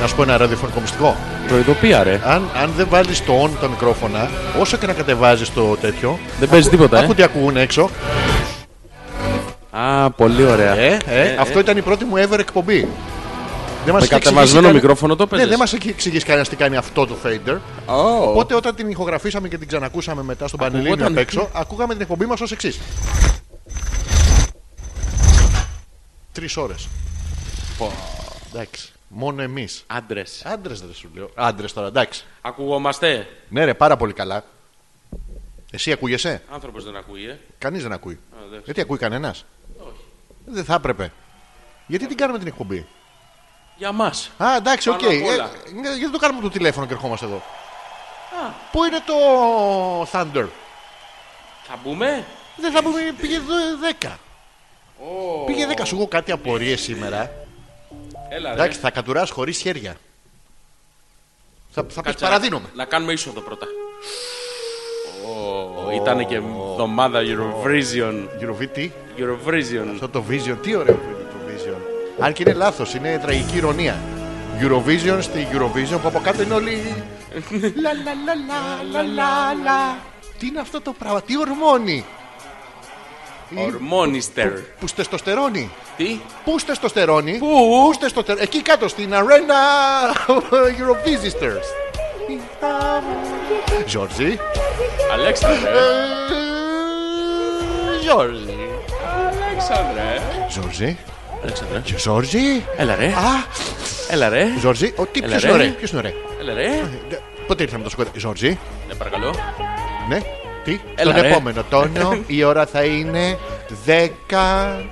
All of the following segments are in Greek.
Να σου πω ένα ραδιοφωνικό μυστικό. Προειδοποίησα, ρε. Αν, αν δεν βάλεις το on τα μικρόφωνα, όσο και να κατεβάζεις το τέτοιο. Δεν παίζεις τίποτα, ε. Άκου τι ακούγουν έξω. Α, πολύ ωραία. Ε, ε, αυτό ήταν η πρώτη μου ever εκπομπή. Δεν μας Με είχε εξηγήσει κατεβασμένο καν- μικρόφωνο το Ναι, παίζει. δεν μας έχει εξηγήσει κανένα τι κάνει αυτό το fader. Οπότε όταν την ηχογραφήσαμε και την ξανακούσαμε μετά στον Πανελλήνιο Ακουγόταν. απ' έξω, ακούγαμε την εκπομπή μας ως εξής. Τρεις ώρες. Εντάξει. Μόνο εμείς. Άντρες. Άντρες δεν σου λέω. Άντρες τώρα, εντάξει. Ακουγόμαστε. Ναι, ρε, πάρα πολύ καλά. Εσύ ακούγεσαι. Άνθρωπος δεν ακούει, ε. Κανείς δεν ακούει. εντάξει. Γιατί ακούει κανένας. Δεν θα έπρεπε. Γιατί την κάνουμε την εκπομπή. Για μας. Α, εντάξει, οκ. Πάνω απ' Ε, όλα. ναι, γιατί δεν το κάνουμε από το τηλέφωνο και ερχόμαστε εδώ. Πού είναι το Thunder. Θα μπούμε. Δεν θα πούμε, πήγε εδώ 10. Πήγε 10, σου έχω κάτι απορίες Ναι. σήμερα. Έλα, ρε. Εντάξει, θα κατουράς χωρίς χέρια. Θα, θα πει Κάτσε, παραδίνομαι. Να κάνουμε είσοδο πρώτα. Ω, Ήτανε και εβδομάδα Eurovision. Eurovision, Eurovision. αυτό το Vision, τι ωραίο που είναι το Vision. Αν και είναι λάθος, είναι τραγική ηρωνία. Eurovision στη Eurovision που από κάτω είναι όλοι. λα, λα, λα, λα, λα, λα, λα. Τι είναι αυτό το πράγμα, τι ορμόνι. Ορμόνιστερ. Που στεστοστερώνει. Τι? Πού στεστοστερώνει. Πού? Πού στεστοστερώνει. Εκεί κάτω στην Arena Eurovisitors. Γιώργη. Αλέξανδρε. Ε, Γιώργη. Αλέξανδρε. Γιώργη. Αλέξανδρε. Γιώργη. Έλα ρε. Α, Έλα ρε. Γιώργη. Ο, τι, Έλα, ποιος ρε. είναι ωραίο. Ποιος είναι ωραίο. Έλα ρε. Ε, Πότε ήρθαμε το σκοτάδι. Γιώργη. Ναι, παρακαλώ. Ναι. Τι. Έλα, Τον ρε. επόμενο τόνο η ώρα θα είναι 10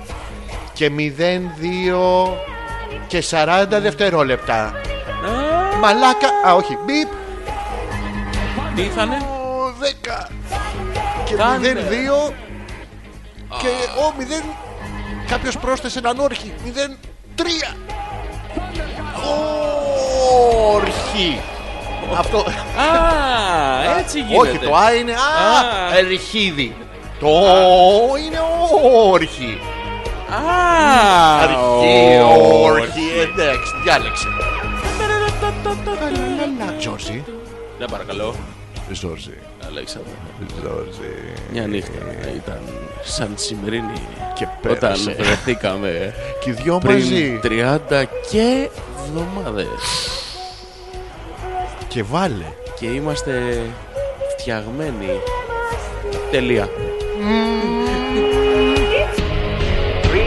και 02 και 40 δευτερόλεπτα. Μαλάκα. Α, όχι. Μπιπ. Τι ήτανε. 10 και Κάνε. 02 και ο 0 κάποιος πρόσθεσε έναν όρχη 03 Όρχη Αυτό Α, έτσι γίνεται. Όχι το Α είναι Α Α. Ερχίδι Το Ο είναι όρχη Α, Αρχή ο- όρχη Εντάξει διάλεξε Τζόρζι Ναι, παρακαλώ. Τζόρζι Αλέξανδρε. Τζόρζι Μια νύχτα ήταν σαν τη σημερινή. Και Όταν πέρασε βρεθήκαμε Και οι δυο μαζί πριν 30 και εβδομάδες Και βάλε και είμαστε φτιαγμένοι. Τελεία.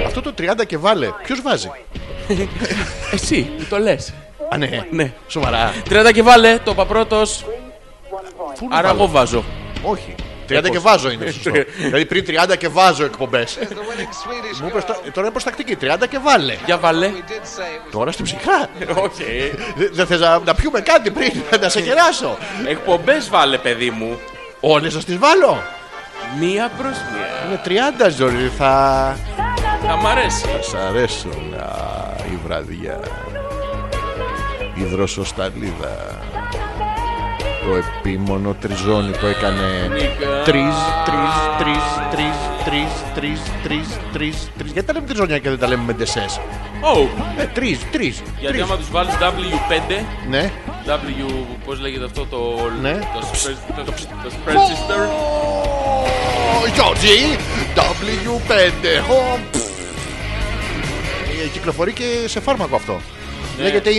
Αυτό το 30 και βάλε. Ποιος βάζει. Εσύ που το λες. Α, ναι. Ναι. Σοβαρά. 30 και βάλε, το είπα πρώτος, Πού να άρα βάλω. εγώ βάζω. Όχι. 30 και βάζω είναι σωστό. δηλαδή πριν 30 και βάζω εκπομπές. Μου είπες τώρα- τώρα είναι προστακτική. 30 και βάλε. Για βάλε. Τώρα στην ψυχρά. Όχι. Δεν δεν θες να, να πιούμε κάτι πριν να σε κεράσω. Εκπομπές βάλε παιδί μου. Όλες να τις βάλω. Μία προς μία. Είναι 30 ζωή. Θα. Θα μ' αρέσει. Σ' αρέσουν α, η βραδιά. Η δροσοσταλίδα. Το επίμονο τριζόνι το έκανε. Τρει, τρει, τρει, τρει, τρει, τρει, τρει, τρει, τρει. Γιατί τα λέμε τριζόνια και δεν τα λέμε με ντεσές. Ω, Ε, τρει, τρει. γιατί άμα τους βάλεις W5, Ναι. W, πώς λέγεται αυτό το... Ναι. Το spread- το- το spread sister. Γιώργη, W5. Ω, πφ. Ε, Κυκλοφορεί και σε φάρμακο αυτό. Λέγεται Imodium.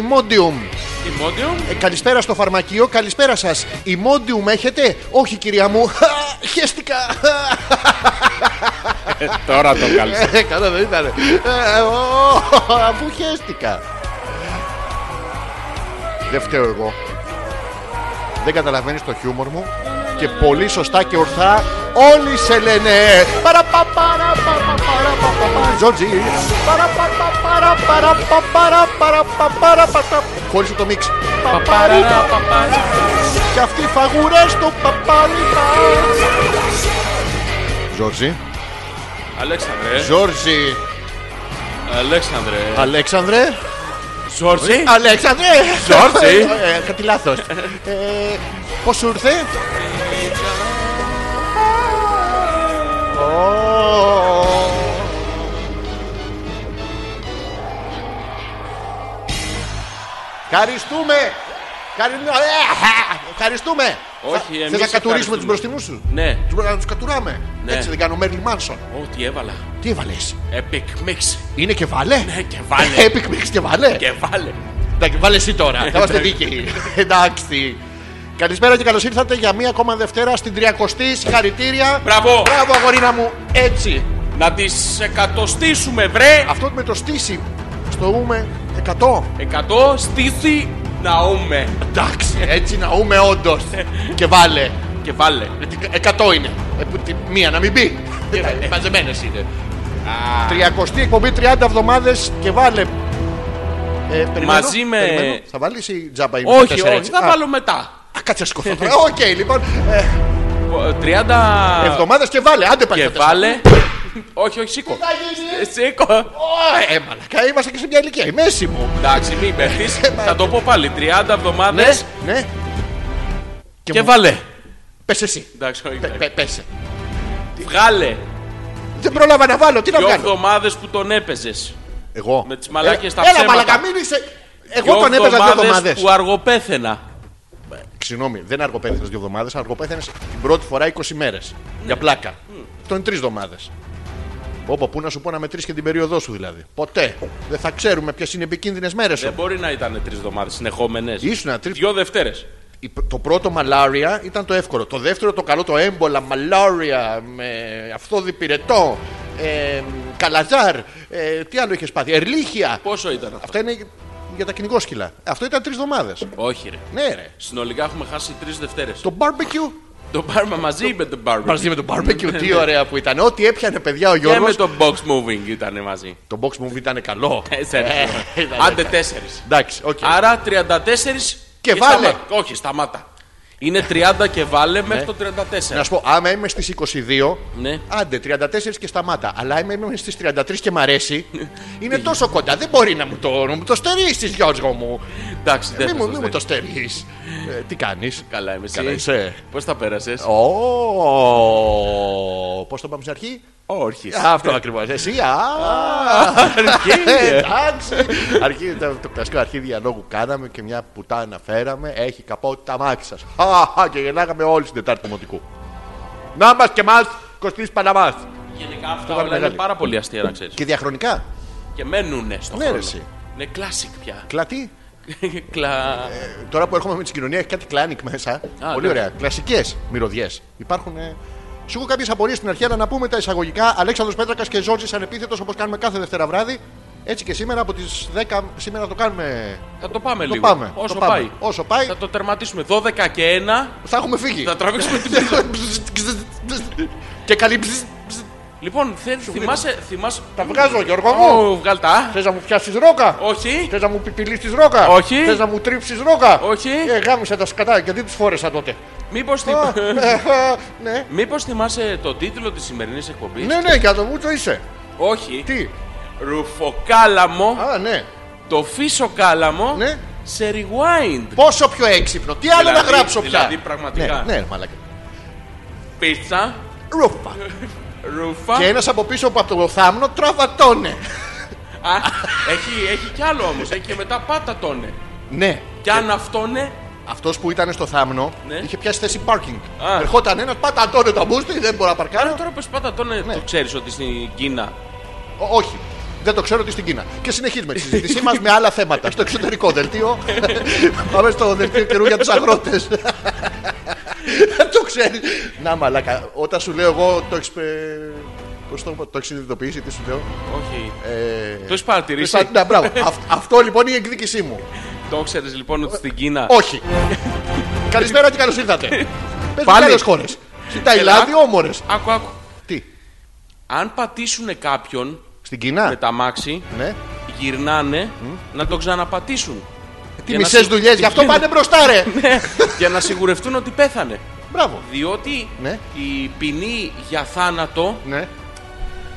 Τιμόντιο. Ε, καλησπέρα στο φαρμακείο, καλησπέρα σας. Imodium έχετε, Όχι, κυρία μου. Χα, Χαίστηκα. Τώρα το καλύψα. Ε, Καλό δεν ήταν. Αφού χαίστηκα. Δεν φταίω εγώ. Δεν καταλαβαίνεις το χιούμορ μου και πολύ σωστά και ορθά όλοι σε λένε. Παραπαπαραπαπαπαραπαπαπα- Τζόρτζι. Παραπαπαπαραπαπαραπαπαραπαπα- Χωρίς το μίξ. Παπαρίτα. Και αυτοί οι φαγουρές του παπαρίτα. Τζόρτζι. Αλέξανδρε. Τζόρτζι. Αλέξανδρε. Αλέξανδρε. Ζόρζι. Αλέξανδρε! Ζόρτζι. Ε, Κάτι λάθο. Πώ σου ήρθε. Ω. Ευχαριστούμε! Χαρι- Ε, Ευχαριστούμε! Όχι, Θα- εμείς Θες να κατουρίσουμε ευχαριστούμε. τους μπροστινούς σου. Ναι. Τους μπορούμε να τους κατουράμε. Ναι. Έτσι δεν κάνω Μέρλι Μάνσον. Ω, τι έβαλα. Τι έβαλες. Epic Mix. Είναι και βάλε. Ναι, και βάλε. Epic Mix και βάλε. και βάλε. Εντάξει, βάλε εσύ τώρα. Θα είμαστε δίκαιοι. Εντάξει. Καλησπέρα και καλώς ήρθατε για μία ακόμα Δευτέρα στην 30η. Συγχαρητήρια. Μπράβο. Μπράβο, αγορίνα μου. Έτσι. Να τις εκατοστήσουμε, βρε. Αυτό με το στήσι στο ούμε 100. Εκατό στήθη να ούμε. Εντάξει, έτσι να ούμε όντως. και βάλε. Και βάλε. Γιατί 100 είναι. Ε, που τη- Μία να μην μπει. Μαζεμένε ε, είναι. 30η εκπομπή, 30 εβδομάδες και βάλε. Ε, περιμένω, Μαζί με- περιμένω. Θα βάλεις ή τζάμπα ή Όχι, 4, όχι, έτσι. θα Α, βάλω μετά. α, Κάτσε σκοτώ. τώρα. Οκ, λοιπόν. 30 Εβδομάδες και βάλε. Άντε πάλι. Ε, και τα τέσσερα. βάλε. Όχι, όχι, σήκω. Θα γίνει. Σήκω. Ω, Ε, μαλακά, είμαστε και σε μια ηλικία. Η μέση μου. Εντάξει, μην πέφτεις. μα- Θα το πω πάλι. 30 εβδομάδες Ναι. και βάλε. Πες εσύ. Εντάξει, όχι. Πε- εντάξει. πε- Πέσε. Βγάλε. Δεν πρόλαβα να βάλω, τι να Δυο βγάλω. εβδομάδες που τον έπαιζες. Εγώ. με τις μαλάκες Ε, τα Έλα, ψέματα. μαλακά, μην είσαι. Εγώ Δυο τον έπαιζα δύο εβδομάδες εβδομάδες. που αργοπέθαινα. Συγγνώμη, δεν αργοπέθανε δύο εβδομάδες. Αργοπέθανε την πρώτη φορά 20 μέρες. Ναι. Για πλάκα. Αυτό είναι τρεις εβδομάδες. Όπω πού να σου πω να μετρήσεις και την περίοδό σου δηλαδή. Ποτέ. Δεν θα ξέρουμε ποιες είναι οι επικίνδυνες μέρες Δεν σου. μπορεί να ήταν τρεις εβδομάδες συνεχόμενες. Ήσουν τρεις Δυο Δευτέρες. Η π- Το πρώτο μαλάρια ήταν το εύκολο. Το δεύτερο το καλό, το έμπολα, μαλάρια, με αυτό διπυρετό, ε, καλαζάρ. Ε, τι άλλο είχες πάθει, Ερλίχια. Πόσο ήταν αυτό. Αυτά είναι για τα κυνηγόσκυλα. Αυτό ήταν τρεις εβδομάδες. Όχι, ρε. Ναι, ρε. Συνολικά έχουμε χάσει τρεις Δευτέρες. Το... Το barbecue. πάρμα μαζί είπε το πάρμα. Μαζί με το barbecue, τι ωραία που ήταν. Ό,τι έπιανε, παιδιά, ο Ναι, Και με Γιώργος. το box moving ήταν μαζί. Το box movie ήταν καλό. Τέσσερις. Ε, ήταν- Άντε τέσσερις. Εντάξει, οκ. Άρα 34 Και βάλε. Ναι. σταμά- Όχι, σταμάτα. Είναι 30 και βάλε μέχρι το 34. Ε, Να σου πω, άμα είμαι στις 22, Ναι. άντε 34 και σταμάτα. Αλλά άμα είμαι στις 33 και μ' αρέσει, είναι τόσο κοντά. Δεν μπορεί να μου το, να μου το στερήσει, Γιώργο μου. Εντάξει, δεν Μην Ε, μου, θα μη σας μου το δει. στερεί. τι κάνεις. Καλά, είμαι εσύ. Καλά είσαι. Πώς τα πέρασες. Ω, Πώς το πάμε στην αρχή, Όχι. Αυτό ακριβώς. Εσύ, α. Ε, Εντάξει. Αρχή, το, το κλασικό αρχή διαλόγου κάναμε και μια πουτά αναφέραμε. Έχει καπότητα μάξι σας. Και γελάγαμε όλοι στην Τετάρτη Δημοτικού. Να μας και μας, Κωστής Παναμάς. Γενικά αυτά βάλε όλα είναι μεγάλη. πάρα πολύ αστεία να ξέρεις. Και διαχρονικά. Και μένουνε στο Ναι, χρόνο. ρε, εσύ. Είναι classic πια. Κλατή. Κλα... Ε, Τώρα που έρχομαι με την κοινωνία έχει κάτι κλάνικ μέσα. Α, Πολύ ναι. ωραία. Κλασικές μυρωδιές. Υπάρχουν. ε, Σου έχω κάποιες απορίες στην αρχή, αλλά να πούμε τα εισαγωγικά. Αλέξανδρος Πέτρακας και Ζόρζης ανεπίθετος όπως κάνουμε κάθε Δευτέρα βράδυ. Έτσι και σήμερα από τις 10 σήμερα το κάνουμε. Θα το πάμε Το λίγο. πάμε. Όσο το πάμε. πάει. Όσο πάει, Θα το τερματίσουμε 12 και 1. θα έχουμε φύγει. Θα τραβήξουμε την πίσω. και καλή. Λοιπόν, θε, θυμάσαι, θυμάσαι. Τα βγάζω, Γιώργο μου. Ω, βγάλ' τα. Θες να μου πιάσεις ρόκα. Όχι. Θες να μου πιπηλήσει ρόκα. Όχι. Θες να μου τρίψεις ρόκα. Όχι. Ε, γάμισα τα σκατά, γιατί τους φόρεσα τότε. Μήπως, θυ... Α, ε, ε, ναι. Μήπως θυμάσαι το τίτλο της σημερινής εκπομπής. Ναι, ναι, για το μου το είσαι. Όχι. Τι. Ρουφοκάλαμο, Α, ναι. το φύσο κάλαμο Ναι. σε rewind. Πόσο πιο έξυπνο. Τι άλλο να Δηλαδή- γράψω πια. δηλαδή, πραγματικά. Ναι, ναι, μαλακά. Πίτσα, Ρούφα. ρούφα. Και ένας από πίσω από το θάμνο τραβατώνε. Α, έχει, έχει κι άλλο όμως. Έχει και μετά πάτα τόνε. Ναι. Κι αν αυτόνε, Αυτός που ήταν στο θάμνο Ναι. είχε πιάσει θέση parking. Α. Ερχόταν ένας, πατατώνε τα μπούστι, δεν μπορώ να παρκάρω. τώρα πες πάτα τόνε, Ναι. το ξέρεις ότι στην Κίνα. Ο- όχι. Δεν το ξέρω ότι στην Κίνα. Και συνεχίζουμε τη συζήτησή μας με άλλα θέματα. Στο εξωτερικό δελτίο. Πάμε στο δελτίο καιρού για τους αγρότες. το ξέρεις. Να μαλάκα. Όταν σου λέω εγώ το εξ- ε, πώς το, το έχεις συνειδητοποιήσει, τι σου λέω. Όχι. Ε, Το έχεις παρατηρήσει? σαν- Ναι, μπράβο. Αυ- αυτό λοιπόν είναι η εκδίκησή μου. Το ξέρεις λοιπόν ότι στην Κίνα. Όχι. Καλησπέρα και καλώς ήρθατε. Πες μου Πάλι. άλλε χώρες. Στην Ταϊλάνδη, όμορες. Άκου, άκου. Τι, Αν πατήσουν κάποιον στην Κίνα. με τα μάξι, Ναι. γυρνάνε να τον ξαναπατήσουν. Ε, Τι Για να μισέ σου- δουλειές, γι' αυτό πάνε μπροστά, ρε. Ναι, για να σιγουρευτούν ότι πέθανε. Μπράβο. Διότι Ναι. η ποινή για θάνατο Ναι,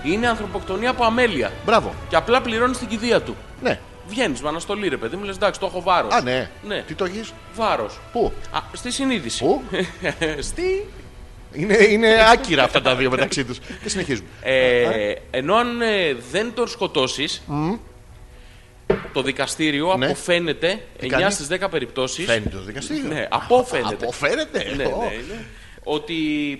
είναι ανθρωποκτονία από αμέλεια. μπράβο. Και απλά πληρώνεις την κηδεία του. Ναι. Βγαίνεις με αναστολή, ρε παιδί μου, λες εντάξει, το έχω βάρος. Α, ναι. Ναι. Τι το έχεις. Βάρος. Πού. Στη συνείδηση. Πού. Στη. είναι, είναι άκυρα αυτά τα δύο μεταξύ τους. Και συνεχίζουμε. Ε, ενώ αν ε, δεν τον σκοτώσει, το δικαστήριο Ναι. αποφαίνεται 9 κάνει? στις 10 περιπτώσεις Φαίνεται το δικαστήριο. Ναι, αποφαίνεται. Αποφαίνεται. ναι, Ω. ναι, ναι. Ότι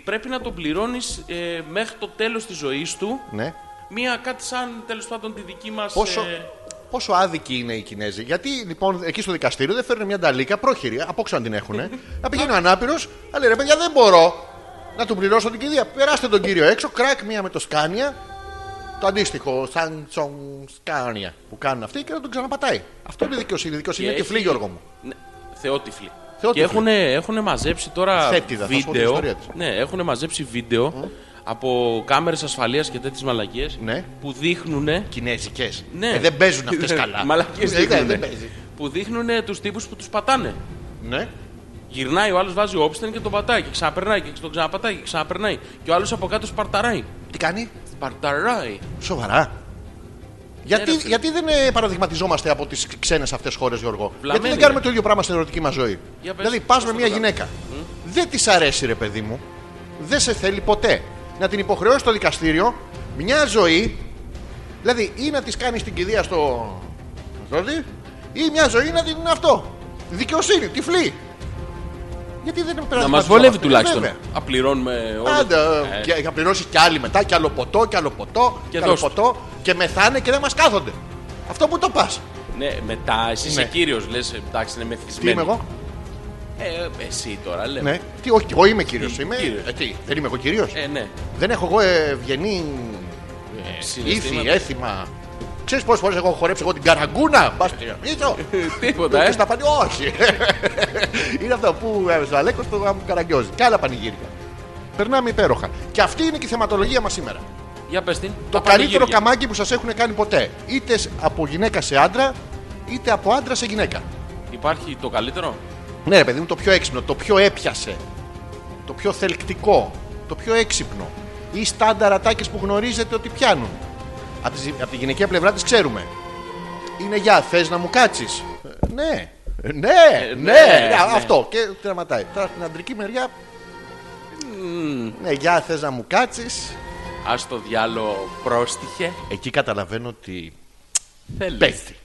πρέπει να τον πληρώνεις ε, μέχρι το τέλος της ζωής του Ναι. μία κάτι σαν τέλος πάντων τη δική μας... Πόσο, ε, πόσο άδικοι είναι οι Κινέζοι. Γιατί λοιπόν εκεί στο δικαστήριο δεν φέρνουν μια νταλίκα πρόχειρη, απόξω να την έχουν. να πηγαίνει ο ανάπηρος, αλλά λέει ρε παιδιά δεν μπορώ να του πληρώσω την κηδεία. Περάστε τον κύριο έξω, κρακ μία με το σκάνια. Το αντίστοιχο, σαν τσον σκάνια που κάνουν αυτοί και να τον ξαναπατάει. Αυτό είναι δικαιοσύνη. Δικαιοσύνη είναι έχει- τυφλή, Γιώργο μου. Ναι, θεότυφλη. Θεότυφλη. Και έχουν, έχουν μαζέψει τώρα Θέτιδα, θα σου πω την βίντεο. ιστορία της. Ναι, έχουν μαζέψει βίντεο από κάμερες ασφαλείας και τέτοιες μαλακίες Ναι. που δείχνουν Κινέζικες. Ναι. Ε, δεν παίζουν αυτέ καλά. Μαλακίες Ε, δεν, δείχνουνε. δεν παίζει. που δείχνουν τους τύπους που τους πατάνε. Ναι. Γυρνάει, ο άλλος βάζει όπισθεν και τον πατάει και ξαναπερνάει και τον ξαναπατάει και ξαναπερνάει. Και ο άλλος από κάτω σπαρταράει. Τι κάνει, Σπαρταράει. Σοβαρά. Ναι, Γιατί, ρε φίλε. γιατί δεν ε, παραδειγματιζόμαστε από τις ξένες αυτές χώρες, Γιώργο. γιατί είναι. δεν κάνουμε το ίδιο πράγμα στην ερωτική μας ζωή. ναι. Για πες, δηλαδή, πώς πα θα με το μια κάνουμε. γυναίκα. Δεν της αρέσει, ρε παιδί μου. Δεν σε θέλει ποτέ. Να την υποχρεώσεις στο δικαστήριο μια ζωή. Δηλαδή, ή να της κάνεις την κηδεία στο. στο τι, ή μια ζωή να την είναι αυτό. Δικαιοσύνη, τυφλή. Γιατί δεν είναι Να μα βολεύει τουλάχιστον. Ε, Βέβαια. Απληρώνουμε όλο. Πάντα. Ε, Και θα πληρώσει κι άλλοι μετά, κι άλλο ποτό, κι άλλο ποτό, Και κι άλλο δώσ' του. ποτό. Και μεθάνε και δεν μας κάθονται. Αυτό που το πας. Ναι, μετά εσύ είσαι Ναι. κύριος. Λες, εντάξει, είναι Τι είμαι μεθυσμένο. εγώ. Ε, εσύ τώρα λέμε. Ναι. Τι, όχι, εγώ είμαι κύριος. Τι, Είμαι... κύριος. Ε, τι, δεν είμαι εγώ κύριος. Ε, ναι. Δεν έχω εγώ ε, ευγενή Ε, ήθη, Συναισθήματα. έθιμα. Ξέρεις πόσες φορές έχω χορέψει εγώ την καραγκούνα. Μπας στην αμύθο. Τίποτα, ε. Και στα πανηγύρια. Όχι. είναι αυτό που ε, στο Αλέκο το μου καραγκιόζει. Κι άλλα πανηγύρια. Περνάμε υπέροχα. Και αυτή είναι και η θεματολογία μας σήμερα. Για πες την. Το Τα καλύτερο πανηγύρια. καμάκι που σας έχουν κάνει ποτέ. Είτε σ- από γυναίκα σε άντρα, είτε από άντρα σε γυναίκα. Υπάρχει το καλύτερο. Ναι, ρε παιδί μου, το πιο έξυπνο, το πιο έπιασε. Το πιο θελκτικό. Το πιο έξυπνο. Ή στάνταρ ατάκες που γνωρίζετε ότι πιάνουν. Από τη, ζυ- απ' τη γυναικεία πλευρά τι ξέρουμε. Είναι γεια, θες να μου κάτσεις. ναι. Ε, Ναι, ναι, ναι, ναι, ναι. αυτό και τερματάει. Τώρα στην αντρική μεριά. Ναι, γεια, θες να μου κάτσεις. Ας το διάλο πρόστιχε. Εκεί καταλαβαίνω ότι. Θέλεις. Πέφτει.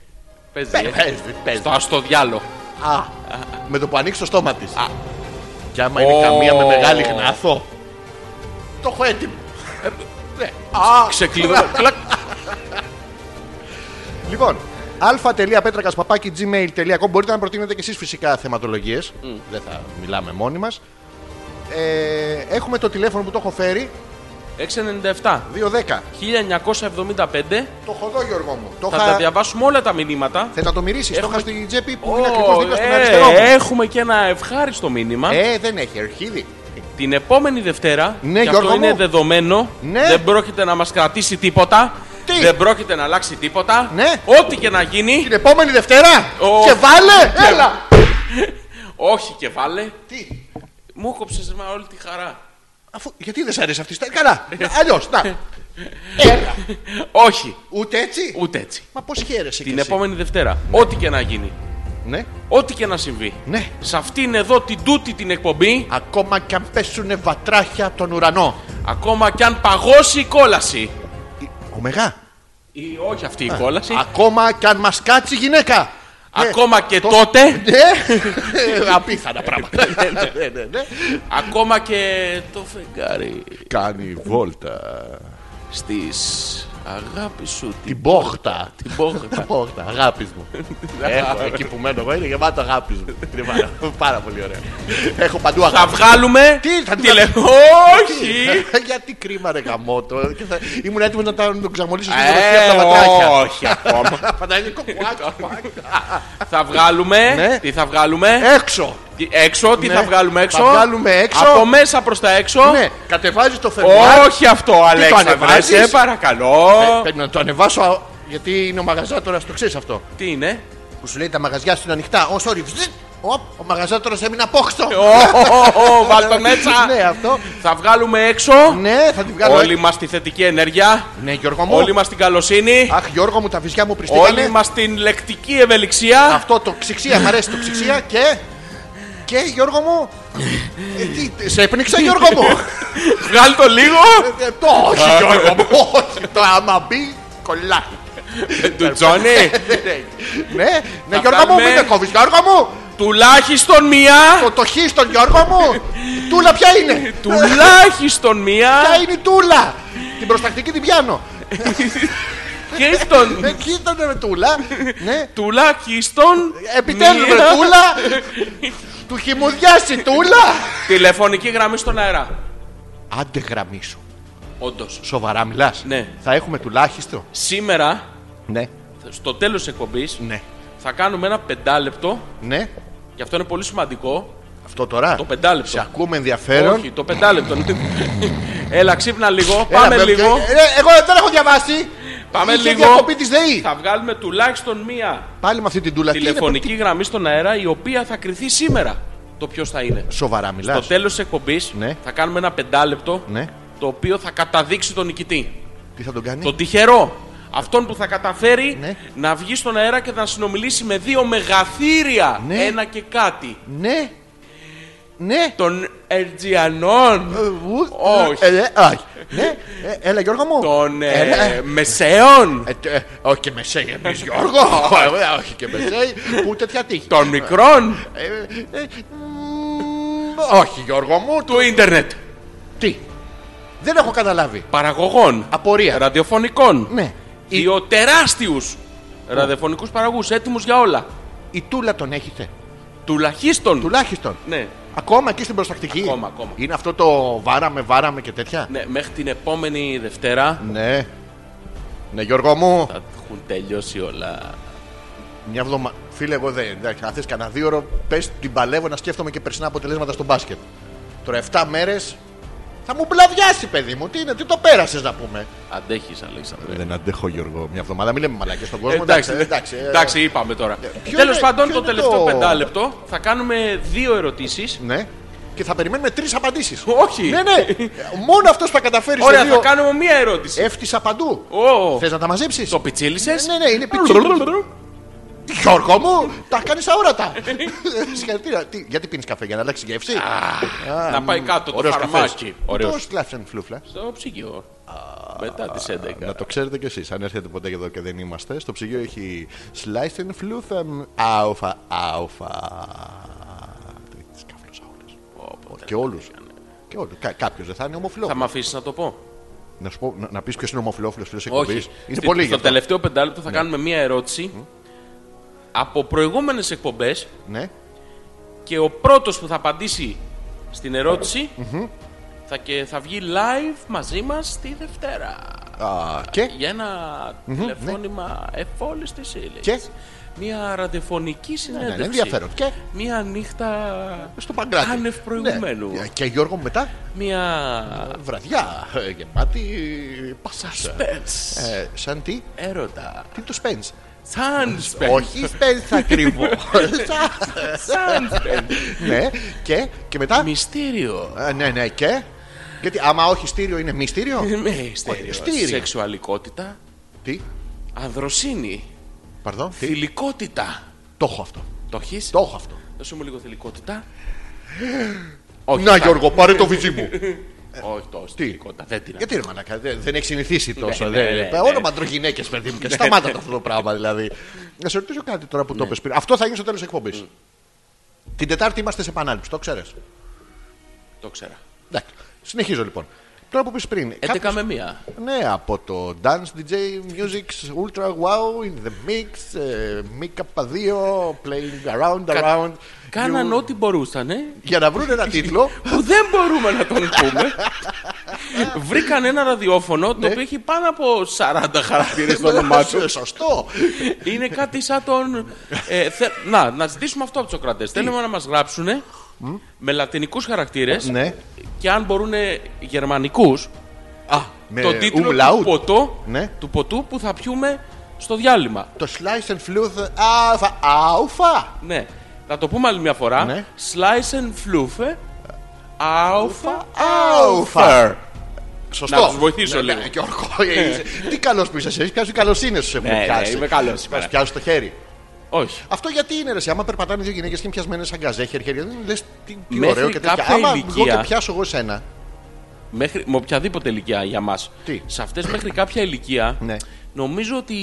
Παίζει. Πέ- ε. Παίζει, παίζει. Στο ας το διάλο. Α, με το που ανοίξει το στόμα της. Α. Και άμα είναι Ω. καμία με μεγάλη γνάθο. Το έχω έτοιμο. Ναι. Α. Ξεκλειδώ. Κλακ. Λοιπόν, α.πέτρακα.gmail.com Μπορείτε να προτείνετε και εσείς φυσικά θεματολογίες. Δεν θα μιλάμε μόνοι μας. Ε, έχουμε το τηλέφωνο που το έχω φέρει 697. 210. 1975. Το έχω εδώ, Γιώργο μου. Το Θα είχα- τα διαβάσουμε όλα τα μηνύματα. Θες να το μυρίσει. Το Έχουμε- είχα στην τσέπη που Ω, είναι ακριβώς δίπλα στον ε, αριστερό. μου. έχουμε και ένα ευχάριστο μήνυμα. Ε, δεν έχει αρχίδι. Την επόμενη Δευτέρα, Ναι, και Γιώργο αυτό είναι μου. δεδομένο, Ναι. δεν πρόκειται να μας κρατήσει τίποτα, Τι? δεν πρόκειται να αλλάξει τίποτα, Ναι. ό,τι και να γίνει, Την επόμενη Δευτέρα! Ω. Και βάλε! Έλα! όχι και βάλε, Τι, μου κόψες μα όλη τη χαρά. Αφού, γιατί δεν σ' αρέσει αυτή η στάση. Καλά. Ε. Αλλιώ. Να. όχι, Ούτε έτσι. ούτε έτσι. Μα πώς χαίρεσαι Την κι εσύ. επόμενη Δευτέρα, ό,τι και να γίνει, Ναι. ό,τι και να συμβεί, Ναι. σε αυτήν εδώ την τούτη την εκπομπή, Ακόμα κι αν πέσουνε βατράχια από τον ουρανό. ακόμα κι αν παγώσει η κόλαση, Ομεγά. ή όχι αυτή η κόλαση, Ακόμα κι αν μας κάτσει η γυναίκα. Ε. ακόμα και τότε, Ναι. Ε, Απίθανα πράγματα. Ναι, ναι, ναι. ακόμα και το φεγγάρι Κάνει βόλτα. στις αγάπη σου την, Την πόχτα. την πόχτα. Την πόχτα. Αγάπης μου. Ε. Έχω, εκεί που μένω εγώ είναι γεμάτο αγάπης μου. Είναι πάρα- πάρα πολύ ωραία. Έχω παντού αγάπη. Θα βγάλουμε Τι, θα την Ναι. τηλε- Όχι! Γιατί κρίμα ρε γαμότο. Και θα- Ήμουν έτοιμος να τα- να τον ξαμολύσω στην Ε, από τα βατράχια. όχι ακόμα. Φανταστικό κουάκι, κουάκι. θα βγάλουμε. Ναι. τι θα βγάλουμε. Έξω. τι- έξω, τι Ναι. θα βγάλουμε έξω. Θα βγάλουμε έξω. Από μέσα προς τα έξω. Ναι, κατεβάζεις το φερμουάρ. Όχι αυτό, Αλέξανδρε, ανεβάζεις? Ναι. σε παρακαλώ. Πρέπει να το ανεβάσω α, γιατί είναι ο μαγαζάτορας, το ξέρεις αυτό. Τι είναι. Που σου λέει τα μαγαζιά σου είναι ανοιχτά. Ω, sorry. Βζζζ. Οπ, ο μαγαζάτορας έμεινε απόξω. Ε, Ω, ω, ω, Βάλ τον μέσα. Ναι, αυτό. Θα βγάλουμε έξω. Ναι, θα τη βγάλω. Όλη έξω. μας τη θετική ενέργεια. Ναι, Γιώργο μου. Όλη μας την καλοσύνη. Αχ, Γιώργο μου, τα βυζιά μου Όλη πριστήκανε. μας την λεκτική ευελιξία. Αυτό το ξυξία, μ' αρέσει το ξυξία και. Και Γιώργο μου. Ε, τι, σε έπνιξα Γιώργο μου. Βγάλει το λίγο. Ε, Το όχι Γιώργο μου. Όχι, το άμα μπει κολλάει. Του Τζόνι, ναι, ναι, Θα Γιώργο μου, κάνουμε- μην με κόβεις, Γιώργο μου! τουλάχιστον μία. Το, το χ στον Γιώργο μου! Η Τούλα ποια είναι! Τουλάχιστον μία. Ποια είναι η Τούλα! Την προστακτική την πιάνω. Και στον. Δεν κοίτανε με Τούλα. Ναι. Τουλάχιστον. Επιτέλους με μία Τούλα. Του χυμουδιάσει η Τούλα. Τηλεφωνική γραμμή στον αέρα. Άντε γραμμή σου. Όντως. Σοβαρά μιλάς. Ναι. Θα έχουμε τουλάχιστον. Σήμερα, Ναι. στο τέλος της εκπομπής, Ναι. θα κάνουμε ένα πεντάλεπτο. Ναι. Και αυτό είναι πολύ σημαντικό. Αυτό τώρα. Το πεντάλεπτο. Σε ακούμε ενδιαφέρον. Όχι, το πεντάλεπτο. Έλα, ξύπνα λίγο. Έλα, Πάμε μπρο, λίγο. και- ε, εγώ δεν έχω διαβάσει. Πάμε Είχε λίγο. διακοπή της ΔΕΗ. Θα βγάλουμε τουλάχιστον μία Πάλι με αυτή την τούλα. Τι είναι, τηλεφωνική γραμμή στον αέρα η οποία θα κρυθεί σήμερα το ποιος θα είναι. τι- Σοβαρά Στο μιλάς. τέλος της εκπομπής Ναι. θα κάνουμε ένα πεντάλεπτο Ναι. το οποίο θα καταδείξει τον νικητή. Τι θα τον κάνει. Τον τυχερό. Αυτόν που θα καταφέρει Ναι. να βγει στον αέρα και να συνομιλήσει με δύο μεγαθύρια. Ναι. Ένα και κάτι. Ναι. Ναι. Των Ερτζιανών. Ε, ου- Όχι. Ε, ε, όχι. Ναι. Ε, Έλα Γιώργο μου. Των ε, Έλα, ε. Μεσαίων. Ε, τε- ε, Όχι και μεσαίοι εμείς Γιώργο Ε, ε, Όχι και μεσαίοι Που τέτοια τύχη των Μικρών. Ε, ε, μ, Όχι Γιώργο μου του ίντερνετ. Τι Δεν έχω καταλάβει Παραγωγών. Απορία Ραδιοφωνικών. Ναι Δύο τεράστιου ραδιοφωνικούς παραγωγούς έτοιμους για όλα. Η τούλα τον έχετε Τουλάχιστον. Τουλάχιστον Ναι. Ακόμα εκεί στην προστακτική Ακόμα, ακόμα. Είναι αυτό το βάραμε βάραμε και τέτοια ναι, μέχρι την επόμενη Δευτέρα Ναι Ναι Γιώργο μου θα έχουν τελειώσει όλα. Μια βδομα... Φίλε, εγώ δεν. εντάξει, Αν θες κανένα δύο ώρο, πες την παλεύω να σκέφτομαι και περσινά αποτελέσματα στο μπάσκετ. Τώρα 7 μέρες θα μου μπλαβιάσει, παιδί μου. Τι, είναι, τι το πέρασες να πούμε. Αντέχεις, Αλέξανδρε. Δεν αντέχω, Γιώργο. Μια εβδομάδα μην λέμε μαλακέ στον κόσμο. εντάξει, εντάξει. ε, εντάξει, είπαμε τώρα. ποιο Τέλος είναι- πάντων, ποιο το είναι τελευταίο το- πεντάλεπτο θα κάνουμε δύο ερωτήσεις. Ναι. Και θα περιμένουμε τρεις απαντήσεις. Όχι. Ναι, ναι. Μόνο αυτός που θα καταφέρει. Ωραία, σε δύο... Ε, θα κάνουμε μία ερώτηση. Έφτιασα παντού. Ω, Θες να τα μαζέψεις. το πιτσίλησες. Ναι, ναι, είναι πιτσίλι. Γιώργο μου, τα κάνεις αόρατα. Συγχαρητήρια. Τι, Γιατί πίνει καφέ, για να αλλάξει γεύση. Να πάει κάτω το Ωραίος φαρμάκι. Ωραίος. Ωραίος. Το σκλάψαν φλούφλα. Στο ψυγείο. Μετά τι 11. Να το ξέρετε κι εσείς, αν έρθετε ποτέ εδώ και δεν είμαστε, στο ψυγείο έχει sliced and fluffam αουφα αουφα. Τις καύλες όλες. Και όλους. Και όλους. Κα- Κάποιος δεν θα είναι Θα ομοφιλόφιλος. με αφήσει να το πω. Να σου πω, να, να πεις ποιος είναι ομοφιλόφιλος φίλος Όχι. εκπομπής. Είναι Στη- πολύ γι' Στο αυτό. τελευταίο πεντάλεπτο Ναι. θα κάνουμε μία ερώτηση από προηγούμενες εκπομπές Ναι. και ο πρώτος που θα απαντήσει στην ερώτηση θα, και θα βγει live μαζί μας τη Δευτέρα. Α, και Για ένα τηλεφώνημα εφόλης της ύλης. ναι. Και? Μία ραδιοφωνική ναι, συνέντευξη. ναι, ενδιαφέρον. Και Μία νύχτα. στο Παγκράτη. Άνευ προηγουμένου. Ναι. Και Γιώργο μου μετά Μία. βραδιά ε, γεμάτη πασάσα. Spence. Ε, σαν τι, Έρωτα. τι είναι το Spence. Σαν Spence. Όχι Spence ακριβώ. Σαν Spence. ναι, και, και μετά. Μυστήριο. Ε, ναι, ναι, και. Γιατί άμα όχι στήριο είναι μυστήριο. Μυστήριο. Μυστήριο. Σεξουαλικότητα. τι, Ανδροσύνη. παρδόν, τι. Θηλυκότητα. Το έχω αυτό. Το έχεις. Το έχω αυτό. Δώσε μου λίγο θηλυκότητα. Όχι, Να θα- Γιώργο, πάρε το βυζί μου. Ε. Όχι, το θηλυκότητα. Δεν την Γιατί ρε μαλακά, δεν, δεν έχει συνηθίσει τόσο. ναι, δεν- ναι, ναι. Όνομα αντρογυναίκες, παιδί μου, και σταμάτα το αυτό το πράγμα δηλαδή. Να σε ρωτήσω κάτι τώρα Ναι. που το πες πριν. Αυτό θα γίνει στο τέλος εκπομπής. Την Τετάρτη είμαστε σε επανάληψη, το ξέρεις. Το ξέρα. Εντάξει. Συνεχίζω λοιπόν. Τώρα που πεις πριν. 11 κάποιος- με μία. Ναι, από το Dance DJ Music's Ultra Wow in the Mix, ε, Mika Padillo, Playing Around Around. Κάναν You- ό,τι μπορούσανε Για να βρουν ένα τίτλο. που δεν μπορούμε να τον πούμε. Βρήκαν ένα ραδιόφωνο Ναι. το οποίο έχει πάνω από 40 χαρακτήρες στο όνομά τους. Ε, Σωστό. Είναι κάτι σαν τον. ε, θε- Να, να ζητήσουμε αυτό από τους Σοκράτες. Θέλουμε να μας γράψουν με λατινικούς χαρακτήρες Ναι. και αν μπορούν γερμανικούς Α, με τον τίτλο του umlaut. ποτού, Ναι. του ποτού που θα πιούμε στο διάλειμμα. Το Slice and Fluth Alpha Alpha. Ναι. Να το πούμε άλλη μια φορά. Ναι. Slice and ε. fluffe. Αουφα. Alpha. Σωστό. Να τους βοηθήσω Ναι, ναι, λίγο. Γιώργο, είσαι- τι καλός που είσαι εσύ, ποια σου καλοσύνη σου Ναι, έχουν ναι, πιάσει. είμαι καλός Μας σήμερα. πιάσουν το χέρι. Όχι. Αυτό γιατί είναι ρε, σε, άμα περπατάνε δύο γυναίκες και είναι πιασμένες σαν γκαζέ χέρια, δεν λες τι, τι Μέχρι ωραίο και τέτοια. κάποια Άμα ηλικία- βγω και πιάσω εγώ σένα. Μέχρι, με οποιαδήποτε ηλικία για μας. Τι? Σε αυτές μέχρι κάποια ηλικία Ναι. Νομίζω ότι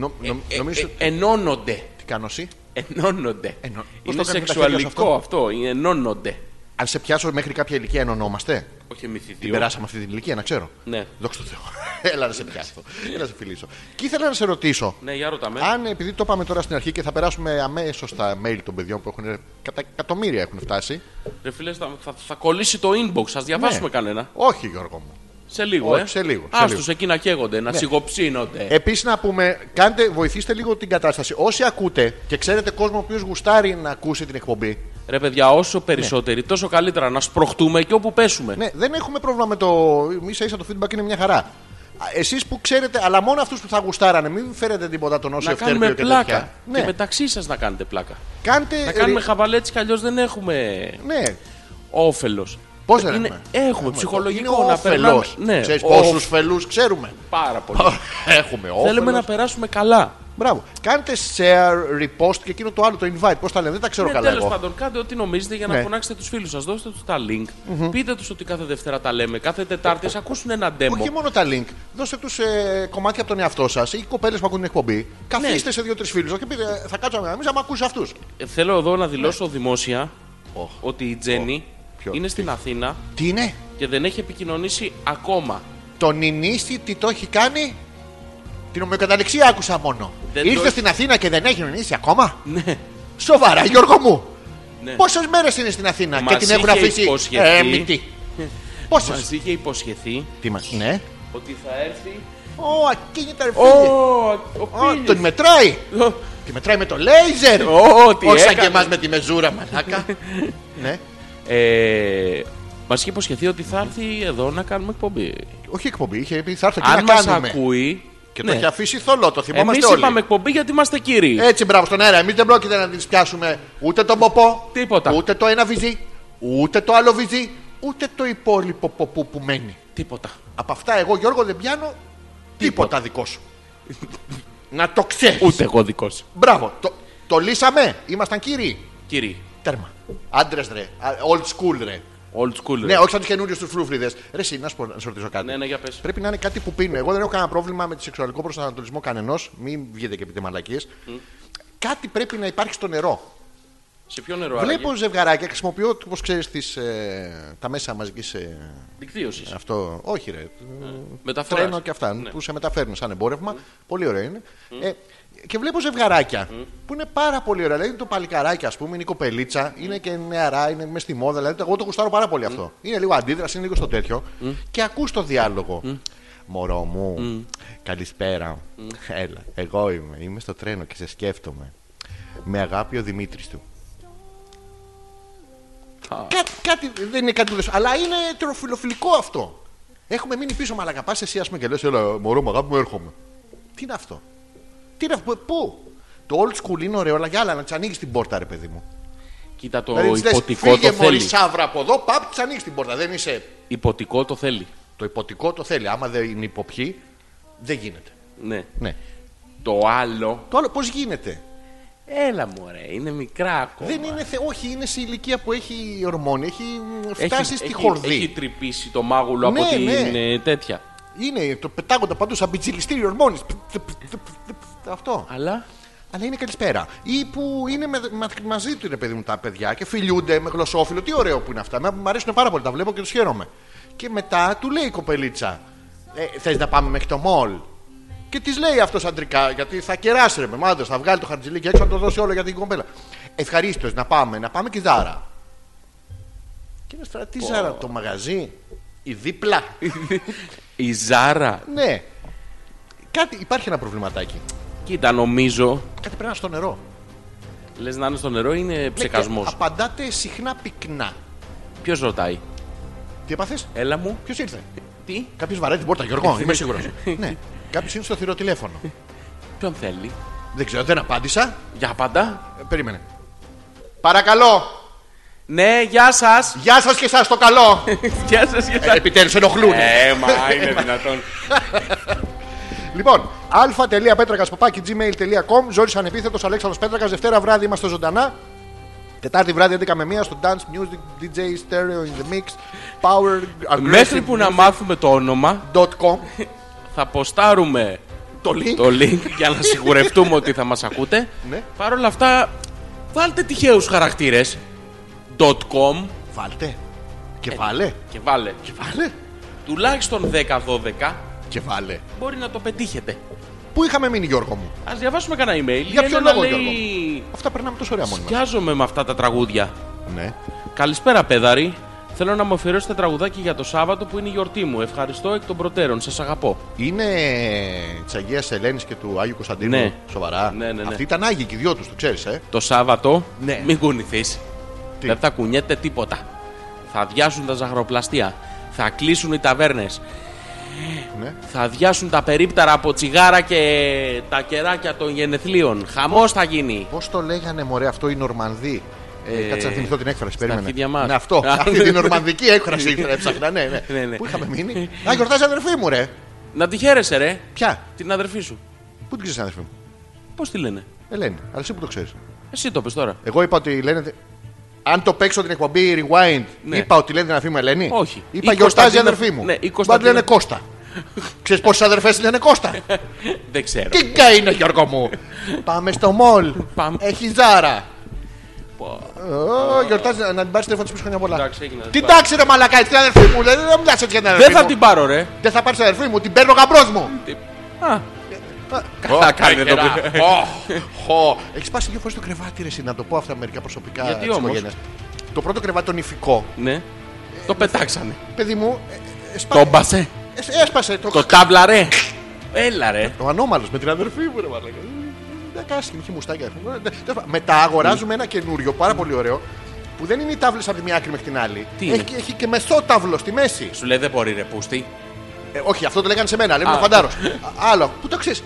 Νο- νο- ε, νομίζω. ε, ενώνονται. Τι κάνω εσύ. Ενώνονται. Εννο- Πώς το Είναι κάνεις με τα χέρια σου σεξουαλικό αυτό? αυτό. είναι Ενώνονται. Αν σε πιάσω μέχρι κάποια ηλικία ενωνόμαστε. Όχι Την μυθιδίου. περάσαμε αυτή την ηλικία, να ξέρω. Ναι. Δόξα τω Θεώ. Έλα να σε πιάσω. Έλα να σε φιλήσω. Και ήθελα να σε ρωτήσω. Ναι, για ρωτά με. Αν επειδή το είπαμε τώρα στην αρχή και θα περάσουμε αμέσως στα mail των παιδιών που έχουν. Κατά εκατομμύρια έχουν φτάσει. Ρε φίλε, θα, θα, θα κολλήσει το inbox. Ας διαβάσουμε Ναι. κανένα. Όχι, Γιώργο μου. Σε λίγο, Όχι, ε. σε λίγο, σε Άστους λίγο. Ναι. Ε- εκεί να καίγονται, να σιγοψύνονται. Επίσης να πούμε, κάντε, βοηθήστε λίγο την κατάσταση. Όσοι ακούτε και ξέρετε κόσμο ο οποίος γουστάρει να ακούσει την εκπομπή. Ρε παιδιά, όσο περισσότεροι, τόσο καλύτερα να σπροχτούμε και όπου πέσουμε. Ναι, δεν έχουμε πρόβλημα με το. ίσα ίσα το feedback είναι μια χαρά. Εσείς που ξέρετε, αλλά μόνο αυτούς που θα γουστάρανε, μην φέρετε τίποτα τον όσο Να κάνουμε ευτέρπιο και πλάκα. τέτοια. Και, Ναι, μεταξύ σας να κάνετε πλάκα. κάντε. Να κάνουμε ε, χαβαλέ έτσι κι αλλιώς δεν έχουμε Ναι, όφελος. Πώς δεν έχουμε? Έχουμε ψυχολογικό να περνάμε. Ναι, Ξέρεις ο- πόσους φελούς ξέρουμε. Πάρα πολύ. Έχουμε όφελος. Θέλουμε να περάσουμε καλά. Μπράβο. Κάντε share, repost και εκείνο το άλλο, το invite. Πώς τα λένε, δεν τα ξέρω Ναι, καλά τέλος εγώ. πάντων, κάντε ό,τι νομίζετε για να Ναι. φωνάξετε τους φίλους σας. Δώστε τους τα link. Πείτε τους ότι κάθε Δευτέρα τα λέμε, κάθε Τετάρτη. ας ακούσουν ένα demo. Όχι μόνο τα link. Δώστε τους ε, κομμάτια από τον εαυτό σας ή κοπέλες που ακούν την εκπομπή. Ναι. Καθίστε σε δύο-τρει φίλους και πείτε, ε, θα κάτσαμε εμείς άμα ακούσει αυτούς. Ε, Θέλω εδώ να δηλώσω Ναι. δημόσια Οχ. ότι η Τζέννη Ποιο? είναι Τι? στην Αθήνα Τι είναι, και δεν έχει επικοινωνήσει ακόμα. το νινίστη τι το έχει κάνει. Την ομοιοκαταληξία άκουσα μόνο. Δεν το Ήρθε έχει- στην Αθήνα και δεν έχει νινίσει ακόμα. Ναι. Σοβαρά, Γιώργο μου. Ναι. Πόσες μέρες είναι στην Αθήνα Μας και την έχουν είχε αφήσει. υποσχεθεί. Ε, μη τι. Πόσες. Μας είχε υποσχεθεί Τι μας- Ναι. ότι θα έρθει. Ω, ακίνητα ρε Ω, φίλε. ο Ω, Πίλης. Τον μετράει. Ω, Τη μετράει με το λέιζερ. Ω, τι Όχι σαν και έκανε. εμάς με τη μεζούρα, μαλάκα. ναι. Ε, Μας είχε υποσχεθεί ότι θα έρθει εδώ να κάνουμε εκπομπή. Όχι εκπομπή, είχε πει θα έρθω και Αν Ε, να μας κάνουμε. ακούει. Και το έχει αφήσει θολό, το Εμεί θυμόμαστε όλοι. Ε. είπαμε εκπομπή γιατί είμαστε κύριοι. Έτσι, μπράβο στον αέρα. Εμείς δεν πρόκειται να τις πιάσουμε ούτε τον ποπό, Τίποτα. ούτε το ένα βυζί, ούτε το άλλο βυζί, ούτε το υπόλοιπο ποπού που μένει. Τίποτα. Από αυτά εγώ Γιώργο δεν πιάνω τίποτα δικό σου. να το ξέρεις. Ούτε εγώ δικό σου. Μπράβο, το, το λύσαμε. Ήμασταν κύριοι. Κύριοι. Τέρμα. Άντρες ρε. Α, Old school ρε. Old school. Ναι, όχι σαν τους καινούριους τους φρούφλιδες. Ρε, εσύ, να σου, πω- να σου ρωτήσω κάτι. Ναι, ναι, για πες. Πρέπει να είναι κάτι που πίνουν. Εγώ δεν έχω κανένα πρόβλημα με τη σεξουαλικό προσανατολισμό κανενός. Μην βγείτε και πείτε μαλακίες. Κάτι πρέπει να υπάρχει στο νερό. Σε ποιο νερό Βλέπω ζευγαράκια, χρησιμοποιώ όπως ξέρεις ε, τα μέσα μαζικής. Ε, Δικτύωσης. αυτό. Όχι, ρε. Μεταφοράς. Τρένο και αυτά που σε μεταφέρουν σαν εμπόρευμα. Πολύ ωραίο είναι. Ε, και βλέπω ζευγαράκια που είναι πάρα πολύ ωραία. Δηλαδή είναι το παλικαράκι, ας πούμε, είναι η κοπελίτσα, είναι και νεαρά, είναι μες στη μόδα. Δηλαδή εγώ το γουστάρω πάρα πολύ αυτό. Είναι λίγο αντίδραση, είναι λίγο στο τέτοιο. Και ακούς το διάλογο. Μωρό μου, καλησπέρα. Έλα, εγώ είμαι. Είμαι στο τρένο και σε σκέφτομαι. Με αγάπη ο Δημήτρης του. Κάτι, κάτι, δεν είναι κάτι που δεν σου- Αλλά είναι τροφιλοφιλικό αυτό. Έχουμε μείνει πίσω, μαλακά. Πας εσύ, ας πούμε, και λες: Ελά, μωρό μου, αγάπη μου, έρχομαι. Τι είναι αυτό. Τι είναι αυτό, πού. Το old school είναι ωραίο, αλλά για άλλα να τη ανοίξει την πόρτα, ρε παιδί μου. Κοίτα το Δηλαδή, της λες, υποτικό το φύγε μόλις θέλει. σαύρα από εδώ, παπ, τη ανοίξει την πόρτα. Δεν είσαι. Υποτικό το θέλει. Το υποτικό το θέλει. Άμα δεν είναι υποπιή, δεν γίνεται. Ναι. Ναι. Το άλλο. Το άλλο, πώς γίνεται. Έλα μου ρε, είναι μικρά ακόμα. Δεν είναι, θε... όχι, είναι σε ηλικία που έχει ορμόνη, έχει μ, Έχει- φτάσει στη έχει- χορδή. Έχει τρυπήσει το μάγουλο Ναι, από την ναι. ε, τέτοια. Είναι, το πετάγονται παντού σαν πιτσιλιστήρι ορμόνης. Αυτό. Αλλά. Αλλά είναι καλησπέρα. Ή που είναι με, μα- μαζί του, ρε παιδί μου, τα παιδιά και φιλιούνται με γλωσσόφιλο. Τι ωραίο που είναι αυτά. Μέ- Μ' αρέσουν πάρα πολύ, τα βλέπω και τους χαίρομαι. Και μετά του λέει η κοπελίτσα, ε, Θες να πάμε μέχρι το μολ. Και της λέει αυτός αντρικά, γιατί θα κεράσει ρε παιδί θα βγάλει το χαρτζιλίκι έξω, να το δώσει όλο για την κοπέλα. Ευχαρίστως να πάμε, να πάμε και ζάρα. Και είναι στρατή ζάρα το μαγαζί, η δίπλα. Η Ζάρα. ναι. Κάτι, υπάρχει ένα προβληματάκι. Κοίτα, νομίζω. Κάτι πρέπει να είναι στο νερό. Λες να είναι στο νερό, είναι Ναι, και ψεκασμός. Απαντάτε συχνά πυκνά. Ποιος ρωτάει. Τι έπαθες, Έλα μου. ποιος ήρθε. Τι. Κάποιος βαράει την πόρτα, Γιώργο, είμαι σίγουρος. ναι. Κάποιος είναι στο θηροτηλέφωνο. Ποιον θέλει. δεν ξέρω, δεν απάντησα. Για πάντα. Ε, περίμενε. Παρακαλώ, Ναι, γεια σας. γεια σας και σας το καλό. γεια σας, γεια ε, σας. Επιτέλους ενοχλούν. Ε, μα είναι δυνατόν. λοιπόν, α.πέτρακα παπάκι gmail.com Ζόρι ανεπίθετος Αλέξανδρος Πέτρακας. Δευτέρα βράδυ είμαστε ζωντανά. Τετάρτη βράδυ 11 με 1 στο Dance Music DJ Stereo in the Mix Power Μέχρι που να μάθουμε το όνομα, Aggressive.com. θα ποστάρουμε Το link. το link για να σιγουρευτούμε ότι θα μας ακούτε. Ναι. Παρ' όλα αυτά, βάλτε τυχαίους χαρακτήρες. .com Βάλτε. Και βάλε. και Ε, βάλε. Και βάλε. Τουλάχιστον 10-12 Και βάλε. μπορεί να το πετύχετε. Πού είχαμε μείνει, Γιώργο μου. Ας διαβάσουμε κανένα email. Για Η ποιο Έλενα λόγο, λέει, Αυτά περνάμε τόσο ωραία μόνοι μας. Σκιάζομαι με αυτά τα τραγούδια. Ναι. Καλησπέρα, παιδάρι. Θέλω να μου αφιερώσετε τραγουδάκι για το Σάββατο που είναι η γιορτή μου. Ευχαριστώ εκ των προτέρων. Σας αγαπώ. Είναι της Αγίας Ελένης και του Άγιου Κωνσταντίνου. Ναι. Σοβαρά. Ναι, ναι, ναι. Αυτοί ήταν Άγιοι και οι δυο τους, το ξέρεις, ε. Το Σάββατο Ναι. μην κουνηθείς. Τι? Δεν θα κουνιέται τίποτα. Θα αδειάσουν τα ζαχαροπλαστεία. Θα κλείσουν οι ταβέρνες. Ναι. Θα αδειάσουν τα περίπτερα από τσιγάρα και τα κεράκια των γενεθλίων. Χαμός θα γίνει. Πώς το λέγανε, μωρέ, αυτό η Νορμανδή. Ε, κάτσε να θυμηθώ την έκφραση. Περίμενε. αρχίδια μας. Ναι, αυτό. Α, Αυτή ναι. την νορμανδική έκφραση ήθελα, έψαχνα. Ναι, ναι. Ναι, ναι. Πού είχαμε μείνει. Α, γιορτάζει αδερφή μου, ρε. Να τη χαίρεσαι, ρε. Ποια. Την αδερφή σου. Πού την ξέρεις, αδερφή μου. Πώς τη λένε. Ελένη, αλλά εσύ που το ξέρεις. Εσύ το πες τώρα. Εγώ είπα ότι λένε. Αν το παίξω την εκπομπή Rewind, Ναι. είπα ότι λένε την αδερφή μου Ελένη. Όχι. Είπα Η γιορτάζει η Κωνσταντίνα- αδερφή μου. Ναι, η Μπορεί να τη Κωνσταντίνα- λένε Κώστα. Ξέρεις πόσες αδερφές λένε Κώστα. Δεν ξέρω. Τι γκά είναι, Γιώργο μου. Πάμε στο μολ. Πάμε. Έχει ζάρα. Πω. Ω, Γιορτάζει να την πάρεις τηλέφωνο τη χρόνια πολλά. Εντάξει, έγινε, Την εντάξει. τάξη ρε μαλακά, την αδερφή μου. λέει, Δεν μιλά έτσι για την αδερφή Δεν θα μου. την πάρω, ρε. Δεν θα πάρεις την αδερφή μου, την παίρνω γαμπρός μου. Ε, Α, Καλά, κάνει, δεν το πει. Έχεις πάσει δύο φορές το κρεβάτι, ρε, εσύ, να το πω αυτά μερικά προσωπικά Γιατί της όμως? οικογένειας. Το πρώτο κρεβάτι, το νηφικό, ναι. Το πετάξανε. παιδί μου, ε, ε, σπα- Το μπασέ. ε, έσπασε το. Το τάβλα, ρε. Έλα, ρε. Ο ανώμαλος με την αδερφή μου, ρε Ε, μαλακά. Δεν κάσχη, είχε μουστάκια. Ε, δε- δε- Μετά Ναι. αγοράζουμε ένα καινούριο, πάρα πολύ ωραίο, που δεν είναι οι τάβλε από τη μία άκρη μέχρι την άλλη. Τι είναι? Έχει, έχει και μεσό τάβλο στη μέση. Σου λέει δεν μπορεί, ρε, πούστη. Ε, όχι, αυτό το λέγανε σε μένα, λέει ο Α. φαντάρο. Άλλο, πού το ξέρεις.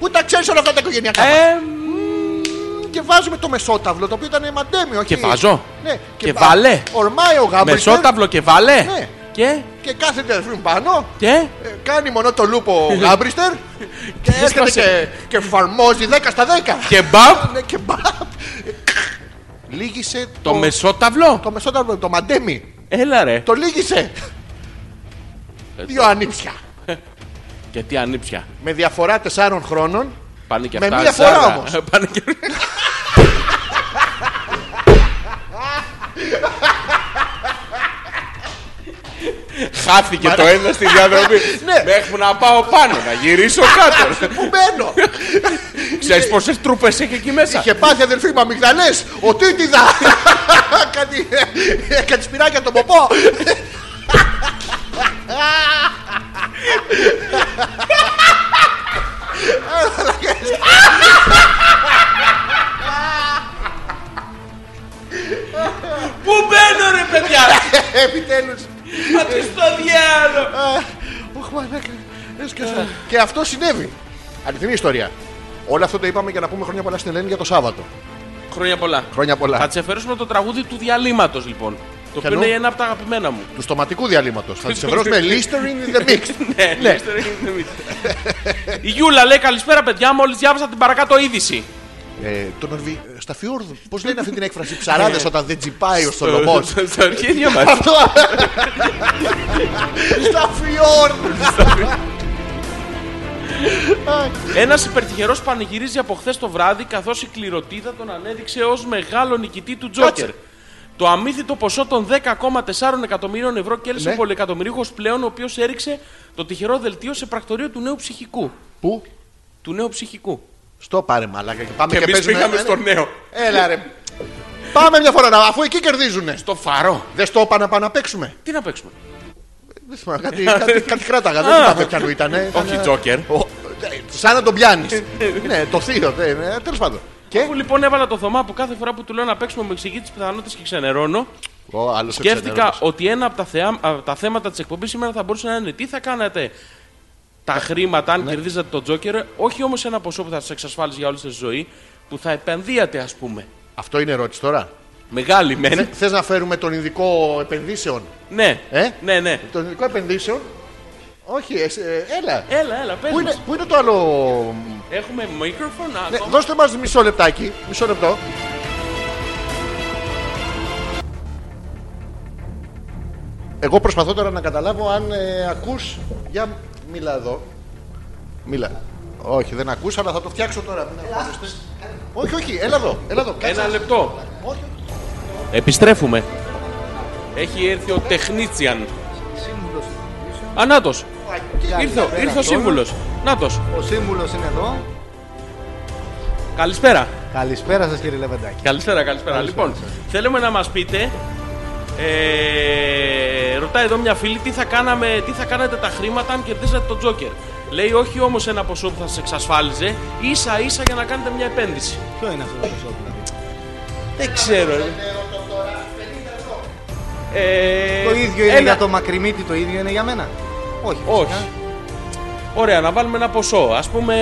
Πού τα ξέρεις όλα αυτά τα οικογενειακά. μας? Ε, Και βάζουμε το μεσόταυλο το οποίο ήταν μαντέμι, όχι. Και βάζω. Ναι, Και βάλε. Ορμάει ο γάμπρος. μεσόταυλο και βάλε. Ναι. Και, Και κάθεται αδερφή μου πάνω. και. ε, Κάνει μονό το λούπο ο Γάμπριστερ και έρχεται έσπασε. και, και φαρμόζει 10 στα 10. Και μπαμ, Ναι, και μπαμ. Λύγησε το, το μεσόταυλο. το μεσόταυλο, το μαντέμι. Έλα, ρε. Το λύγησε. Δύο ανήψια. Και τι ανήψια. Με διαφορά 4 χρόνων. Πάνε και Με αυτά. μία φορά ζάρα. όμως. Πάνε και... Χάθηκε το ένα στη διαδρομή. Ναι. Μέχρι να πάω πάνω, να γυρίσω κάτω. Πού μπαίνω. Ξέρεις πόσες τρούπες έχει εκεί μέσα. Είχε πάθει αδερφή μου αμυγδαλές, ο Τίτιδα. κάτι, κάτι σπυράκια τον ποπό. Πού μπαίνω ρε παιδιά. Επιτέλους. Μα τι στο διάλογο. Οχ, μαλάκα. ναι, Έσκασα. Και αυτό συνέβη. Αληθινή ιστορία. Όλο αυτό το είπαμε για να πούμε χρόνια πολλά στην Ελένη για το Σάββατο. Χρόνια πολλά. Χρόνια Θα πολλά. της αφαιρέσουμε το τραγούδι του διαλύματος λοιπόν. Το οποίο Ποιανού? είναι ένα από τα αγαπημένα μου. Του στοματικού διαλύματος. Θα τη εφευρώσουμε Listerine in the mix. Ναι, Mr. Ινδεμίτ. Η Γιούλα λέει καλησπέρα παιδιά, μόλις διάβασα την παρακάτω είδηση. Ε, το Νορβη... Στα Φιόρδ, πώς λένε αυτή την έκφραση, ψαράδες όταν δεν τσιπάει ο Σολομό. Στα αρχίδια μας. Αυτό. Στα Φιόρδ. Ένας υπερτυχερός πανηγυρίζει από χθες το βράδυ, καθώς η κληροτίδα τον ανέδειξε ως μεγάλο νικητή του Τζόκερ. Κάτσε. Το αμύθιτο ποσό των 10,4 εκατομμυρίων ευρώ κέρδισε Ναι. ο πολυεκατομμυρίχο πλέον, ο οποίος έριξε το τυχερό δελτίο σε πρακτορείο του νέου ψυχικού. Πού? Του νέου ψυχικού. Στο πάρε μαλάκα και πάμε και, εμείς παίζουμε. πήγαμε στο νέο. Έλα ρε. Πάμε μια φορά να αφού εκεί κερδίζουνε. Το φαρό. Δεν στο είπα να πάμε να παίξουμε. Τι να παίξουμε. Δεν θυμάμαι, κάτι, κάτι, κάτι κράταγα. Δεν θυμάμαι ποιανού ήταν. Ναι. Όχι Τζόκερ. ε, Σαν να τον πιάνεις. ναι, το θείο. Τέλος πάντων. Και. Αφού λοιπόν έβαλα το Θωμά που κάθε φορά που του λέω να παίξουμε μου εξηγεί τις πιθανότητες και ξενερώνω, Ο άλλο σκέφτηκα ότι ένα από τα, θεά- από τα θέματα της εκπομπής σήμερα θα μπορούσε να είναι τι θα κάνατε τα Ε, χρήματα ναι. αν κερδίζατε τον Τζόκερ, όχι όμως ένα ποσό που θα σας εξασφάλιζε για όλη τη ζωή, που θα επενδύατε, ας πούμε. Αυτό είναι ερώτηση τώρα. Ε, Μεγάλη μεν. Θε να φέρουμε τον ειδικό επενδύσεων. ναι. Ε? ναι, ναι. Τον ειδικό επενδύσεων. Όχι, εσύ, ε, έλα. Έλα, έλα, πες Πού μας. είναι, πού είναι το άλλο. Έχουμε microphone, Ναι, ακόμα. δώστε μας μισό λεπτάκι. Μισό λεπτό. Εγώ προσπαθώ τώρα να καταλάβω αν ε, ακούς... Για μίλα εδώ. Μίλα. Όχι, δεν ακούσα, αλλά θα το φτιάξω τώρα. Μην αγχώνεστε. όχι, όχι, έλα εδώ. Έλα εδώ. Κάτσε. Ένα λεπτό. Όχι, όχι. Επιστρέφουμε. Έχει έρθει ο τεχνίτσιαν. Σύμβουλος. Ανάτος. Και- Ήρθε, ήρθε ο σύμβουλος. Νάτος. Ο σύμβουλος είναι εδώ. Καλησπέρα. Καλησπέρα σας κύριε Λεβεντάκη. Καλησπέρα, καλησπέρα. Λοιπόν, θέλουμε να μας πείτε. Ε, ρωτάει εδώ μια φίλη τι θα, κάναμε, τι θα κάνατε τα χρήματα αν κερδίζατε τον Τζόκερ. Λέει όχι όμως ένα ποσό που θα σας εξασφάλιζε, ίσα ίσα για να κάνετε μια επένδυση. Ποιο είναι αυτό το ποσό δηλαδή. Δεν ξέρω. ε. Ε, Το ίδιο είναι ένα- για το μακριμίτι, το ίδιο είναι για μένα. Όχι. Όχι. φυσικά. Ωραία, να βάλουμε ένα ποσό. Ας πούμε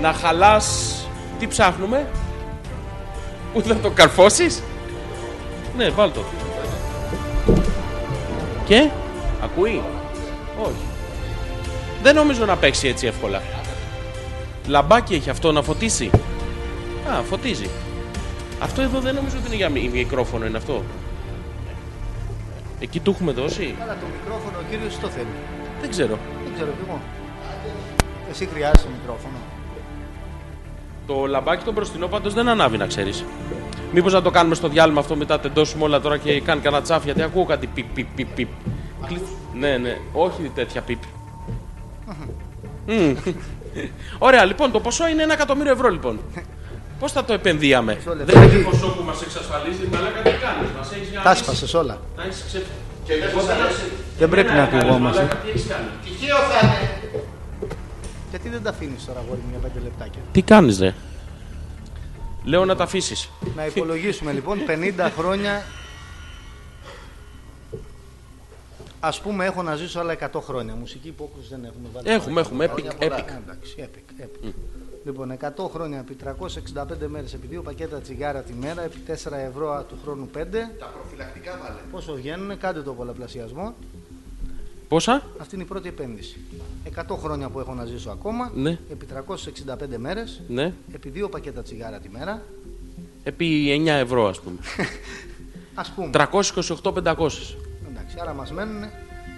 να χαλάς... Τι ψάχνουμε? Πού θα το καρφώσεις? Ναι, βάλ το. Και? Ακούει? Όχι. Δεν νομίζω να παίξει έτσι εύκολα. Λαμπάκι έχει αυτό να φωτίσει. Α, φωτίζει. Αυτό εδώ δεν νομίζω ότι είναι για μι- μικρόφωνο, είναι αυτό. Εκεί του έχουμε δώσει. Καλά, το μικρόφωνο ο κύριος το θέλει. Δεν ξέρω. Δεν ξέρω τι μου. Εσύ χρειάζεσαι μικρόφωνο. Το λαμπάκι το μπροστινό πάντως δεν ανάβει, να ξέρεις. Μήπως να το κάνουμε στο διάλειμμα αυτό μετά, τεντώσουμε όλα τώρα και κάνει κανένα τσάφ, γιατί ακούω κάτι πιπ, πιπ, πιπ, πιπ. Κλει- Ναι, ναι, όχι τέτοια πιπ. Μμμ. Ωραία, λοιπόν, το ποσό είναι ένα εκατομμύριο ευρώ, λοιπόν. Πώς θα το επενδύαμε, λεπτό. Δεν είναι ποσό που μας εξασφαλίζει, αλλά κάτι κάνει. Μας έχεις Τα σπάσες όλα. Τα έχεις ξε- Και δεν Εγώ σας αρέσει. Δεν πρέπει Εμένα να έκανες, ακουγόμαστε. ναι, μαλάκα, τι έχεις κάνει. Τυχαίο θα είναι. Γιατί δεν τα αφήνεις τώρα, αγόρι μου, για πέντε λεπτάκια. Τι κάνεις, ρε. Λέω να τα αφήσεις. Να υπολογίσουμε λοιπόν 50 χρόνια. Ας πούμε, έχω να ζήσω άλλα 100 χρόνια. Μουσική υπόκριση δεν έχουμε βάλει. Έχουμε, έχουμε. Epic, Χρόνια πολλά. epic. Ε, Εντάξει, epic, epic. Λοιπόν, 100 χρόνια επί 365 μέρες επί 2 πακέτα τσιγάρα τη μέρα επί 4 ευρώ του χρόνου 5. Τα προφυλακτικά βάλε. Πόσο βγαίνουν, κάντε το πολλαπλασιασμό. Πόσα? Αυτή είναι η πρώτη επένδυση. 100 χρόνια που έχω να ζήσω ακόμα Ναι. επί 365 μέρες Ναι. επί 2 πακέτα τσιγάρα τη μέρα. Επί 9 ευρώ, ας πούμε. Ας πούμε. 328-500. Εντάξει, άρα μας μένουν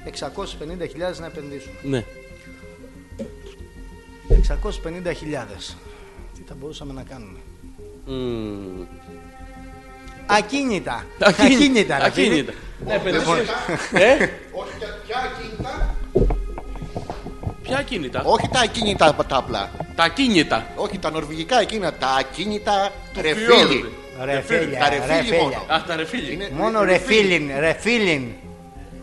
650.000 να επενδύσουμε. Ναι. 650.000. Τι θα μπορούσαμε να κάνουμε. Μμμ. Ακίνητα. ρε φίλε. Ακίνητα. Ναι, Λοιπόν, επενδύσεις. Ε, όχι τα- ποια ακίνητα. ποια ακίνητα. Όχι τα ακίνητα τα απλά. Τα ακίνητα. Όχι τα νορβηγικά εκείνα. Τα ακίνητα Φιόρδη. ρεφίλι. Ρε Τα φίλια, ρε ρεφίλι μόνο. φίλια. Α, τα ρε φίλοι. Είναι- Μόνο ρε φίλιν, ρε φίλιν.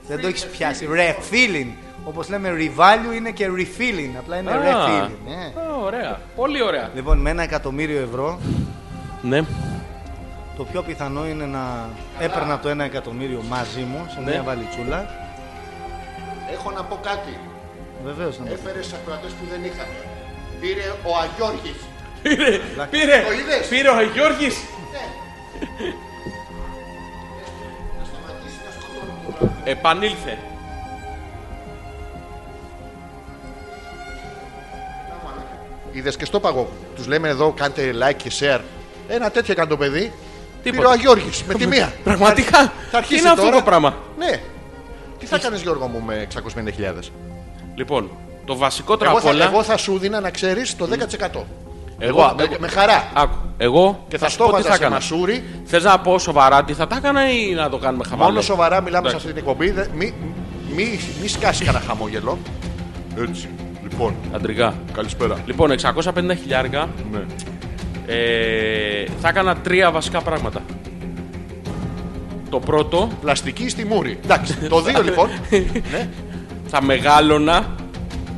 Δεν το έχεις πιάσει. Ρε φίλιν. Όπως λέμε revalue είναι και refilling. Απλά είναι Α. ρε φίλιν. ναι. ε. Α, Ωραία. Πολύ ωραία. Λοιπόν, με ένα εκατομμύριο ευρώ, Ναι. το πιο πιθανό είναι να έπαιρνα το ένα εκατομμύριο μαζί μου σε μια Ναι. βαλιτσούλα. Έχω να πω κάτι. Βεβαίως να μου Έφερες ακροατές που δεν είχαμε. Πήρε ο Αγιώργης. Πήρε. Πήρε. Το είδες? Ναι. Πήρε ο Γιώργης. Να σταματήσει να σκοτώνει το πράγμα. Επανήλθε. Είδε και στο παγό. Τους λέμε εδώ κάντε like και share. Ένα τέτοιο έκανε το παιδί. Τίποτα. Πήρε ο Αγιώργης με τη μία. Πραγματικά. Θα Τι αρχίσει είναι αυτό τώρα. το πράγμα. Ναι. Τι θα κάνεις Γιώργο μου με 650.000. Λοιπόν, το βασικό Εγώ θα, τραπόλα. εγώ θα σου δίνα να ξέρεις το 10%. Εγώ- Εγώ, με, εγώ- με χαρά. Άκου. Εγώ Και θα θα σου πω τι στόχαζα θα σε έκανα. μασούρι. Θες να πω σοβαρά τι θα τα έκανα ή να το κάνουμε χαμηλά. Μόνο σοβαρά μιλάμε σε Εντάξει. αυτή την εκπομπή. Δε- Μη, μη, μη σκάσεις κανένα χαμόγελο. Έτσι. Λοιπόν, Αντρικά. καλησπέρα. Λοιπόν, 650 χιλιάρικα Ναι. ε, θα έκανα τρία βασικά πράγματα. Το πρώτο, Πλαστική στη μούρη. Εντάξει. Το 2 λοιπόν. ναι. θα μεγάλωνα.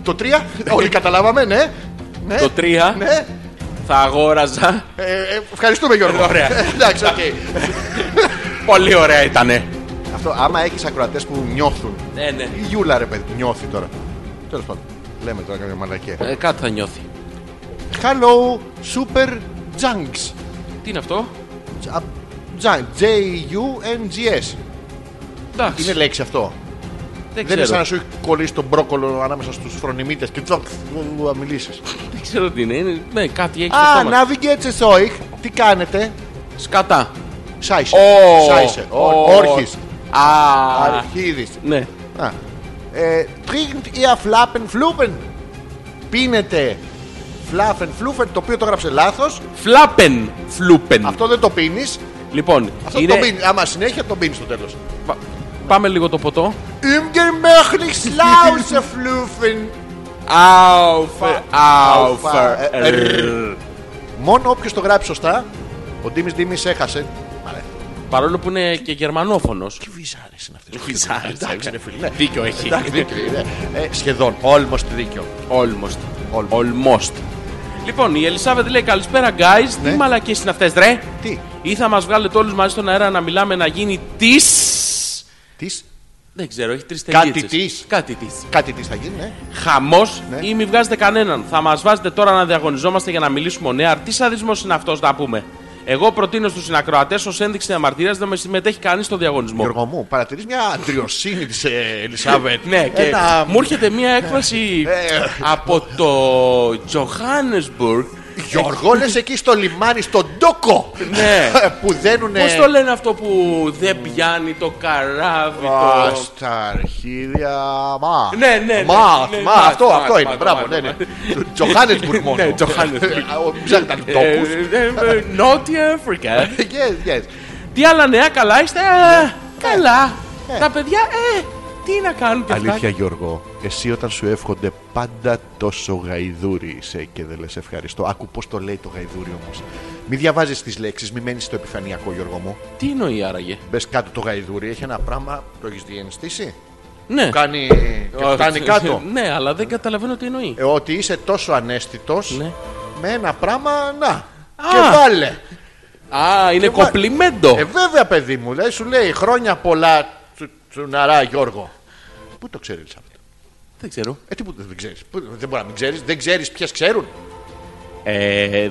Το 3. Όλοι καταλάβαμε, ναι. ναι. Το τρία, Ναι. θα αγόραζα. Ε, ε, ευχαριστούμε Γιώργο. Ε, Ωραία. Εντάξει, οκ. Πολύ ωραία ήτανε. Αυτό άμα έχεις ακροατές που νιώθουν. Ναι, ναι. Η Γιούλα ρε παιδί, νιώθει τώρα. Τέλος πάντων. Λέμε τώρα κάποια μαλακία. Ε, κάτι θα νιώθει. Hello, Super Junks. Τι είναι αυτό. J-U-N-G-S. Εντάξει, Είναι λέξη αυτό. δεν, Δεν είναι σαν ξέρω. να σου έχει κολλήσει τον μπρόκολο ανάμεσα στους φρονιμίτες και τσοκ, να μιλήσεις. δεν ξέρω τι είναι. είναι. Ναι, κάτι έχει στο Α, στόμα. Navigates Zoich, τι κάνετε. Σκατά. Σάισε. Ω, Σάισε. ω, Όρχης. Α, Αρχίδης. ναι. Ε, Trinkt ihr Flappen Flupen? πίνετε φλάφεν φλούφεν, το οποίο το έγραψε λάθος. Φλάπεν φλούπεν. Αυτό δεν το πίνεις. Λοιπόν, Αυτό είναι- το πίνεις. Άμα συνέχεια το πίνεις στο τέλος. Πα- Πάμε λίγο το ποτό. Umgemächlich Lause flufen. Αουφερ. Αουφερ, Ε, Μόνο όποιος το γράψει σωστά, ο Ντίμης Ντίμης έχασε. Μαλέ, Παρόλο που είναι και γερμανόφωνος. τι βυζάρε είναι αυτέ. Εντάξει, ρε φίλε. Δίκιο έχει. Εντάξει, δίκιο είναι. Ε, σχεδόν, almost δίκιο. Almost. Almost. Almost. Λοιπόν, η Ελισάβετ λέει καλησπέρα, guys. Ναι. Τι μαλακές είναι αυτές, ρε. Τι, Ή θα μας βγάλετε όλους μαζί στον αέρα να μιλάμε να γίνει της... της, Δεν ξέρω, έχει τρεις Κάτι τελίτσες. της. Κάτι της. κάτι της θα γίνει, ναι. Χαμός Ναι. ή μη βγάζετε κανέναν. Θα μας βάζετε τώρα να διαγωνιζόμαστε για να μιλήσουμε ο νέα. Τι σαδισμός είναι αυτός να πούμε. Εγώ προτείνω στους συνακροατές ως ένδειξη αμαρτυρίας να με συμμετέχει κανείς στο διαγωνισμό. Γιώργο μου, παρατηρείς μια αντριοσύνη ε, τη Ελισάβετ. Ναι, και Ένα- μου έρχεται μια έκφραση Ε. από το Johannesburg. Γιώργο, λε εκεί στο λιμάνι, στον τόκο. Ε, Ναι. που δένουνε. Πώς το λένε αυτό που δεν πιάνει το καράβι. Α, Το... στα αρχίδια. Μα. Ναι, ναι, Μα, ναι, μα, ναι, μάθ, αυτό, μάθ, αυτό μάθ, είναι. μάθ, Μπράβο, μάθ, ναι, ναι. μάθ. Johannesburg μόνο. Ναι, Johannesburg. Ο, Ψάχνει του Ε, τόπου. ε, ε, Νότια Αφρικά. Yes, yes. Τι άλλα νέα, καλά είστε. Ε, Καλά. Ναι. Ε. Τα παιδιά, ε, τι να κάνουν και αυτά. Αλήθεια, Γιώργο, εσύ όταν σου εύχονται πάντα τόσο γαϊδούρι είσαι και δεν λες ευχαριστώ. Άκου πώς το λέει το γαϊδούρι όμως. Μη διαβάζεις τις λέξεις, μη μένεις στο επιφανειακό, Γιώργο μου. Τι εννοεί άραγε. Μπες κάτω το γαϊδούρι, έχει ένα πράγμα. Το έχεις διενστήσει. Ναι. Κάνει. και Ω, φτάνει κάτω. Ναι, αλλά δεν καταλαβαίνω τι εννοεί. Ε, ότι είσαι τόσο ανέστητος Ναι. με ένα πράγμα να. Και βάλε. Α, είναι βα- κοπλιμέντο. Ε, βέβαια, παιδί μου, λέει, σου λέει χρόνια πολλά τσου, τσουναρά, Γιώργο. Πού το ξέρεις αυτό. Δεν ξέρω. Ε, τι που δεν ξέρεις. Δεν μπορεί να μην ξέρεις. Δεν ξέρεις ποιες ξέρουν. Ε,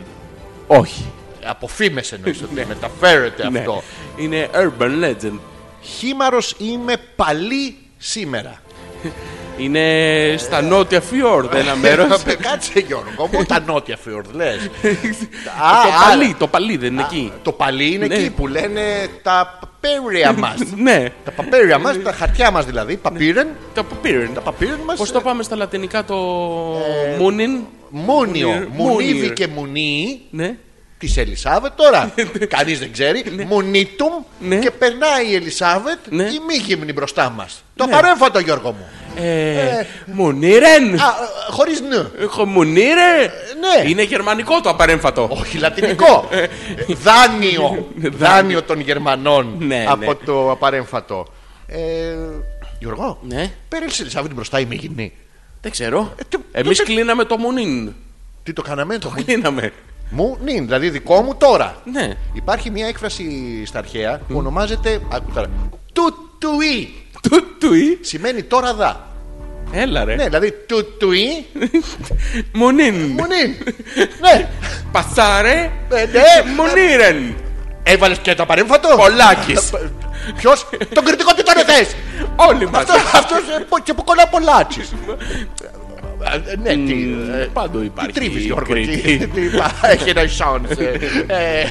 όχι. Ε, Από φήμε εννοείς ότι μεταφέρεται Ναι. αυτό. Είναι urban legend. Χήμαρος είμαι παλί σήμερα. Είναι στα νότια φιόρδ ένα μέρος. Ε, Κάτσε, Γιώργο, μου τα νότια φιόρδ λες. το παλί, το παλί δεν είναι εκεί. Το παλί είναι Ναι. εκεί που λένε τα παπέρια μας. Ναι, τα παπέρια μας, τα χαρτιά μας δηλαδή, παπύρεν. το πήραν. Τα παπύρεν μας. Πώς το πάμε στα λατινικά το Ε, μούνιν. Μούνιο. Μούνιρ. Μουνίδη Μούνιρ. και Μουνί Ναι. της Ελισάβετ τώρα. Κανείς δεν ξέρει. Μουνίτουμ Ναι. και περνάει η Ελισάβετ Ναι. η μη γυμνή μπροστά μας. Το παρέμφατο Γιώργο μου. Ε, Μουνίρεν. Α, ε, χωρί νου. Έχω μουνίρε. ναι. Είναι γερμανικό το απαρέμφατο. Όχι λατινικό. Ε, Δάνειο. Δάνειο. Δάνειο των Γερμανών Ναι, από ναι. το παρέμφατο. Ε, Γιώργο, Ναι. παίρνει η Ελισάβετ μπροστά η μη γυμνή. Δεν ξέρω. Ε, τι- Εμείς τότε- κλείναμε το μουνίν. Τι το κάναμε, το Ναι. Κλείναμε. μου, νυν, δηλαδή δικό μου τώρα. Ναι. Υπάρχει μια έκφραση στα αρχαία που ονομάζεται. Άκου τώρα. Τουτουί. Του τουι. Σημαίνει τώρα δα. Έλα ρε. Ναι, Ε. δηλαδή τουτουί Μουνίν. μουνίν. ναι, Πασάρε. Ε, ναι, Μουνίρεν. Έβαλες και το παρέμφατο. Πολάκη. Ποιος, τον κριτικό τι τον εθες. Όλοι μας. Ε. Αυτό και που κολλά πολλάτσι. Ναι, τι. ε, Πάντο Τι υπάρχει. τρίβεις Γιώργο, Κρήτη. τι- τι είπα, έχει ένα σιόνς. Ε, ε, ε,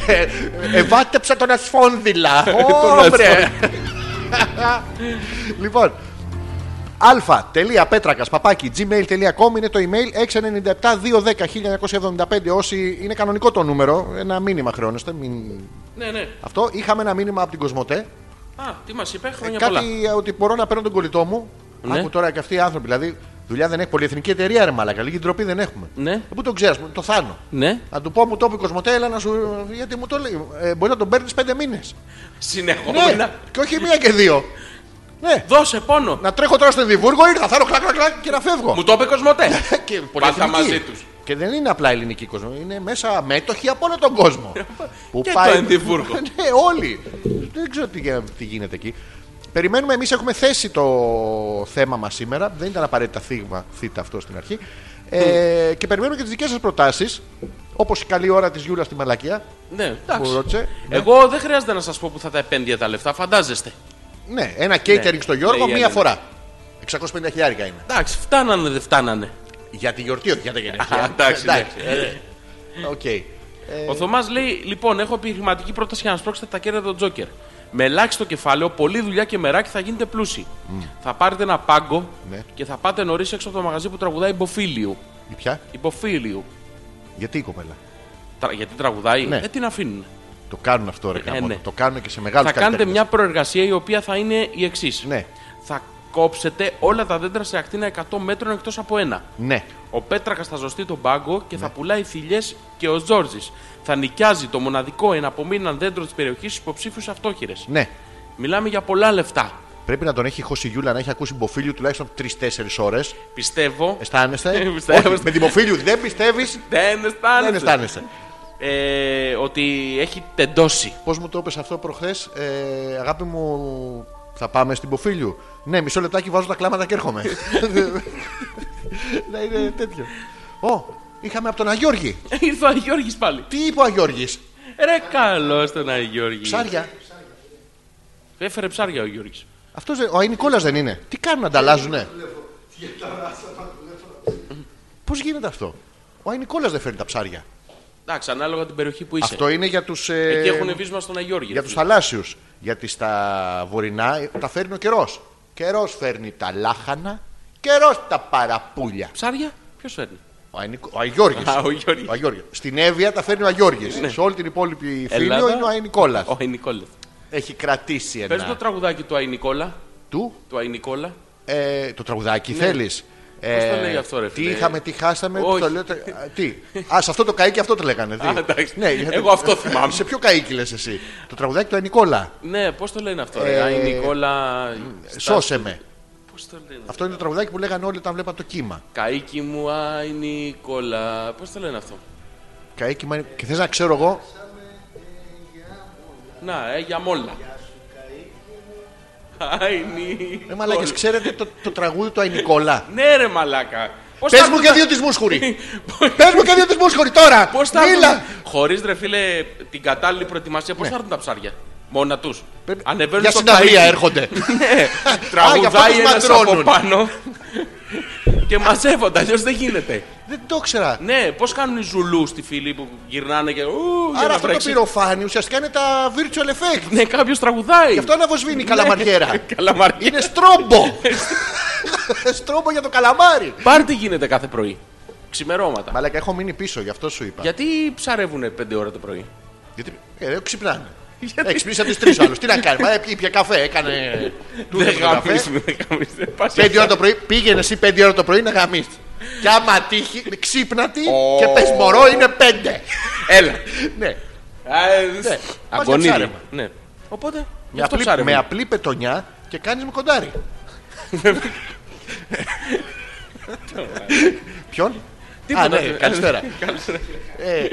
Εβάτεψα τον ασφόνδυλα. Ωμπρε. Λοιπόν, α.πέτρακας παπάκι gmail.com είναι το email 697-210-1975 όσοι είναι κανονικό το νούμερο ένα μήνυμα χρεώνεστε μην- Ναι, ναι. αυτό είχαμε ένα μήνυμα από την Κοσμοτέ Α, τι μας είπε, ε, χρόνια πολλά. κάτι ε, ότι μπορώ να παίρνω τον κολλητό μου Ναι. άκου τώρα και αυτοί οι άνθρωποι δηλαδή δουλειά δεν έχει πολυεθνική εταιρεία ρε μαλακα λίγη ντροπή δεν έχουμε Ναι. Ε, πού τον ξέρεις το θάνω Ναι. να του πω μου το είπε η Κοσμοτέ, έλα να σου. Γιατί μου το λέει. Ε, μπορεί να τον παίρνεις πέντε μήνες. Ναι, Συνεχόμενα. και όχι μία και δύο. Ναι. Δώσε πόνο. Να τρέχω τώρα στον Εδιμβούργο, ήρθα, θα έρθω κλακ, κλακ, κλακ και να φεύγω. Μου το είπε Κοσμοτέ. και Πάντα πολυεθνική. μαζί τους. Και δεν είναι απλά ελληνική κόσμο, είναι μέσα μέτοχοι από όλο τον κόσμο. που Και το Εδιμβούργο. ναι, όλοι. δεν ξέρω τι, γι- τι γίνεται εκεί. Περιμένουμε, εμείς έχουμε θέσει το θέμα μας σήμερα. Δεν ήταν απαραίτητα θύμα, θύτα αυτό στην αρχή. Ε, και περιμένουμε και τις δικές σας προτάσεις. Όπως η καλή ώρα της Γιούλας στη Μαλακία. Ναι, Που εντάξει. ρώτησε. Εγώ δεν χρειάζεται να σας πω που θα τα επένδυα τα λεφτά, φαντάζεστε. Ναι, ένα catering στο Γιώργο λέει η μία Έλενα. φορά. 650 χιλιάρικα είναι. Εντάξει, φτάνανε δεν φτάνανε. Για τη γιορτή, όχι για τα γενέθλια. Α, εντάξει, ε, ε, Οκ. Ε. Ο Θωμάς λέει: Λοιπόν, έχω επιχειρηματική πρόταση για να σπρώξετε τα κέρια των Τζόκερ. Με ελάχιστο κεφάλαιο, πολλή δουλειά και μεράκι θα γίνετε πλούσιοι. Θα πάρετε ένα πάγκο Ναι. και θα πάτε νωρίς έξω από το μαγαζί που τραγουδάει Μποφίλιο. Η ποια? Υποφίλιου. Γιατί η κοπέλα. Τρα- Γιατί τραγουδάει, Ναι. ε, την αφήνουν. Το κάνουν αυτό ρε Ε, γαμότο. ναι. Το κάνουν και σε μεγάλους θα κάνετε καλλιτέχνες. μια προεργασία η οποία θα είναι η εξής. Ναι. Θα κόψετε όλα τα δέντρα σε ακτίνα 100 μέτρων εκτός από ένα. Ναι. Ο Πέτρακας θα ζωστεί τον πάγκο και θα πουλάει θηλιές και ο Τζόρζη. Θα νοικιάζει το μοναδικό εναπομείναν δέντρο της περιοχής στους υποψήφιους αυτόχειρες. Ναι. Μιλάμε για πολλά λεφτά. Πρέπει να τον έχει χώσει η Γιούλα να έχει ακούσει μποφίλιο τουλάχιστον 3-4 ώρες. Πιστεύω. Αισθάνεστε. Ε, Πιστεύω. Όχι, με την μποφίλιο δεν πιστεύεις. Δεν αισθάνεσαι. Δεν αισθάνεσαι. Ε, ότι έχει τεντώσει. Πώς μου το είπες αυτό προχθές, ε, αγάπη μου, θα πάμε στην Ποφίλιου. Ναι, μισό λεπτάκι βάζω τα κλάματα και έρχομαι. να είναι τέτοιο. Ω, είχαμε από τον Αγιώργη. Ήρθε ο Αγιώργης πάλι. Τι είπε ο Αγιώργης, Ρε καλό τον Αγιώργη. Ψάρια. Έφερε ψάρια ο Γιώργη. Αυτό ο Αϊνικόλα δεν είναι. Τι κάνουν, ανταλλάζουνε. Πώς γίνεται αυτό. Ο Αϊνικόλα δεν φέρνει τα ψάρια. Εντάξει, ανάλογα την περιοχή που είσαι. Αυτό είναι για ε, του. Εκεί έχουν βίσμα στον Αγιώργη. Για του θαλάσσιους. Γιατί στα βορεινά ε, τα φέρνει ο καιρός. Καιρός φέρνει τα λάχανα, καιρός τα παραπούλια. Ψάρια, ποιος φέρνει. Ο, Αϊνικ- ο Αγιώργης. Α, ο Γιώργης. Ο Αγιώργης. Στην Εύβοια τα φέρνει ο Αγιώργης. Σε όλη την υπόλοιπη φίλιο Ελλάδα. είναι ο Αϊνικόλας. Ο Αϊνικόλας. Έχει κρατήσει ένα Παίζει το τραγουδάκι του Αϊνικόλα. του. Του Αϊνικόλα. Ε, το τραγουδάκι θέλεις. Ναι. Ε, το λέει αυτό, ρε τι φίλε. είχαμε, τι χάσαμε. Όχι. Το λέω, τε- α, τι. Ας, σε αυτό το καίκι αυτό το λέγανε. τι. Α, εντάξει. Ναι, γιατί- Εγώ αυτό θυμάμαι. σε ποιο καίκι λες εσύ. Το τραγουδάκι του Αϊνικόλα. Ναι, πώς το λένε αυτό. Ε, Ρε, Αϊνικόλα. Σώσε με. Πώς το λένε. Αυτό είναι το τραγουδάκι που λέγανε όλοι όταν βλέπαν το κύμα. Καίκι μου, Αϊνικόλα. Πώς το λένε αυτό. Καίκι, μα είναι- και θες να ξέρω εγώ. Να, ε, για μόλα. Αϊνικόλα. Ρε ε, μαλάκες, ξέρετε το, το τραγούδι του Αϊνικόλα. Ναι, ρε μαλάκα. Πώς Πες θα μου βγουν και τα- δύο της μουσχουρη. Πες μου και δύο της μουσχουρη τώρα. Πώς θα Μίλα. Ναι. Χωρίς ρε φίλε την κατάλληλη προετοιμασία, πώς θα έρθουν τα ψάρια. Μόνα τους. Ανεβαίνουν Για στο συναυλία ταΐδι. έρχονται. Ναι, γι' αυτό τους τραγουδάει ένας από ματρώνουν. πάνω. και μαζεύονται, αλλιώς δεν γίνεται. Δεν το ήξερα. Ναι, πώς κάνουν οι Ζουλούς στη φίλη που γυρνάνε και. Ου, για Άρα να αυτό το βρέξει». πυροφάνι ουσιαστικά είναι τα virtual effect. Ναι, κάποιος τραγουδάει. Γι' αυτό αναβοσβήνει η Ναι. καλαμαριέρα. Καλαμαριά. Είναι στρόμπο. στρόμπο για το καλαμάρι. Πάρτι γίνεται κάθε πρωί. Ξημερώματα. Μαλάκα, έχω μείνει πίσω, γι' αυτό σου είπα. Γιατί ψαρεύουν 5 ώρα το πρωί. Γιατί ε, ρε, ξυπνάνε. Ε, ξυπνήσα τις τρεις άλλους. Τι να κάνεις, μα, ε, πι- πια καφέ, έκανε. του Δεν έκανε το καφέ. γαμίσουμε, δεν γαμίσουμε. Πας Πέντε εσύ. ώρα το πρωί, πήγαινε εσύ πέντε ώρα το πρωί να γαμίσεις. Και άμα τύχει, ξύπνατη και πες μωρό είναι πέντε. Έλα. ναι. Α, ε, για Αγκονίδι. ψάρεμα. Ναι. Οπότε, γι' Με αυτό απλή, με ψάρευουν. απλή πετονιά και κάνεις με κοντάρι. Ποιον? Τίποτα. Α, ναι, καλησπέρα. Καλησπέρα. Ε, ε,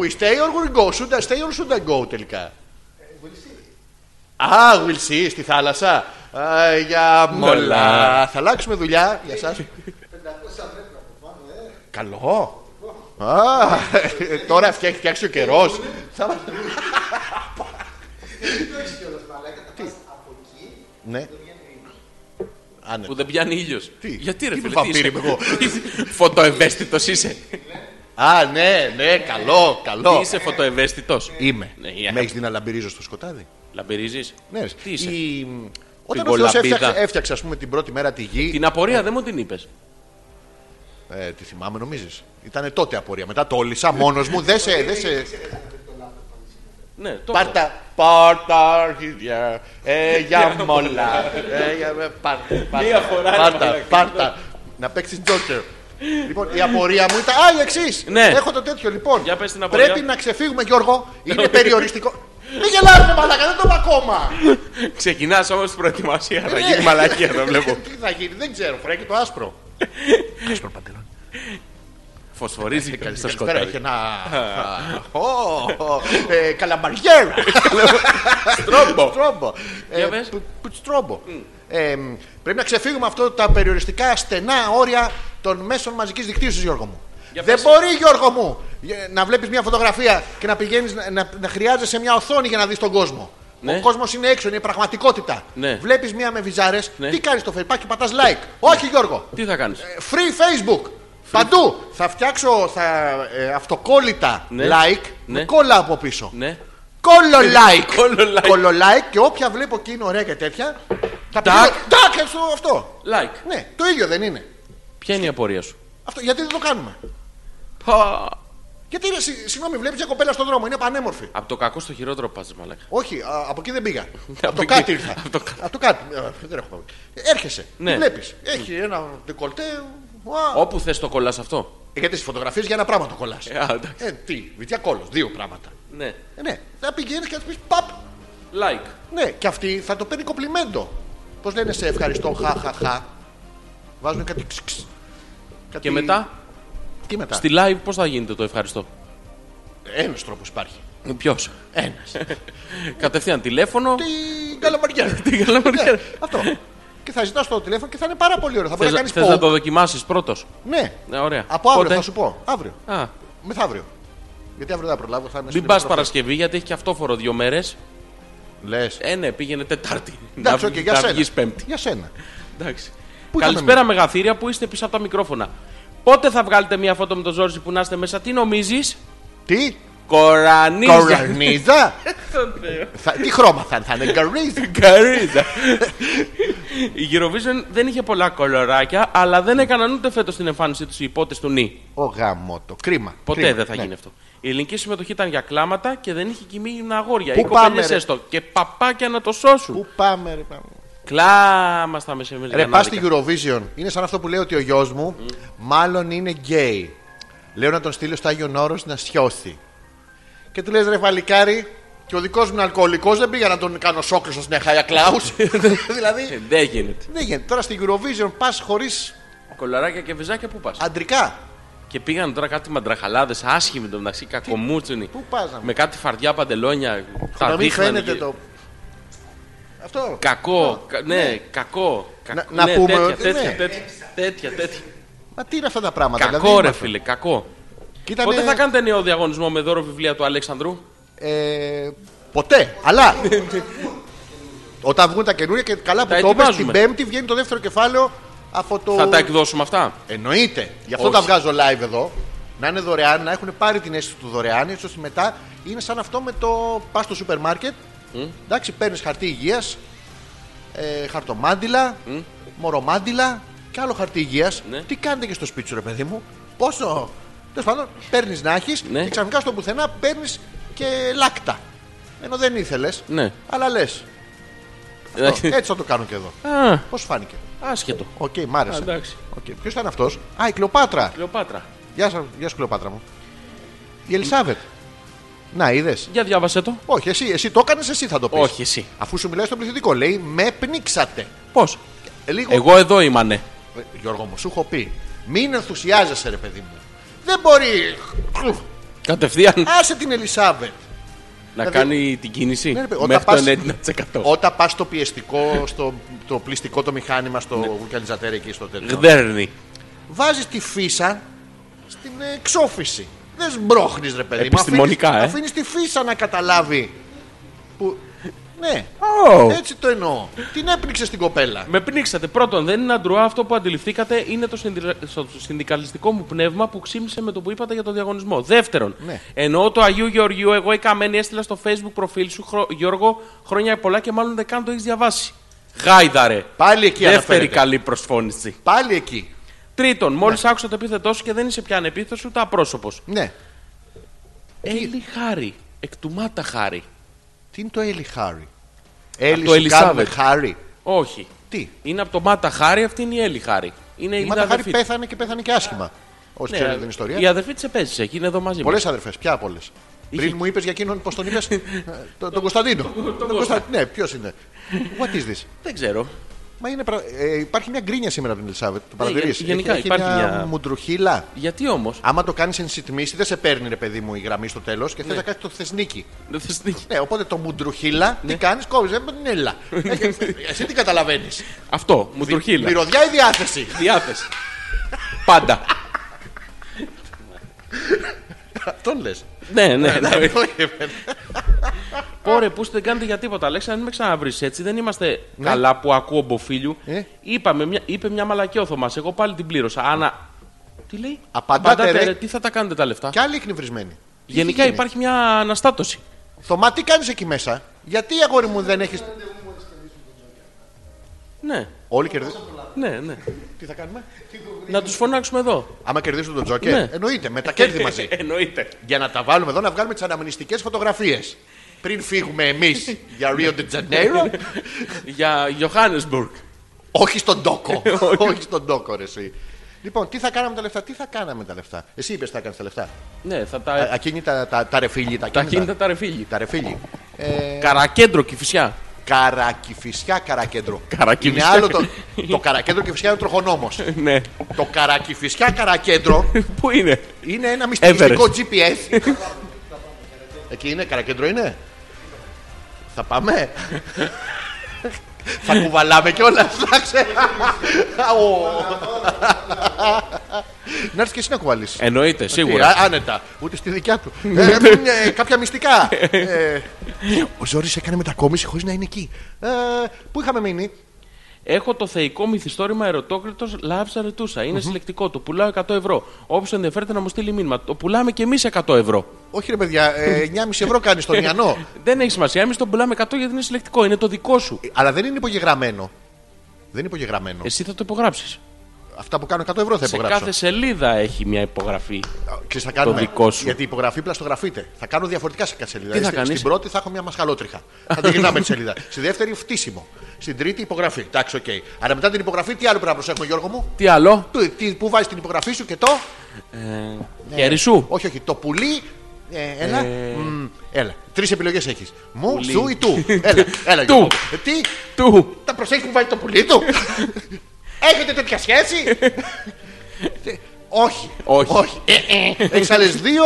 we stay or we go. Should I stay or should I go τελικά. Α, will see στη θάλασσα. Α, για μολά. Θα αλλάξουμε δουλειά για σας. 500 μέτρα από πάνω, Καλό. Α, ε, τώρα έχει φτιάξει ο καιρός. Θα μας- Ναι. Α, ναι. Που δεν πιάνει ήλιος. Τι? Γιατί ρε Τι φίλε. βαμπύρι είσαι? είμαι εγώ. Είσαι Φωτοευαίσθητος είσαι. Α, ναι, ναι, καλό, καλό. Είσαι φωτοευαίσθητος. Είμαι. Ναι, η Με έχεις δει να λαμπυρίζω στο σκοτάδι. Λαμπερίζεις. Ναι, ρε. Τι είσαι. Η- Όταν ο Θεός κολαμπίδα. έφτιαξε, έφτιαξε, ας πούμε, την πρώτη μέρα τη γη, Την απορία δεν μου την είπες. ε, τη θυμάμαι νομίζεις. Ήτανε τότε απορία. Μετά το όλησα μόνος μου. Δε σε, δε σε. Ναι, το έχω. Πάρτα, πάρτα αρχίδια, ε, για μολά. ε, για- ε, πάρτα, πάρτα, Μία φορά, ρε πάρτα, μαλάκα. πάρτα. Να παίξεις τζόκερ. Λοιπόν, η απορία μου ήταν. Α, η εξής! Ναι. Έχω το τέτοιο λοιπόν. Για πες την απορία. Πρέπει να ξεφύγουμε, Γιώργο. Είναι περιοριστικό. Μην γελάμε, μαλακά, δεν το είπα ακόμα. Ξεκινάς όμως την προετοιμασία. Θα Ναι. γίνει μαλακία, το βλέπω. Τι θα γίνει, δεν ξέρω. Φοράει και το άσπρο. άσπρο παντελόνι. Φωσφορίζει και στο Καλησπέρα, έχει σκοτάδι. ένα. Ω, ω, ε, Καλαμπαριέρα. Τρόμπο. Στρόμπο. Ε, Για πες. που- που- Στρόμπο. Ε, Πρέπει να ξεφύγουμε αυτό τα περιοριστικά στενά όρια των μέσων μαζικής δικτύωσης, Γιώργο μου. Για Δεν πες. μπορεί, Γιώργο μου, ε, να βλέπεις μια φωτογραφία και να πηγαίνεις να, να, να χρειάζεσαι μια οθόνη για να δεις τον κόσμο. Ναι. Ο κόσμος είναι έξω, είναι η πραγματικότητα. Ναι. Βλέπεις μια με βιζάρε, Ναι. τι κάνεις στο Facebook και πατάς like. Όχι, Γιώργο. Τι θα κάνεις. Free Facebook. Παντού. Θα φτιάξω θα, ε, αυτοκόλλητα Ναι. like με Ναι. κόλλα από πίσω. Ναι. Κόλλο like. Κόλλο like. Κόλλο like και όποια βλέπω και είναι ωραία και τέτοια. Θα Τάκ. πηγαίνω, Τάκ, έξω αυτό. Like. Ναι, το ίδιο δεν είναι. Ποια είναι η απορία σου. Αυτό, γιατί δεν το κάνουμε. Γιατί, ρε, συ- συγγνώμη, βλέπεις μια κοπέλα στον δρόμο, είναι πανέμορφη. Από το κακό στο χειρότερο πας, μαλάκα. Όχι, α, από εκεί δεν πήγα. από το εκεί. κάτι ήρθα. Από το κάτι. από το κάτι. Ε, Δεν έχω πρόβλημα. Έρχεσαι. Ναι. Βλέπεις. Έχει ένα ντεκολτέ. Ουα. Όπου θες το κολλάς αυτό. Ε, Γιατί στι φωτογραφίες για ένα πράγμα το κολλάς. Ε, α, εντάξει. Ε, τι, βιτιά κόλλο. Δύο πράγματα. Ναι. Ε, ναι, θα πηγαίνεις και θα τη πεις παπ. Like. Ναι, και αυτή θα το παίρνει κοπλιμέντο. Πώς λένε σε ευχαριστώ, χα, χα, χα. Βάζουν κάτι ξ, ξ. Κάτι- Και μετά, Τι μετά. στη live πώς θα γίνεται το ευχαριστώ. Ένας τρόπος υπάρχει. Ποιος. Ένας. Ε. Κατευθείαν τηλέφωνο. Την καλαμαριά. Την καλαμαριέρα. Ναι, Αυτό. Και θα ζητάς το τηλέφωνο και θα είναι πάρα πολύ ωραίο. Θα μπορεί Θες, να να- κάνεις θες να το δοκιμάσει πρώτος. Ναι. Ναι, ωραία. Από αύριο Πότε? θα σου πω. Αύριο. Α, Μεθαύριο. Γιατί αύριο δεν θα προλάβω. Θα είμαι μην στην πα Επιτροπή. Παρασκευή γιατί έχει και αυτόφορο δύο μέρες. Λες. Ε, ναι, πήγαινε Τετάρτη. Εντάξει, οκ, βγεις- για να σένα. βγεις Πέμπτη. Για σένα. Εντάξει. Πού είχαμε Καλησπέρα, μεγαθύρια που είστε πίσω από τα μικρόφωνα. Πότε θα βγάλετε μία φώτο με τον Ζόρζι που να είστε μέσα, τι νομίζεις. Τι, Κορανίζα. κορανίζα. Θα- Τι χρώμα θα είναι, θα είναι γκαρίζα. Καρίζα. Η Eurovision δεν είχε πολλά κολοράκια, αλλά δεν έκαναν ούτε φέτος την εμφάνιση τους οι υπότες του νη. Ο γαμό το κρίμα. Ποτέ κρίμα. δεν θα Ναι. γίνει αυτό. Η ελληνική συμμετοχή ήταν για κλάματα και δεν είχε κοιμήγνα αγόρια. Πού Οι κοπέλε πάμε, ρε? έστω. Και παπάκια να το σώσουν. Πού πάμε, ρε πάμε. Κλάμα στα μεσημέρια. Ρε, πα στη Eurovision. Είναι σαν αυτό που λέει ότι ο γιος μου μάλλον είναι γκέι. Λέω να τον στείλω στο Άγιον Όρος να σιώσει. Και του λες, ρε βαλικάρι, και ο δικός μου είναι αλκοολικός, δεν πήγα να τον κάνω σόκλησο στην Εχάια Κλάους. δηλαδή. Δεν γίνεται. Δεν γίνεται. Τώρα στην Eurovision πας χωρίς Κολαράκια και βυζάκια πού πας. αντρικά. Και πήγαν τώρα κάτι μαντραχαλάδες άσχημοι το μεταξύ, κακομούτσουνοι. πού πας, να μου- Με κάτι φαρδιά παντελόνια. Τα να μην δείχνανε φαίνεται και- το. Αυτό. Κακό, κα- ναι, κακό. κακό, να ναι, πούμε τέτοια, ότι τέτοια, ναι. τέτοια, τέτοια, τέτοια. Μα τι είναι αυτά τα πράγματα. Κακό, δηλαδή, ρε είμαστε. φίλε, κακό. Και ήταν, Πότε ε, θα κάνετε νέο διαγωνισμό με δώρο βιβλία του Αλέξανδρου. Ε, ποτέ. Αλλά όταν βγουν τα καινούρια και καλά Τα που το είπες, την ετοιμάζουμε. Πέμπτη βγαίνει το δεύτερο κεφάλαιο από το. Θα τα εκδώσουμε αυτά. Εννοείται. Γι' αυτό Όχι. τα βγάζω live εδώ. Να είναι δωρεάν, να έχουν πάρει την αίσθηση του δωρεάν, έτσι ώστε μετά είναι σαν αυτό με το. Πας στο σούπερ μάρκετ. Εντάξει, παίρνεις χαρτί υγείας, ε, χαρτομάντιλα, μορομάντιλα και άλλο χαρτί υγείας. Ναι. Τι κάνετε και στο σπίτι σου, ρε παιδί μου. Πόσο. Τέλος πάντων, παίρνεις να έχεις Ναι. και ξαφνικά στο πουθενά παίρνεις και λάκτα. Ενώ δεν ήθελες. Ναι. Αλλά λες. Εντάξει. Έτσι θα το κάνω και εδώ. Α, Πώς φάνηκε. άσχετο. Οκ, μ' άρεσε. Α, εντάξει. Ποιος ήταν αυτός. Α, η Κλεοπάτρα. Κλεοπάτρα. Γεια σας, γεια σου, Κλεοπάτρα μου. Η Ελισάβετ. Να, είδες. Για διάβασε το. Όχι, εσύ, εσύ το έκανες, εσύ θα το πεις. Όχι, εσύ. Αφού σου μιλάει στο πληθυντικό, λέει με πνίξατε. Πώς. Ε, Λίγο. Εγώ εδώ ήμανε. Ε, Γιώργο μου, σου έχω πει. Μην ενθουσιάζεσαι, ρε παιδί μου. Δεν μπορεί. Κατευθείαν Άσε την Ελισάβετ. να κάνει την κίνηση Ε, Ναι, ρε παιδί, όταν πας- μέχρι το 90%. Όταν πας στο πιεστικό, στο το πλυστικό το μηχάνημα, στο Ναι. βουλκανιζατέρ εκεί στο τέτοιο. Γδέρνει. Βάζεις τη φύσα στην ε, εξόφυση. Δεν σμπρώχνεις, ρε παιδί μου. Επιστημονικά, Αφήνεις- ε. αφήνεις τη φύσα να καταλάβει. Που... Ναι. Ω. Έτσι το εννοώ. Την έπνιξε την κοπέλα. Με πνίξατε. Πρώτον, δεν είναι αντρουά αυτό που αντιληφθήκατε. Είναι το συνδυρα- στο συνδικαλιστικό μου πνεύμα που ξύμισε με το που είπατε για τον διαγωνισμό. Δεύτερον, Ναι. εννοώ το Αγίου Γεωργιού. Εγώ η καμένη έστειλα στο facebook προφίλ σου, Χρο- Γιώργο, χρόνια πολλά και μάλλον δεν καν το έχεις διαβάσει. Γάιδαρε. Πάλι εκεί Δεύτερη αναφέρεται. Ναι. καλή προσφώνηση. Πάλι εκεί. Τρίτον, μόλις άκουσα το επίθετό σου και δεν είσαι πια ανεπίθετος ούτε απρόσωπος. Ναι. Έλλη χάρη. Εκ του μάτα χάρη. Τι είναι το Έλλη Χάρι. Έλλη το σου Ελισάβετ. κάνουμε Χάρι. Όχι. Τι. Είναι από το μάτα χάρη, αυτή είναι η Έλλη χάρη. Είναι Η η Μάτα Χάρι αδερφή. της. πέθανε και πέθανε και άσχημα. Όσοι Ναι, ξέρετε την ιστορία. Η αδερφή της επέζησε εκεί, είναι εδώ μαζί μας. Πολλές αδερφές, πια πολλές. Πριν μου είπες για εκείνον, πώς τον είπες, τον, τον Κωνσταντίνο. τον Κωνστα- Ναι, ποιος είναι. What is this. Δεν ξέρω. Μα είναι, πρα- ε, υπάρχει μια γκρίνια σήμερα από την Ελισάβετ. Το παρατηρεί. γεν- Ναι, γενικά υπάρχει μια- μουντρουχίλα. Γιατί όμως. Άμα το κάνεις εν συντμήση, δεν σε παίρνει ρε παιδί μου η γραμμή στο τέλος και θες Ναι. να κάνεις το θεσνίκι. Δεν θε τι. Ναι, οπότε το μουντρουχίλα, Ναι. τι κάνεις, κόβεις. Δεν είναι έλα. Ε, Εσύ τι καταλαβαίνεις. Αυτό, μου τουρχίλα. Μυρωδιά ή διάθεση. Διάθεση. Πάντα. Αυτό λες. ναι, ναι. ναι. Πόρε, πού δεν κάνετε για τίποτα. Αλέξα, αν με ξαναβρεις έτσι, δεν είμαστε καλά που ακούω μποφίλιου. Ναι. Ε. Είπαμε, μια, είπε μια μαλακή ο Θωμάς, Εγώ πάλι την πλήρωσα. Άνα. Τι λέει, Απαντάτε, ρε. τι θα τα κάνετε τα λεφτά. Κι άλλοι εκνευρισμένοι. Τι έχει Γενικά γίνει? υπάρχει μια αναστάτωση. Θωμά, τι κάνεις εκεί μέσα. Γιατί αγόρι μου δεν έχεις. Ναι. Όλοι κερδίζουν. Ναι, ναι. Τι θα κάνουμε. Να τους φωνάξουμε εδώ. Άμα κερδίσουν τον Τζόκερ, Ναι. εννοείται με τα κέρδη μαζί. Εννοείται. για να τα βάλουμε εδώ, να βγάλουμε τις αναμνηστικές φωτογραφίες. Πριν φύγουμε εμείς για Rio de Janeiro, Για Johannesburg. όχι στον τόκο. Ε, όχι στον τόκο, ρε, εσύ. Λοιπόν, τι θα κάναμε τα λεφτά, τι θα κάναμε τα λεφτά. Εσύ είπες θα έκανε τα λεφτά. Ναι, θα Α- τα. Ακίνητα τα, τα ρεφίλι, Ε. τα Τα κίνητα. κίνητα τα ρεφίλι. Τα ρεφίλι. Ε, Καρακέντρο και φυσιά. καρακιφισιά καρακέντρο. Είναι Καρακιφισιά. άλλο το, το καρακέντρο και φυσικά είναι ο τροχονόμος. Ναι. το καρακιφισιά καρακέντρο Πού είναι. είναι ένα μυστικό Everest. GPS. Εκεί είναι, καρακέντρο είναι. Θα πάμε. Θα κουβαλάμε κιόλας, φάξε. Να έρθεις και εσύ να κουβαλήσεις. Εννοείται, Ε, σίγουρα. Ναι. Άνετα, ούτε στη δικιά του. Ε, ε, Κάποια μυστικά. Ε, Ο Ζόρι έκανε μετακόμιση χωρίς να είναι εκεί. Ε, Πού είχαμε μείνει, Έχω το θεϊκό μυθιστόρημα Ερωτόκριτος Λάψα Ρετούσα. Είναι συλλεκτικό. Το πουλάω 100 ευρώ. Όποιος ενδιαφέρεται να μου στείλει μήνυμα. Το πουλάμε και εμείς 100 ευρώ. Όχι ρε παιδιά, ε, 9,5 ευρώ κάνεις τον Ιαννό. Δεν έχει σημασία. Εμείς το πουλάμε 100 γιατί είναι συλλεκτικό. Είναι το δικό σου. Ε, Αλλά δεν είναι υπογεγραμμένο. Δεν είναι υπογεγραμμένο. Εσύ θα το υπογράψεις. Αυτά που κάνω 100 ευρώ θα Σε υπογράψω. κάθε σελίδα έχει μια υπογραφή. Ξέρεις, θα κάνουμε. δικό σου. Γιατί η υπογραφή πλαστογραφείται. Θα κάνω διαφορετικά σε κάθε σελίδα. Τι θα Στην- κάνεις? Στην πρώτη θα έχω μια μασχαλότριχα. θα την γυρνάμε τη σελίδα. Στη δεύτερη φτύσιμο. Στην τρίτη υπογραφή. Εντάξει, οκ. Αλλά μετά την υπογραφή, τι άλλο πρέπει να προσέχουμε, Γιώργο μου. Τι άλλο. Τι- τι- Πού βάζεις την υπογραφή σου και το. Ε, Χέρι σου. Όχι, όχι. Το πουλί. Ε, έλα. Μμ, έλα. Τρεις επιλογές έχεις. Μου, Πουλί. σου ή του. Έλα. έλα Του. Γιώργο μου. Ε, Τι. Του. Τα προσέχεις που βάζει το πουλί του. Έχετε τέτοια σχέση. Ε, όχι. Όχι. Ε, ε. Έχεις άλλες δύο.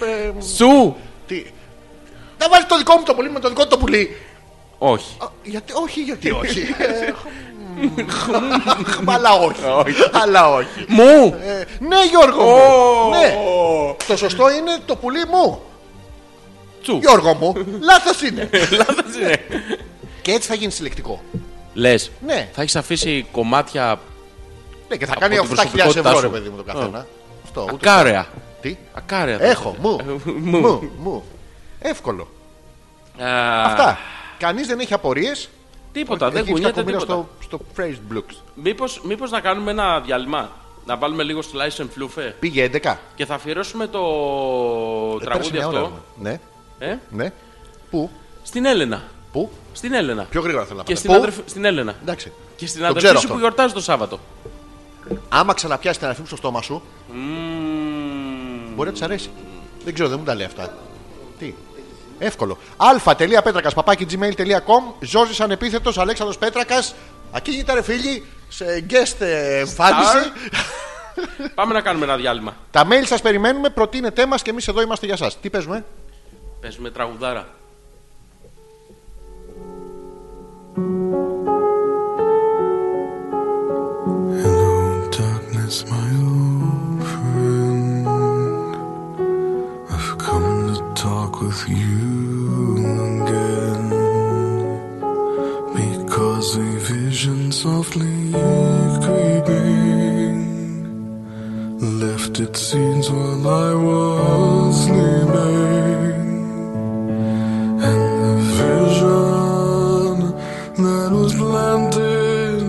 ε, Σου. τι. Να βάλεις το δικό μου το πουλί με το δικό του το πουλί. Όχι. Α, γιατί, όχι, γιατί όχι. Ε, μ, Αλλά όχι. Αλλά όχι. Μου. Ε, Ναι, Γιώργο μου. Ω. Ναι. Το σωστό είναι το πουλί μου. Τσου. Γιώργο μου, λάθος είναι. Λάθος Ε, είναι. Και έτσι θα γίνει συλλεκτικό. Λες. Ναι. Θα έχεις αφήσει κομμάτια Ναι, και θα Από κάνει την 8.000 προσωπικότητά ευρώ, σου. ρε παιδί μου, το καθένα. Αυτό, ούτε- ακάραια. Τι. Ακάραια. θα Έχω, έχετε. μου. Ε, Μου, μου. Εύκολο. Α, Αυτά. Κανείς δεν έχει απορίες. Τίποτα. Δεν κουνιέται τίποτα. στο, στο phrase blocks. Μήπως, μήπως να κάνουμε ένα διάλειμμα. Να βάλουμε λίγο slice and φλούφε Πήγε 11. και θα αφιερώσουμε το Ε, Πέρασε τραγούδι μια ώρα, αυτό μου. Ναι, ε, ναι. Πού, στην Έλενα. πού, Στην Έλενα. πιο γρήγορα θέλω να Και πάμε. στην, Πού? αδερφ- στην Έλενα. Εντάξει. Και στην Το αδερφή ξέρω σου αυτό. που γιορτάζει το Σάββατο. Άμα ξαναπιάσει την αρφή μου στο στόμα σου, μπορεί να της αρέσει. Δεν ξέρω, δεν μου τα λέει αυτά. Τι. Εύκολο. αλφα.πέτρακα παπάκι gmail.com Ζώζης ανεπίθετος Αλέξανδρος Πέτρακας. Ακίνητα ρε φίλοι, σε guest ε, εμφάνιση. Πάμε να κάνουμε ένα διάλειμμα. Τα mail σας περιμένουμε, προτείνετε μας και εμείς εδώ είμαστε για σας. Τι παίζουμε, Παίζουμε τραγουδάρα. Hello, darkness, my old friend. I've come to talk with you again because a vision softly creeping left its scenes while I was sleeping. And the vision that was planted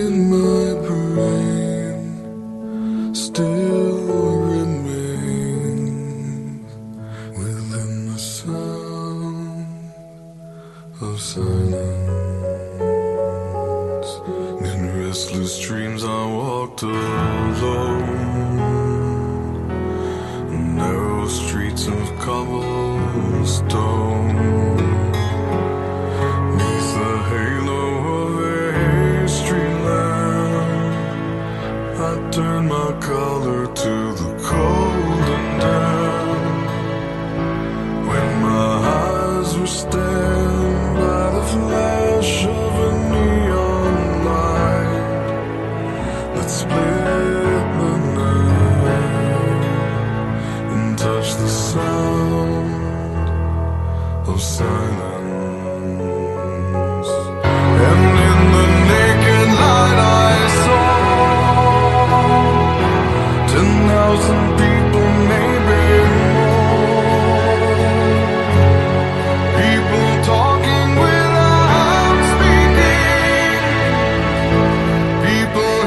in my brain still remains within the sound of silence. In restless dreams, I walked alone narrow streets of cobblestone. Neath the halo of a street lamp, I turned my collar to the cold and damp. When my eyes were stained by the flash of a neon light that split the night and touch the sound of silence. And in the naked light, I saw ten thousand people, maybe more. People talking without speaking. People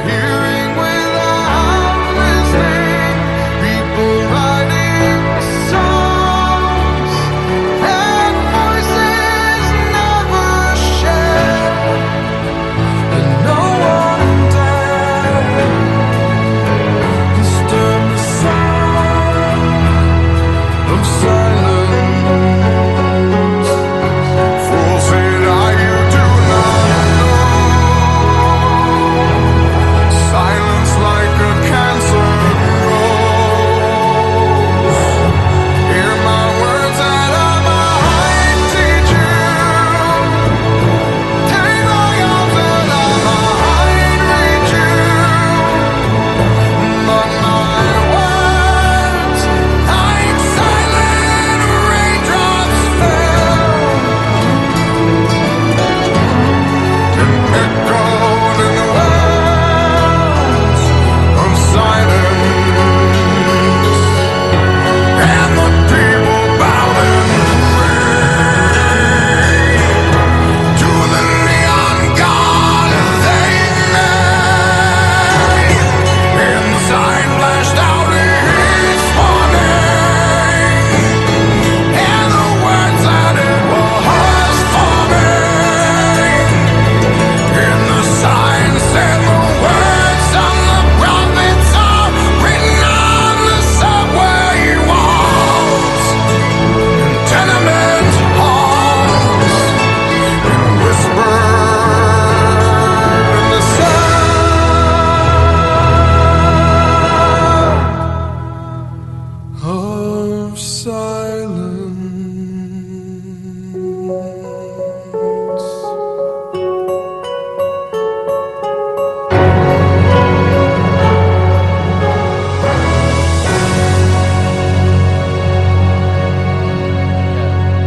silence.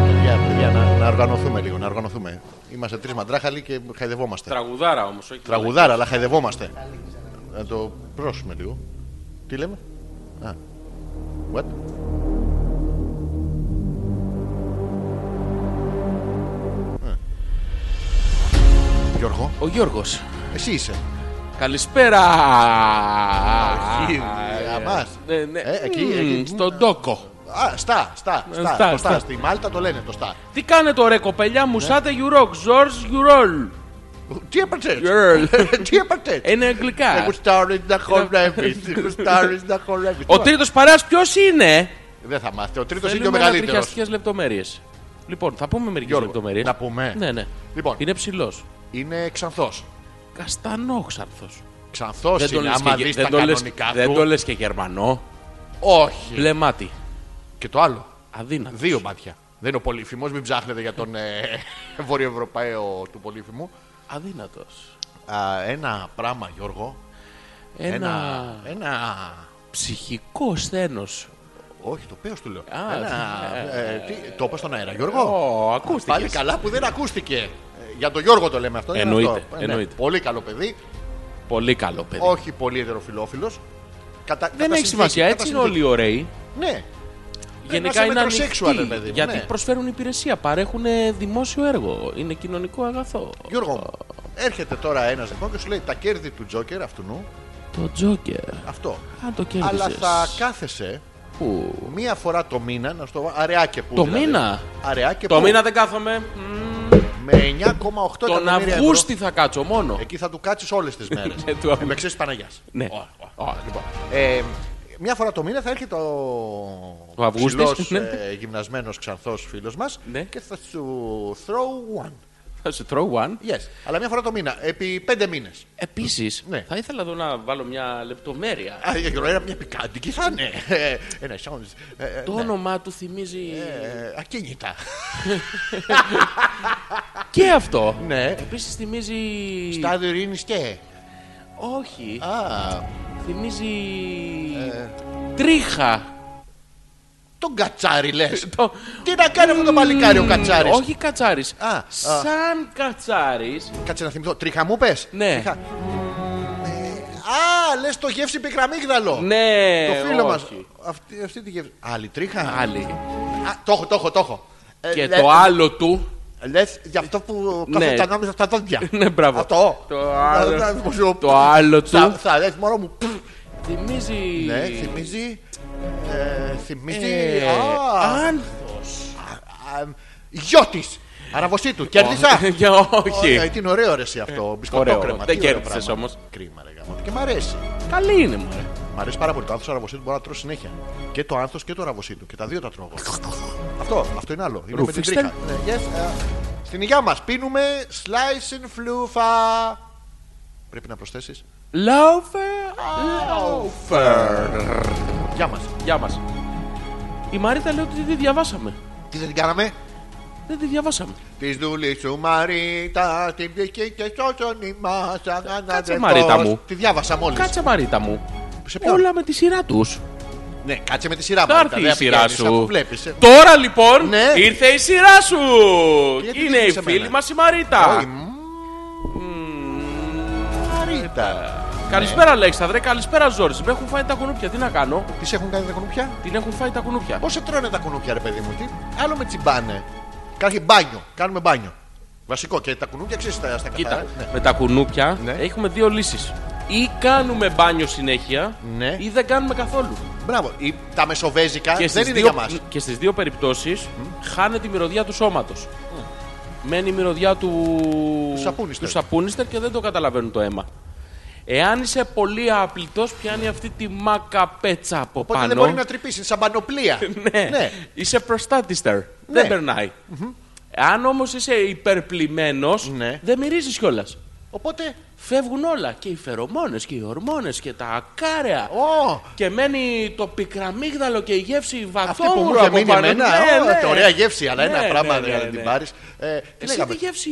Παιδιά, παιδιά, να, να οργανωθούμε λίγο, να οργανωθούμε. Είμαστε τρει μαντράχαλοι και χαϊδευόμαστε. Τραγουδάρα όμως, όχι. Τραγουδάρα, αλλά χαϊδευόμαστε. Να το πρόσουμε λίγο. Τι λέμε. Α. What? Ε. Γιώργο, δηλαδή. Ο Γιώργος. εσύ είσαι. Καλησπέρα. Για μας. Ναι, ναι. Ε, εκεί, Μμμ, εκεί. Στον τόκο. Α, στα, στα, στα. Ε, στα, το στα. στα. Στη Μάλτα το λένε το στα. Τι κάνετε ρε κοπελιά, μουσάτε Ναι. γιουρόκ, Ζορζ γιουρόλ. Τι Ε, έπαιρνες. Girl. Τι έπαιρνες. Είναι αγγλικά. Γουστάρεις να χορεύεις. Γουστάρεις να χορεύεις. Ε, Ο Τώρα, τρίτο παρέα ποιος είναι. Δεν θα μάθετε. Ο τρίτος είναι Θέλουμε ο μεγαλύτερος. ανατριχιαστικές λεπτομέρειες. Λοιπόν, θα πούμε μερικές Γιώργο, λεπτομέρειες. να πούμε. Ναι, ναι. Λοιπόν, Είναι ψηλός. είναι ξανθός. Καστανόξαρθο. Ξανθός είναι, άμα δεις τα δεν, το λες, κανονικά δεν το του. λες και γερμανό. Όχι. Μπλε μάτι. Και το άλλο. Αδύνατος. Δύο μάτια. Δεν είναι ο πολύφημος, μην ψάχνετε για τον ε, βορειοευρωπαίο του πολύφημου. Αδύνατος. Α, Ένα πράγμα, Γιώργο. Ένα... Ένα- Ένα ψυχικό σθένος. Όχι, το πέος του λέω. Α, ναι. Ε, Ένα, ε, τι, το είπα στον αέρα, Γιώργο. Ω, ακούστηκε. Πάλι καλά που δεν ακούστηκε. Ε, Για τον Γιώργο το λέμε αυτό. είναι Εννοείται, αυτό. Ε, ναι. εννοείται. Πολύ καλό παιδί. Πολύ καλό παιδί. Όχι πολύ ετεροφιλόφιλος. Κατα... Δεν έχει σημασία, έτσι είναι όλοι ωραίοι. Ναι. Γενικά είναι ανοιχτοί, μετροσέξουαλ, ρε παιδί μου, γιατί ναι. προσφέρουν υπηρεσία, παρέχουν δημόσιο έργο, είναι κοινωνικό αγαθό. Γιώργο, μου, έρχεται τώρα ένας λοιπόν και σου λέει τα κέρδη του Τζόκερ αυτού νου, Το Τζόκερ, αυτό. αν το κέρδισες. Αλλά θα κάθεσαι Πού? μία φορά το μήνα να στο αραιά και πού. Το δηλαδή. μήνα. Αραιά και Το πού. μήνα δεν κάθομαι. Με 9,8 Τον εκατομμύρια ευρώ. Ε- Αυγούστη θα κάτσω μόνο. Εκεί θα του κάτσεις όλες τις μέρε. Ε, του Αυγούστου. Με ξέρει Παναγιάς. Ναι. Λοιπόν, ε, μια φορά το μήνα θα έρχεται ο, Ο Αυγούστης, ψηλός, ναι. ε, γυμνασμένος ξανθός φίλος μας Ναι. και θα σου throw one. Θα σε throw one. Yes. Αλλά μια φορά το μήνα, επί πέντε μήνες. Επίσης, Ναι. θα ήθελα εδώ να βάλω μια λεπτομέρεια. Α, η Γεωργία, μια πικάντικη θα είναι. Ε, Ένα sounds. ε, ε, Το ναι. όνομά του θυμίζει. Ε, Ακίνητα. Και αυτό. Ναι. Επίσης θυμίζει. Στάδιο ειρήνης και. Όχι. Α, Ε. Θυμίζει. Τρίχα. τον κατσάρι λες. Το- Τι να κάνει αυτό το παλικάρι ο κατσάρις. Όχι κατσάρις. Α, α. Σαν κατσάρις. Κάτσε να θυμηθώ. Τρίχα μου πες. Ναι. Τρίχα. Ε, Α, λες το γεύση πικραμίγδαλο. Ναι. το φίλο μας. όχι. Αυτή, αυτή τη γεύση. Άλλη τρίχα. Άλλη. Α, το έχω, το έχω, το έχω. Ε, Και λε- το άλλο του. λες για αυτό που Ναι. καθόταν ανάμεσα στα δόντια. Ναι, μπράβο. Αυτό. Το Να- να- να- άλλο, σου- το άλλο Θα, του. θα λες μόνο μου. Πφ. Θυμίζει. Ναι, θυμίζει. ε, θυμίζει. Ε, άνθος. Γιώτης. Αραβοσί του. Κέρδισα. Για Ε, όχι. τι είναι ωραίο ρε εσύ αυτό. Μπισκοτόκρεμα. Ε, δεν Τι ωραίο κέρδισες πράγμα. όμως. Κρίμα ρε γαμώ. Και μ' αρέσει. Καλή είναι μωρέ. Μ' αρέσει πάρα πολύ. Το άνθος αραβοσίτου μπορεί να τρώω συνέχεια. Και το άνθος και το αραβοσίτου. Και τα δύο τα τρώω. εγώ. αυτό, αυτό είναι άλλο. Είναι με την Ρουφίξτε. τρίχα. Ναι, yes, ε, στην υγειά μας πίνουμε slice and φλούφα. Πρέπει να προσθέσεις. Λόφερ. Λόφερ. Γεια μας. Γεια μας. Η Μαρίτα λέει ότι δεν διαβάσαμε. Τι δεν την κάναμε. Δεν τη διαβάσαμε. Της δουλή σου Μαρίτα, την βγήκε και σώσονη μα. Κάτσε Μαρίτα μου. Τη διάβασα μόλις. Κάτσε Μαρίτα μου. Σε ποιον? Όλα με τη σειρά τους. Ναι, κάτσε με τη σειρά Θα Μαρίτα, έρθει δεν η σειρά πηγαίνεις, αφού σου. βλέπεις, ε. Τώρα λοιπόν Ναι. ήρθε η σειρά σου. Γιατί Είναι δεν η σε μένα? φίλη μας η Μαρίτα. Όχι, μ, Μαρίτα. Καλησπέρα Αλέξανδρε, καλησπέρα Ζόρις. Με έχουν φάει τα κουνούπια, τι να κάνω. Τις έχουν κάνει τα κουνούπια. Την έχουν φάει τα κουνούπια. Πόσο τρώνε τα κουνούπια, ρε παιδί μου, τι. Άλλο με τσιμπάνε. Κάτι μπάνιο. Κάνουμε μπάνιο. Βασικό και τα κουνούπια ξέρεις στα, στα Κοίτα, κατά. Ναι. με τα κουνούπια Ναι. έχουμε δύο λύσεις. Ή κάνουμε μπάνιο συνέχεια Ναι. ή δεν κάνουμε καθόλου. Μπράβο. Η- τα μεσοβέζικα Και δεν στις είναι δύο, για μας. Και στις δύο περιπτώσεις χάνεται η μυρωδιά του σώματος. Μένει η μυρωδιά του... Ναι. σαπούνιστερ. του σαπούνιστερ και δεν το καταλαβαίνουν το αίμα. Εάν είσαι πολύ άπλητος, πιάνει αυτή τη μακαπέτσα από Οπότε δεν πάνω. μπορεί να τρυπήσεις. Σαν πανοπλία. ναι. Είσαι προστάτιστερ. Ναι. Δεν περνάει. Αν όμως είσαι υπερπλημμένος, Ναι. δεν μυρίζεις κιόλας. Οπότε. Φεύγουν όλα. Και οι φερομόνες και οι ορμόνες και τα ακάρεα. Ω! Και μένει το πικραμίγδαλο και η γεύση Αυτή που μου βατόμουρου είχε από μείνει πάνω. εμένα. Ναι, ω, ναι. το Ωραία γεύση, αλλά Ναι, ένα πράγμα ναι, δεν ναι, θα την ναι. πάρεις. Ε, τι Εσύ λέγαμε. Ε, τι γεύση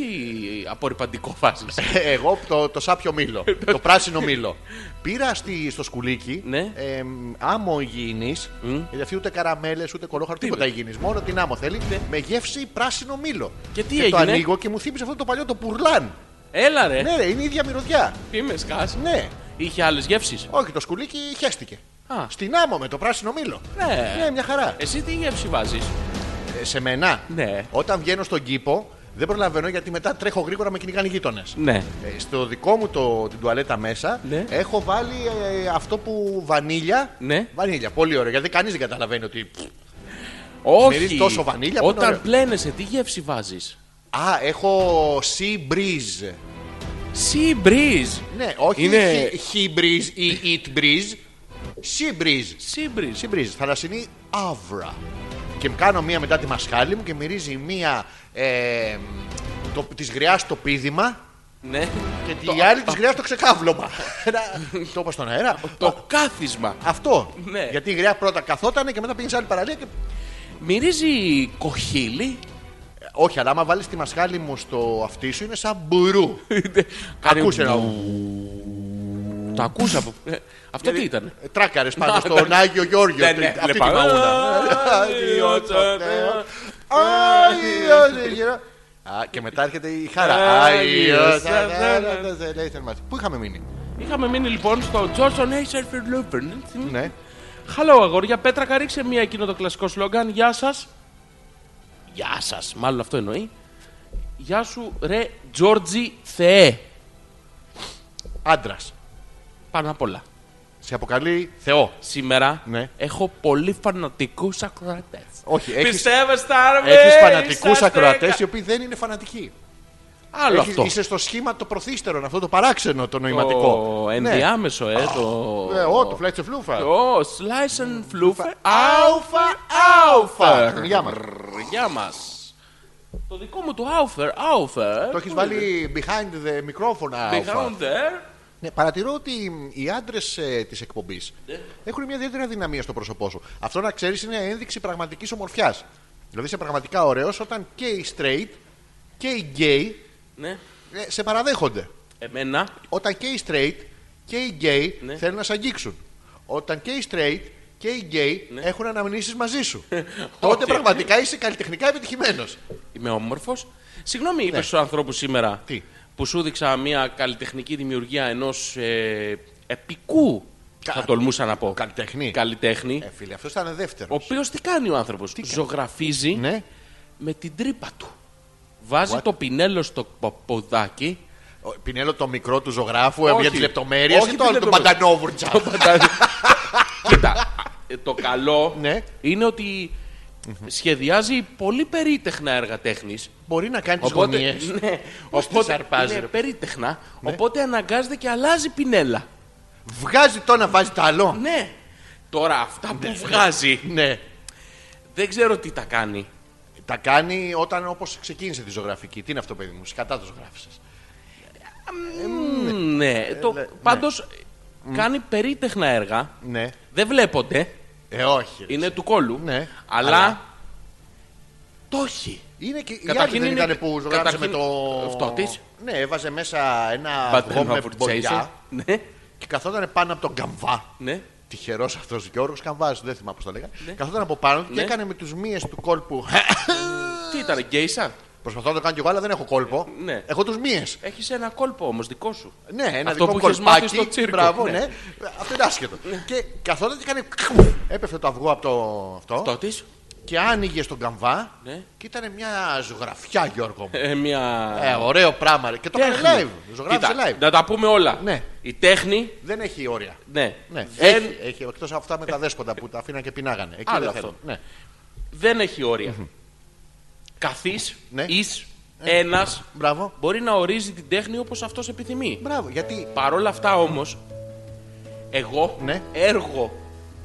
απορριπαντικό βάζεις. Εγώ το, το σάπιο μήλο. Ε, το πράσινο μήλο. Πήρα στη, στο σκουλίκι Ναι. ε, άμμο υγιεινής. Γιατί αυτή ούτε καραμέλες ούτε κολόχαρτο, τίποτα υγιεινής. Μόνο την άμμο θέλει. Με γεύση πράσινο μήλο. Ναι. Ε, Και τι το έγινε? Ε. ανοίγω και μου θύμισε αυτό το παλιό το πουρλάν. Έλα ρε. Ναι, ρε, είναι η ίδια μυρωδιά. Τι με σκάς. Ναι. Είχε άλλες γεύσεις. Όχι, το σκουλίκι χέστηκε. Α. Στην άμμο με το πράσινο μήλο. Ναι. μια χαρά. Εσύ τι γεύση βάζεις. Ε, σε μένα, Ναι. όταν βγαίνω στον κήπο, δεν προλαβαίνω γιατί μετά τρέχω γρήγορα με κυνηγάνε οι γείτονες. Ναι. στο δικό μου το, την τουαλέτα μέσα Ναι. έχω βάλει ε, αυτό που βανίλια. Ναι. Βανίλια, πολύ ωραίο. Γιατί κανείς δεν καταλαβαίνει ότι. πφ, Όχι. Μυρίζει τόσο βανίλια που είναι Όταν ωραίο. πλένεσαι, τι γεύση βάζεις. Α, έχω sea breeze. Sea breeze. Ναι, όχι Είναι- he, he breeze ή it breeze. Sea breeze. Sea breeze. Sea breeze, θαλασσινή άβρα. Και κάνω μία μετά τη μασχάλη μου και μυρίζει μία ε, το, της γριάς το πίδημα Ναι. και η άλλη της γριάς το ξεκάβλωμα. Ένα- το είπα στον αέρα. Το κάθισμα. Αυτό. Ναι. Γιατί η γριά πρώτα καθότανε και μετά πήγε σε άλλη παραλία και. Μυρίζει κοχύλι. Ε, Όχι, αλλά άμα βάλεις τη μασχάλη μου στο αυτί σου είναι σαν μπουρού. Κάνει Ακούσε ένα. Το ακούσα από. Ε, Αυτό τι ήταν. Ε, Τράκαρες πάνω στον Άγιο Γιώργιο. Ναι, Τε- ναι, Αυτή τη βλέπα. παγούδα. Α, Άγιος ο Θεός. Θεός, Άγιος ο Θεός. Α, Και μετά έρχεται η χαρά. Άγιος ο Άγιος. Θεός. Λέει θερμάτι. Πού είχαμε μείνει. Είχαμε μείνει λοιπόν στο Τζόρσον Έισερ Φερλούπερν. Ναι. Χαλό αγόρια, πέτρακα ρίξε μία εκείνο το κλασικό σλόγγαν. Γεια σας. Γεια σας, μάλλον αυτό εννοεί. Γεια σου, ρε Τζόρτζι Θεέ. Άντρας. Πάνω απ' όλα. Σε αποκαλεί Θεό. Σήμερα Ναι. έχω πολύ φανατικούς ακροατές. Όχι, έχεις, Πιστεύεστε, Άρβε! έχεις φανατικούς ακροατές οι οποίοι δεν είναι φανατικοί. Άλλο Έχεις- αυτό. Είσαι στο σχήμα το προθύστερον, αυτό το παράξενο, το νοηματικό. Το Ναι. ενδιάμεσο, ε, το. Ε, Ω, το φλάιτσε φλούφα. Το slice and floofer. Άουφα, άουφα. Γεια μας. Γεια μας. Το δικό μου το Aufer, Aufer. Το έχεις βάλει behind the μικρόφωνα. Behind there. Ναι, παρατηρώ ότι οι άντρες ε, της εκπομπής Ναι. έχουν μια ιδιαίτερη αδυναμία στο πρόσωπό σου. Αυτό να ξέρεις είναι ένδειξη πραγματικής ομορφιάς. Δηλαδή είσαι πραγματικά ωραίος όταν και οι straight και οι gay Ναι. ε, σε παραδέχονται. Εμένα. Όταν και οι straight και οι gay Ναι. θέλουν να σε αγγίξουν. Όταν και οι straight και οι gay Ναι. έχουν αναμνήσεις μαζί σου. Τότε Ότι- πραγματικά είσαι καλλιτεχνικά επιτυχημένος. Είμαι όμορφος. Συγγνώμη, είπες στους ανθρώπους σήμερα Ναι. Τι? που σου δείξα μια καλλιτεχνική δημιουργία ενός ε, επικού. Θα τολμούσα να πω. Καλλιτέχνη. Καλλιτέχνη. Ε, φίλε, αυτός ήταν δεύτερος. Ο οποίος τι κάνει ο άνθρωπος. Ζωγραφίζει Ναι. με την τρύπα του. Βάζει What? το πινέλο στο παποδάκι. Ο- Πινέλο το μικρό του ζωγράφου ε, Όχι. για τι λεπτομέρειε. Όχι Όχι το άλλο τις του λεπτομέρειες. Μπαντανόβουρτσα. Κοίτα, ε, το καλό Ναι. είναι ότι σχεδιάζει πολύ περίτεχνα έργα τέχνης. Μπορεί να κάνει τις Οπότε, γωνίες. ναι, Πώς τις οπότε αρπάζει, είναι ρε. Ναι. περίτεχνα, οπότε αναγκάζεται και αλλάζει πινέλα. Βγάζει το ένα, βάζει το άλλο. Ναι. Τώρα αυτά που βγάζει, Ναι. δεν ξέρω τι τα κάνει. Τα κάνει όταν όπως ξεκίνησε τη ζωγραφική. Τι είναι αυτό, παιδί μου, σκατά το ζωγράφησες. Μ, Ναι, το, λε- ναι. πάντως κάνει περίτεχνα έργα, Ναι. δεν βλέπονται, Ε, όχι. ρε. είναι του κόλου, Ναι. αλλά το έχει. Είναι και οι άλλοι Καταρχήν δεν είναι- ήταν που ζωγράφησε με καταρχήν- το. Αυτό της. Ναι, έβαζε μέσα ένα αυγό με Button μπολιά Ναι, και καθόταν πάνω από τον καμβά. ναι. Τυχερός αυτός Γιώργο Καμβά, δεν θυμάμαι πώς το λέγανε. Καθόταν από πάνω του και Ναι. έκανε με τους μύες του κόλπου. Τι ήταν, γκέισα. Προσπαθώ να το κάνω κι εγώ, αλλά δεν έχω κόλπο. Ναι. Έχω τους μύες. Έχεις ένα κόλπο όμως δικό σου. Ναι, ένα Αυτό δικό που είχες μάθει κολπάκι. στο τσίρκο. Μπράβο, ναι. Ναι. Αυτό είναι άσχετο. Και καθόταν και έκανε. Έπεφτε το αυγό από το αυτό. Το της. Και άνοιγε στον καμβά. Ναι. Και ήταν μια ζωγραφιά, Γιώργο μου. Ε, μια. Ε, ωραίο πράγμα. ρε. Και το έκανε τέχνη. live. Ζωγράφησε Κοίτα, live. Να τα πούμε όλα. Ναι. Η τέχνη, Δεν έχει όρια. ναι. Ναι. Δεν, Έχει, έχει. Εκτός από αυτά με τα δέσποτα που τα αφήναν και πεινάγανε. Εκεί Άλλο δεν αυτό. θέλω. Ναι. δεν έχει όρια. Καθής, Ναι. εις, ένας Μπράβο. μπορεί να ορίζει την τέχνη όπως αυτός επιθυμεί. Μπράβο. Γιατί. Παρ' όλα αυτά όμως, εγώ Ναι. έργο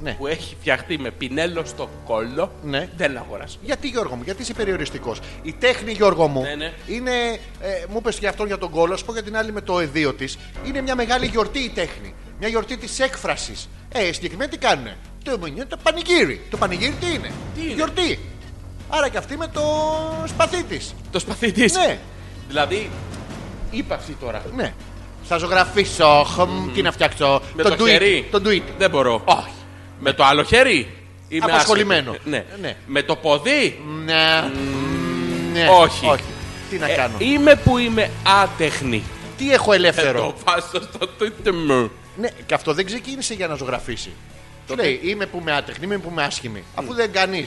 Ναι. που έχει φτιαχτεί με πινέλο στο κόλλο Ναι. δεν αγοράζει. Γιατί Γιώργο μου, γιατί είσαι περιοριστικός. Η τέχνη Γιώργο μου Ναι, ναι. είναι. Ε, μου είπε για αυτόν για τον κόλλο, σου πω για την άλλη με το εδίο της. Είναι μια μεγάλη γιορτή η τέχνη. Μια γιορτή της έκφρασης. Ε, συγκεκριμένα τι κάνουνε. Το μενιού το πανηγύρι. Το πανηγύρι τι είναι. Τι είναι? Γιορτή. Άρα και αυτή με το σπαθί της. Το σπαθί της. Ναι. Δηλαδή, είπα αυτή τώρα. Ναι. Θα ζωγραφίσω. χμ, Τι να φτιάξω. Με τον το, tweet, χέρι. Τον tweet. Δεν μπορώ. Όχι. Με το άλλο χέρι. Είμαι Απασχολημένο. άσχετο. Ναι. Ναι. Με το ποδί. Ναι. ναι. όχι. Τι να Ε, κάνω. είμαι που είμαι άτεχνη. Τι έχω Ε, ελεύθερο. το βάζω στο tweet μου. Ναι, και αυτό δεν ξεκίνησε για να ζωγραφίσει. Του λέει, είμαι που είμαι άτεχνη, είμαι που είμαι άσχημη. Αφού δεν κάνεις.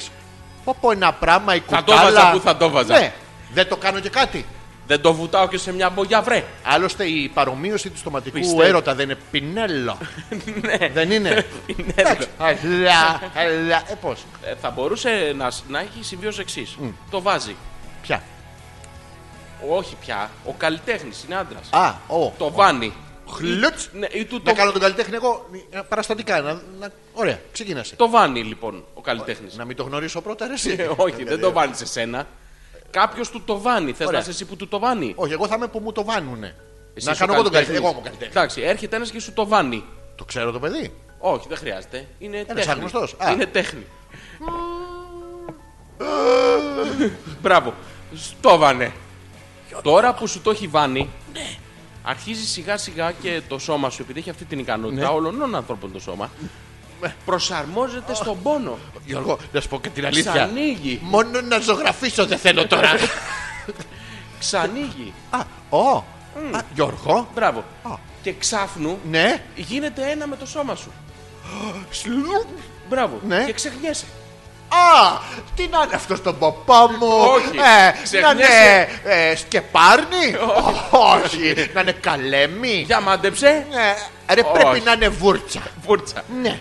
Πω πω ένα πράγμα, η Θα το κουτάλα. βάζα που θα το βάζα. Ναι, δεν το κάνω και κάτι. Δεν το βουτάω και σε μια μπογιά, βρε. Άλλωστε η παρομοίωση του στοματικού Πιστεύω. έρωτα δεν είναι πινέλο. Ναι. δεν είναι. Πινέλο. Εντάξει. Αλλά, αλλά, ε πώς, Ε, θα μπορούσε να, σ- να έχει συμβεί ως εξής. Το βάζει. Ποια. Όχι πια. Ο καλλιτέχνης είναι άντρας. Α, ο. Το βάνει. Χλουτς. Ναι, ή του Να το, κάνω τον καλλιτέχνη εγώ ε, παραστατικά. να- να- Ωραία, ξεκίνασε. το βάνει λοιπόν ο καλλιτέχνης. Να μην το γνωρίσω πρώτα, ρε, εσύ. Δηλαδή, Ε, Όχι, δεν το βάνεις σε σένα. Κάποιος του το βάνει. Θες να Ωραία. είσαι εσύ που του το βάνει. Όχι, εγώ θα είμαι που μου το βάνουνε. Εσύ Να είσαι κάνω ο εγώ τον καλλιτέχνη. καλλιτέχνης. Εγώ είμαι ο καλλιτέχνη. Εντάξει, έρχεται ένας και σου το βάνει. Το ξέρω το παιδί. Όχι, δεν χρειάζεται. Είναι τέχνη. άγνωστος. Α. Είναι τέχνη. Μπράβο. Στο βάνε. Τώρα που σου το έχει βάνει, αρχίζει σιγά σιγά και το σώμα σου, επειδή έχει αυτή την ικανότητα όλων των ανθρώπων το σώμα, προσαρμόζεται στον πόνο. Γιώργο, να σου πω και την αλήθεια. Ξανοίγει. Μόνο να ζωγραφίσω δεν θέλω τώρα. Ξανοίγει. Α, ο. Α, Γιώργο. Μπράβο. Α. Και ξάφνου Ναι. γίνεται ένα με το σώμα σου. Σλουπ. Μπράβο. Ναι. Και ξεχνιέσαι. Α, τι να είναι αυτός τον παπά μου. Όχι. Ε, να είναι Ξεχνιέσαι. ε, σκεπάρνη. Όχι. Να είναι καλέμι. Για μάντεψε. Ε, Ρε, Όχι. πρέπει να είναι βούρτσα. Βούρτσα. Ναι.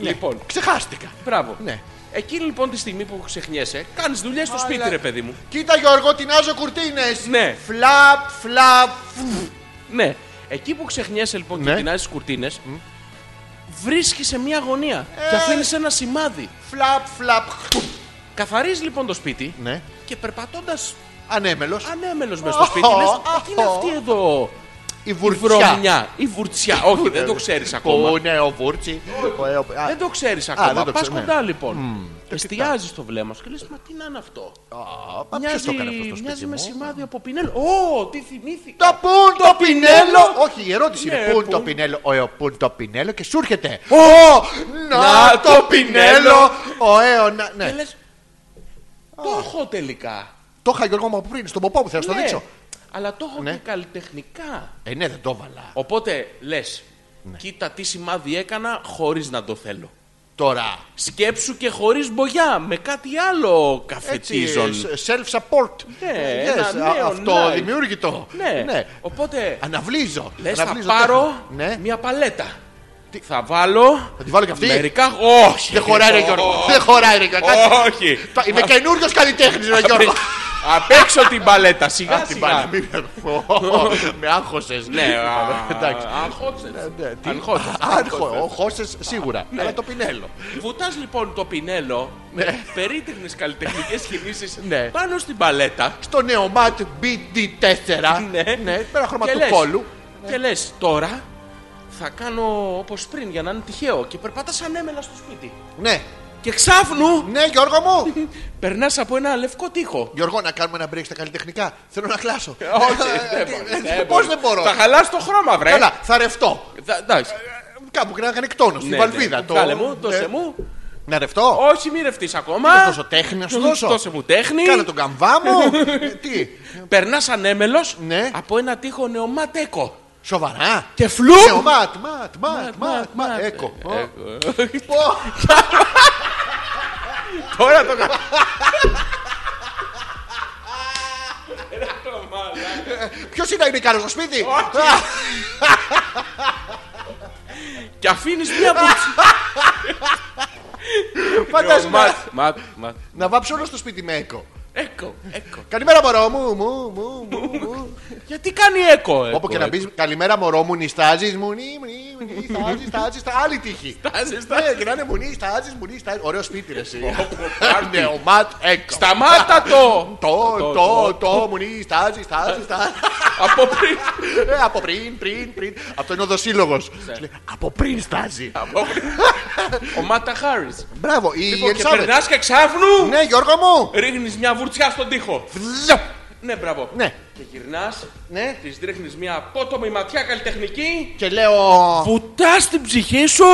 Λοιπόν, Ξεχάστηκα. Μπράβο. Ναι. Εκείνη λοιπόν τη στιγμή που ξεχνιέσαι, κάνεις δουλειές στο σπίτι, ρε παιδί μου. Κοίτα Γιώργο, τεινάζω κουρτίνες. Ναι. Φλαπ, φλαπ. φου. Ναι. Εκεί που ξεχνιέσαι λοιπόν Ναι. και κοινάζει τι κουρτίνε, βρίσκεις σε μια γωνία Ε. και αφήνεις ένα σημάδι. Φλαπ, φλαπ. χου. Καθαρίζεις λοιπόν το σπίτι Ναι. και περπατώντας Ανέμελος. ανέμελος μέσα στο σπίτι, λες: Τι είναι αυτή εδώ Η η βουρτσιά. βρωμιά, η βουρτσιά. Όχι, δεν το ξέρεις ακόμα. Που είναι ο Βούρτσι. Ο- ε, ο- α, Δεν το ξέρεις δεν ακόμα. το Πας ξέρω, ναι. κοντά λοιπόν. Εστιάζει το βλέμμα σου και λες: Μα τι να είναι αυτό. α, μα ποιος το έκανε αυτό στο σπίτι μοιάζει μου? με σημάδι από πινέλο. Ω, τι θυμήθηκα. Το πουν το πινέλο! Όχι, η ερώτηση Ναι, είναι πουν πουν. το πινέλο. Ο ε, πουν το πινέλο και σου έρχεται. Ω, Να το πινέλο! Ο αιώνα. Και Ναι, λες, Ε. το έχω τελικά. το είχα Γιώργο μου από πριν, στον ποπό που θέλω να το Ναι. δείξω. Αλλά το έχω Ναι. και καλλιτεχνικά. Ε, ναι, δεν το έβαλα. Οπότε λες, Ναι. κοίτα τι σημάδι έκανα χωρίς να το θέλω. Τώρα. Σκέψου και χωρίς μπογιά, με κάτι άλλο Έτσι, καφετίζον. self-support. Ναι, Yes, ένα α- νέο αυτό life. δημιουργητό. Ναι. οπότε Αναβλίζω. λες θα Αναβλίζω πάρω τέχνη. Ναι. μια παλέτα. Θα βάλω... Θα τη βάλω κι αυτή. Μερικά... Όχι. Δεν χωράει, ρε Γιώργο. Δεν χωράει, ρε Γιώργο. Κάτσε. Όχι. Τα- Είμαι καινούριος καλλιτέχνης, ρε Γιώργο. Απ' έξω την παλέτα, σιγά Κάτι πάλι, σιγά. μην με άγχωσες. Ναι, εντάξει. Ναι, αν χώτσες. τι- Αν χώτσες. Άρχο, χώσε σίγουρα. Ναι. Αλλά το πινέλο. Βουτάς λοιπόν το πινέλο, περίτεχνες καλλιτεχνικές κινήσεις Ναι. πάνω στην παλέτα. Στο νεομάτ BD4. Ναι, πέρα χρώμα και του λες- κόλου. Και λες τώρα θα κάνω όπως πριν για να είναι τυχαίο. Και περπατάς ανέμελα στο σπίτι. Ναι, Και ξάφνου ναι, Γιώργο μου. περνάς από ένα λευκό τοίχο. Γιώργο, να κάνουμε ένα break στα καλλιτεχνικά. Θέλω να κλάσω. Όχι, Ε, δεν τι- μπορείς, ε, δεν Πώς μπορείς. δεν μπορώ. Θα χαλάς το χρώμα, βρε. Καλά, θα ρευτώ. Δα- Εντάξει. Κάπου και να κάνει κτόνο στην Ναι, βαλβίδα. ναι. το- Βγάλε μου, δώσε ναι. μου. Να ρευτώ. Όχι, μη ρευτείς ακόμα. Να δώσω τέχνη, να σου δώσω. Δώσε μου τέχνη. Κάνε τον καμβά μου. Ε, Τι, Περνάς ανέμελος Ναι. από ένα τείχο νεομάτεκο. σοβαρά. Και φλου! Ε, Ματ, ματ, ματ, ματ, ματ. Έκο. Ε, Πω. Τώρα το κάνω. Ποιος είναι ο Ινικάρος στο σπίτι, Και αφήνεις μια μπουτσιά. Φαντάζομαι Ματ, ματ, ματ. να βάψω όλο στο σπίτι με έκο. Έκο, έκο. Καλημέρα μωρό μου, μου, μου, μου, μου. Γιατί κάνει ε? έκο, έκο. Όπου και να πεις καλημέρα μωρό μου, νιστάζεις μου, νι, νι, νι, στάζεις, στάζεις, στα- άλλη τύχη. Στάζεις, Ναι, και να είναι μου, νι, στάζεις, μου, νι, στάζεις. Ωραίο σπίτι ρε εσύ. πάρτι. Ναι, ο Ματ Έκο. Σταμάτα το! Το, το, το, μου, νι, στάζεις, στάζεις, στάζεις. Από πριν. Ε, από πριν, πριν, πριν. Αυτό είναι ο δοσύλλογος. Από πριν στάζει. από πριν. Ο Μάτα Χάρις. Μπράβο, η Λοιπόν, και Ελισάβετ. περνάς και ξάφνου. Ναι, Γιώργο μου. Ρίχνεις μια βουρτσιά στον τοίχο. Βζζ. Ναι, μπράβο. Ναι. Και γυρνάς, Ναι. της ρίχνεις μια απότομη ματιά καλλιτεχνική. Και λέω. Βουτά στην ψυχή σου.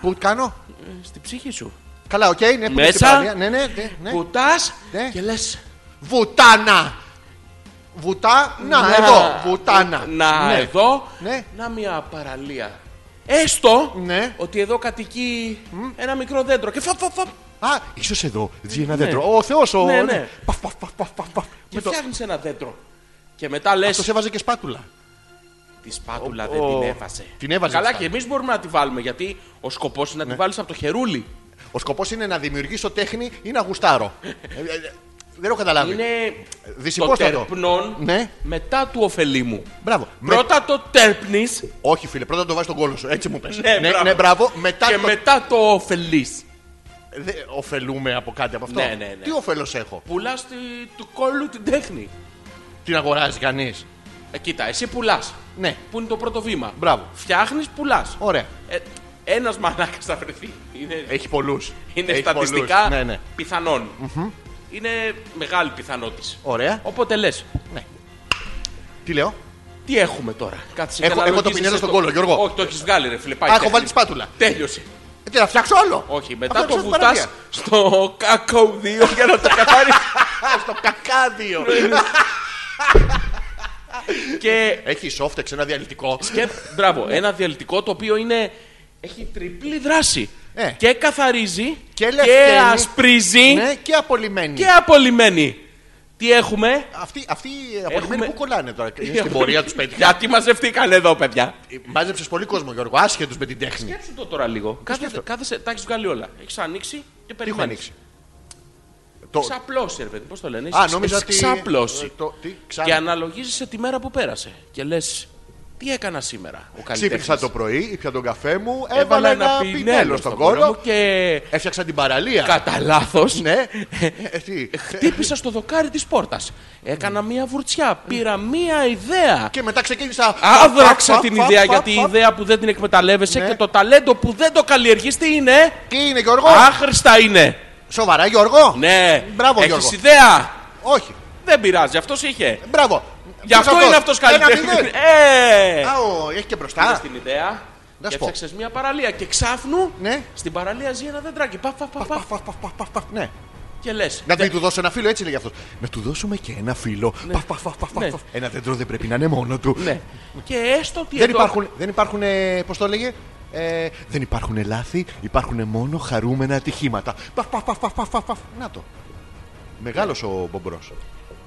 Πού κάνω. Στην ψυχή σου. Καλά, οκ, ναι, που Μέσα. στην παραλία. Ναι, ναι, ναι. ναι. Βουτάς Ναι. και λες. Βουτάνα. Βουτά, να, εδώ. Βουτάνα. Να Ναι. εδώ. Ναι. Να μια παραλία. Έστω Ναι. ότι εδώ κατοικεί ένα μικρό δέντρο. Και φαπ, φαπ, φαπ. Α, ίσως εδώ. Ζει ένα δέντρο. Ο Θεός, ο. Ναι, ναι. Παφ, παφ, παφ, παφ, παφ, παφ. Και Με το- φτιάχνεις ένα δέντρο. Και μετά λες. Αυτό έβαζε και σπάτουλα. Τη σπάτουλα Ο- δεν ο- την έβαζε. την έβαζε Ναι. Καλά, τη και εμείς μπορούμε να τη βάλουμε γιατί ο σκοπός είναι να τη βάλεις από το χερούλι. Ο σκοπός είναι να δημιουργήσω τέχνη ή να γουστάρω. Ε, ε, ε, Δεν έχω καταλάβει. Ε, Είναι το δυσυπόστατο. τερπνών Ναι. μετά του ωφελήμου. Μπράβο. Με- Πρώτα το τέρπνει Όχι, φίλε, πρώτα το βάζεις τον κόλο σου. Έτσι μου πες. Ναι, μπράβο. Μετά και το... μετά το ωφελεί. Δεν ωφελούμε από κάτι από αυτό. Ναι, ναι, ναι. Τι όφελος έχω. Πουλάς του κόλλου την τέχνη. Την αγοράζει κανείς. Ε, κοίτα, εσύ πουλάς. Ναι. Που είναι το πρώτο βήμα. Μπράβο. Φτιάχνεις, πουλάς. Ωραία. Ε, Ένας μανάκα θα βρεθεί. Είναι, Έχει πολλούς. είναι στατιστικά Ναι, ναι. πιθανόν. Είναι μεγάλη πιθανότητα. Ωραία. Οπότε λες, Ναι. Τι λέω. Τι έχουμε τώρα. Κάτσε Έχω- και να έχω το λογίζεσαι πινέλο στον κόλλο, Γιώργο. Όχι, το έχεις βγάλει, ρε φίλε. Πάει. Α, έχω τέχνη. βάλει τη σπάτουλα. Τέλειωσε. Ε, τι να φτιάξω άλλο. Όχι, μετά Αυτό το ξέρω βουτά στην στο κακό 2 για να το καθαρίσει. παραλία. Στο κακάδιο. και Έχει σόφτεξ ένα διαλυτικό. και μπράβο, ένα διαλυτικό το οποίο είναι. Έχει τριπλή δράση. Ε. Και καθαρίζει Και λευκαίνει. ασπρίζει Ναι, και απολυμμένη. και απολυμμένη. Τι έχουμε. Αυτοί, αυτοί οι απολυμμένοι Έχουμε- που κολλάνε τώρα. Είναι στην πορεία τους πέτυχα. Γιατί μαζευτήκαν εδώ, παιδιά. Μάζεψες πολύ κόσμο, Γιώργο, άσχετου με την τέχνη. Σκέψου το τώρα λίγο. Κάθεσαι, σκέφτομαι. κάθεσαι, τα έχεις βγάλει όλα. Έχεις ανοίξει και Τι έχω περιμένεις. ανοίξει. Το... Ξαπλώσει, ρε παιδί, πώς το λένε. Α, έχεις- νόμιζα έχεις ότι. Ξαπλώσει. ε, το- Τι, Και ξανά. αναλογίζεσαι τη μέρα που πέρασε. Και λες, τι έκανα σήμερα. Ο Ξύπνησα καλλιτέχνης. το πρωί, ήπια τον καφέ μου, έβαλα ένα πινέλο στον κόλλο κόλλο, μου και έφτιαξα την παραλία. κατά λάθος. Ναι, Ε, τι. Χτύπησα στο δοκάρι της πόρτας. Έκανα μία βουρτσιά. Πήρα μία ιδέα. Ναι. Και μετά ξεκίνησα. Άδραξα Παπ, την παπ, ιδέα παπ, γιατί η παπ. ιδέα που δεν την εκμεταλλεύεσαι Ναι. και το ταλέντο που δεν το καλλιεργείς τι είναι. Τι είναι, Γιώργο. Άχρηστα είναι. Σοβαρά, Γιώργο. Ναι. Μπράβο, Έχεις Γιώργο. ιδέα. Όχι. Δεν πειράζει. Αυτός είχε. Μπράβο. Γι' αυτό είναι αυτό καλλιτέχνη. καλύτερο. Ε! Α, ο, έχει και Είδες μπροστά. την ιδέα Να και σου πω. έφτιαξε μια παραλία και ξάφνου Ναι. στην παραλία ζει ένα δέντρακι. Παφ, παφ, παφ, Παφ, παφ. παφ, παφ, παφ, παφ, παφ. Ναι. Και λες. Να μην του δώσω ένα φίλο, έτσι λέει αυτός. Να του δώσουμε και ένα φίλο. Παφ, παφ, παφ, παφ, Ναι. Ναι. παφ. Ένα δέντρο δεν πρέπει να είναι μόνο του. Ναι. Και έστω ότι Δεν εδώ- υπάρχουν, δεν υπάρχουν ε, πώς το λέγε, ε, δεν υπάρχουν λάθη, υπάρχουν μόνο χαρούμενα ατυχήματα. Παφ, παφ, παφ, παφ, παφ, παφ, παφ. Να το. Μεγάλος ο μπομπρός.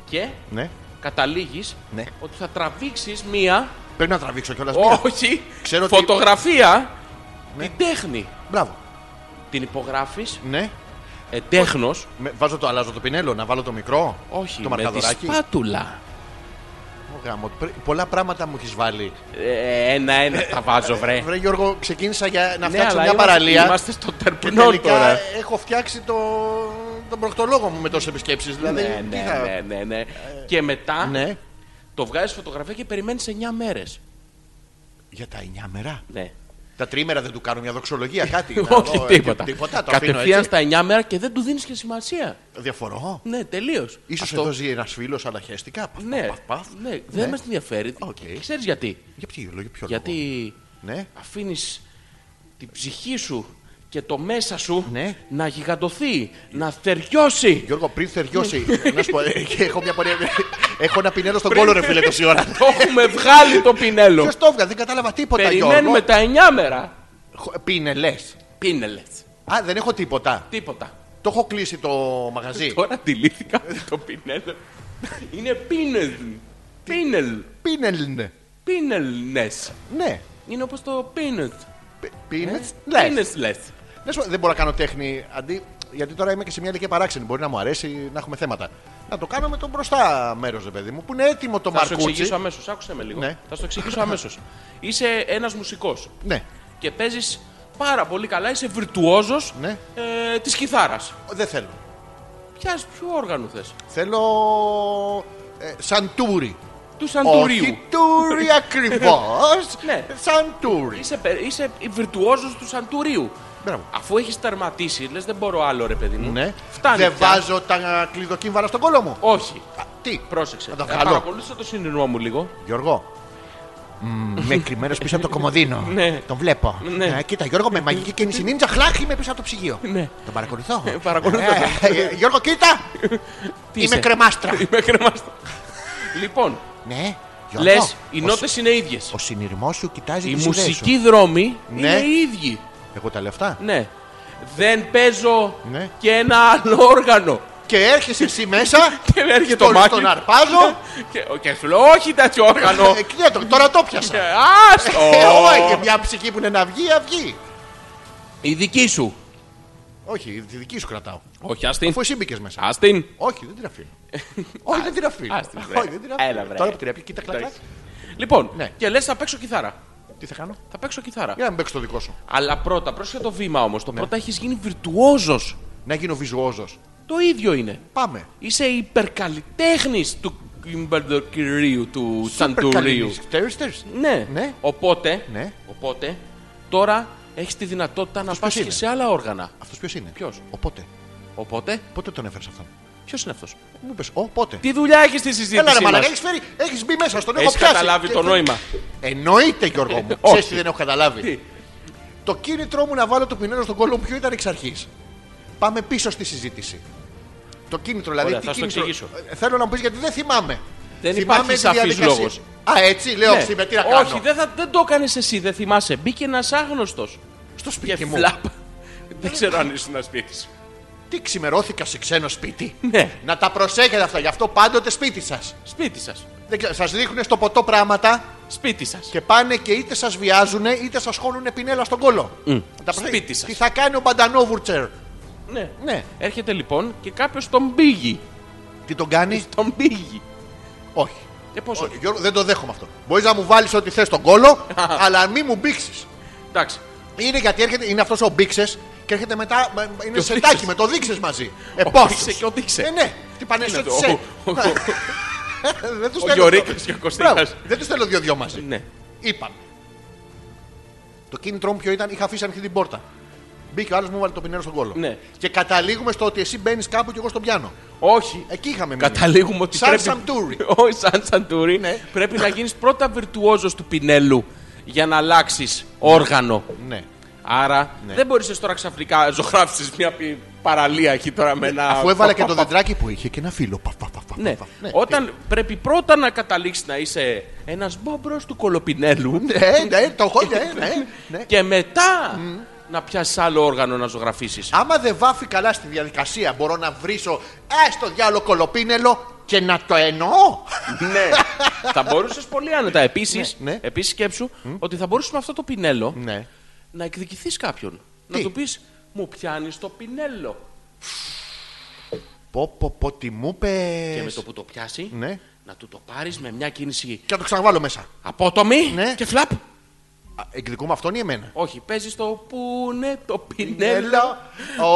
Και Ναι. καταλήγεις Ναι. ότι θα τραβήξεις μία. Πρέπει να τραβήξω κιόλας μία. Όχι. Ξέρω ότι- Ναι. φωτογραφία. Την τέχνη. Μπράβο. Την υπογράφεις. Ναι. Ε, τέχνος. Με- βάζω το, αλλάζω το πινέλο, να βάλω το μικρό. Όχι. Το με τη μαρκαδοράκι. σπάτουλα. Ω, γάμο, πρέ- πολλά πράγματα μου έχεις βάλει. Ε, Ένα-ένα τα βάζω, βρε. Βρε Γιώργο, ξεκίνησα για να Ε. Ναι, φτιάξω αλλά μια είμαστε- παραλία. Είμαστε στο και τερπνό τελικά ε, τώρα. έχω φτιάξει το, τον προκτολόγο μου με τόσες επισκέψεις. Δηλαδή, Ναι, τι ναι, θα- ναι, ναι, ναι. Και μετά ναι. το βγάζεις φωτογραφία και περιμένεις 9 μέρες. Για τα 9 μερά. Ναι. Τα τρίμερα δεν του κάνω μια δοξολογία, κάτι. να Όχι δω, ε, τίποτα. Τίποτα, το αφήνω Κατευθείαν έτσι. στα 9 μέρα και δεν του δίνεις και σημασία. Διαφορώ. Ναι, τελείως. Ίσως εδώ ζει ένας φίλος, αλλά χαίστηκα. Παφ, Ναι, παφ, παφ. ναι, δεν μας ενδιαφέρει. Οκ. Ξέρεις γιατί. Για ποιο λόγο, για ποιο λόγο. Γιατί Ναι. αφήνεις την ψυχή σου και το μέσα σου Ναι. να γιγαντωθεί, να θεριώσει. Γιώργο, πριν θεριώσει, να σου πω, ε, και έχω μια πορεία. έχω ένα πινέλο στον κόλλο, ρε φίλε, τόση ώρα. Το έχουμε βγάλει το πινέλο. Ποιος το έβγαλε, δεν κατάλαβα τίποτα, Περιμένουμε Γιώργο. τα 9 μέρα. Χω- Πινελές. Πίνελε. Α, δεν έχω τίποτα. Τίποτα. Το έχω κλείσει το μαγαζί. Τώρα αντιλήθηκα ότι το πινέλο. Είναι πίνελ. Πίνελ. Πίνελν. Πίνελνες. Ναι. Είναι όπως το πίνελ. Ε, Πίνελ. Πίνελες. Δεν μπορώ να κάνω τέχνη αντί γιατί τώρα είμαι και σε μια ηλικία παράξενη. Μπορεί να μου αρέσει να έχουμε θέματα. Να το κάνω με τον μπροστά μέρος, ρε παιδί μου, που είναι έτοιμο το Θα σου εξηγήσω μαρκούτσι. αμέσως. Άκουσε με λίγο. Ναι. Θα σου το εξηγήσω αμέσως. Είσαι ένας μουσικός Ναι, και παίζεις πάρα πολύ καλά, είσαι βιρτουόζος Ναι. ε, της κιθάρας. δεν θέλω. Ποιας, ποιο όργανο θες. Θέλω. ε, σαν τούρι. Του Σαντουρίου. Όχι τούρι ακριβώς. Ναι. Σαν τούρι. Είσαι, πε- είσαι βιρτουόζος του Σαντουρίου. Μπράβο. Αφού έχεις τερματίσει, λες δεν μπορώ άλλο, ρε παιδί μου. Ναι. Φτάνει. Δεν πια. βάζω τα κλειδοκύμβαρα στον κόλο μου. Όχι. Α, Τι, Πρόσεξε. Να τα Ε, βγάλω. παρακολούθησε το σύνειρμό μου λίγο. Γιώργο. Μμμ, με κρυμμένο πίσω από το κομμωδίνο. Ναι. Τον βλέπω. Ναι. Ε, κοίτα, Γιώργο, με μαγική κίνηση νύντζα, χλάχι με πίσω από το ψυγείο. Ναι. Τον παρακολουθώ. παρακολουθώ. Ε, ε, Γιώργο, κοίτα! Τι Είμαι είσαι? κρεμάστρα. Είμαι κρεμάστα. λοιπόν, Ναι, Γιώργο. λες, οι ο- νότες είναι ίδιες. Ο συνειρμός σου κοιτάζει Οι τις ιδέες σου. μουσικοί δρόμοι Ναι. είναι οι ίδιοι. Εγώ τα λέω αυτά. Ναι. Δεν παίζω Ναι. και ένα άλλο όργανο. Και έρχεσαι εσύ μέσα. Και έρχεται Τον- το μάκι. τον αρπάζω. και, και σου λέω, όχι τάτσι όργανο. Ε, ναι, το- τώρα το πιάσα. Και, Άστο. Ε, όχι, και μια ψυχή που είναι να βγει, ας, βγει. Η δική σου. Όχι, τη δική σου κρατάω. Όχι, άστην. Αφού εσύ μπήκες μέσα. Άστην. Όχι, δεν την αφήνω. Όχι, δεν την αφήνω. Ας την, βρε. Όχι, δεν την αφήνω. Έλα, βρε. Τώρα που την έπιε, κοίτα, κλακ, κλακ. Λοιπόν, Ναι. και λες, θα παίξω κιθάρα. Τι θα κάνω. Θα παίξω κιθάρα. Για να μην παίξω το δικό σου. Αλλά πρώτα, πρόσεχε το βήμα όμως. Το πρώτα έχεις γίνει βιρτουόζος. Να γίνω βιζουόζος. Το ίδιο είναι. Πάμε. Είσαι υπερκαλλιτέχνης του κυμπερντοκυρίου του Σαντουρίου. Τέρστερ. Ναι. Ναι. Οπότε, Ναι. οπότε τώρα έχεις τη δυνατότητα να πα ποιος και είναι? σε άλλα όργανα. Αυτός ποιος είναι. Ποιος? Οπότε. Οπότε, Πότε τον έφερες αυτόν. ποιος είναι αυτός. Μου είπες, Ω, πότε. Τι δουλειά έχεις στη συζήτηση. Έλα, ρε μας? μαλακά, έχει φέρει. Έχεις μπει μέσα στον έχω Έχεις πιάσει. καταλάβει Και- το νόημα. Εννοείται, Γιώργο μου. Ε, Όχι. Ξέρει τι δεν έχω καταλάβει. Τι? Το κίνητρό μου να βάλω το πινέλο στον κόλλο μου ποιο ήταν εξ αρχής. Πάμε πίσω στη συζήτηση. Το κίνητρο, δηλαδή. Ωραία, τι θα σου το κίνητρο- εξηγήσω. Ε, Θέλω να μου πεις γιατί δεν θυμάμαι. Δεν Θυμάμαι υπάρχει τη σαφής διαδικασία. λόγος. Α, έτσι, λέω Ναι. ψήμε, τι να κάνω. Όχι, δεν, θα, δεν το έκανες εσύ, δεν θυμάσαι. Μπήκε ένας άγνωστος. Στο Και σπίτι μου. φλαπ. δεν ξέρω αν ήσουν σπίτι σου. Τι ξημερώθηκα σε ξένο σπίτι. Ναι. Να τα προσέχετε αυτά, γι' αυτό πάντοτε σπίτι σας. Σπίτι σας. Σα δείχνουν στο ποτό πράγματα Σπίτι σας. και πάνε και είτε σας βιάζουν είτε σας χώνουν πινέλα στον κόλο. Να τα προσέχετε. Σπίτι σας. Τι θα κάνει ο Μπαντανόβουρτσερ. Ναι. Ναι. Έρχεται λοιπόν και κάποιος τον πήγει. Τι τον κάνει. Τον πήγει. Όχι. Και πόσο. Όχι, Γιώργο, δεν το δέχομαι αυτό. Μπορείς να μου βάλεις ό,τι θες στον κόλο, αλλά μη μου μπήξεις. Εντάξει. Είναι γιατί έρχεται, είναι αυτός ο μπήξε και έρχεται μετά. με- με- Είναι ο σετάκι Μπήξες. με το δείξε μαζί. Ε, Μπήξε και ο Δείξε. Ναι, ναι. Τι Είναι το- πανέσαι. ο- ο- Δεν τους ο θέλω. Γιωρίκας και ο Κωστίνας. Μπράβο, Δεν τους θέλω δύο-δυο μαζί. Ναι. Είπαμε. Το κίνητρό μου ποιο ήταν, είχα αφήσει ανοιχτή την πόρτα. Μπήκε ο άλλος μου, βάλε το πινέρο στον κόλο. Ναι. Και καταλήγουμε στο ότι εσύ μπαίνεις κάπου και εγώ στον πιάνω. Όχι. Εκεί είχαμε μείνει. Καταλήγουμε ότι Ε, Σαν πρέπει... Σαντούρι. Όχι, σαν Σαντούρι. Ναι. Πρέπει να γίνεις πρώτα βιρτουόζος του πινέλου για να αλλάξεις όργανο. Ναι. Άρα δεν μπορείς εσύ τώρα ξαφνικά ζωγράφεις μια πι- παραλία εκεί τώρα με ένα... Αφού έβαλε και το πα- πα- δεντράκι που είχε και ένα φύλλο. Πα, πα, πα, πα, Ναι. πα, πα. Όταν πρέπει πρώτα να καταλήξεις να είσαι ένας μπόμπρος του κολοπινέλου Ναι, ναι, το έχω, ναι, ναι, ναι. και μετά να πιάσεις άλλο όργανο να ζωγραφίσεις. Άμα δεν βάφει καλά στη διαδικασία, μπορώ να βρίσω ε, στο διάλογο κολοπίνελο και να το εννοώ. ναι. θα μπορούσες πολύ άνετα. Επίσης, Ναι, ναι. επίσης σκέψου ότι θα μπορούσες με αυτό το πινέλο Ναι. να εκδικηθείς κάποιον. Να Τι? του πεις μου πιάνεις το πινέλο. Πω, πω, πω, τι μου πες. Και με το που το πιάσει Ναι. να του το πάρεις με μια κίνηση Και να το ξαναβάλω μέσα. απότομη Ναι. και φλαπ. Α, Εκδικούμε αυτόν ή εμένα. Όχι, παίζεις το που είναι το πινέλο. Πινέλο,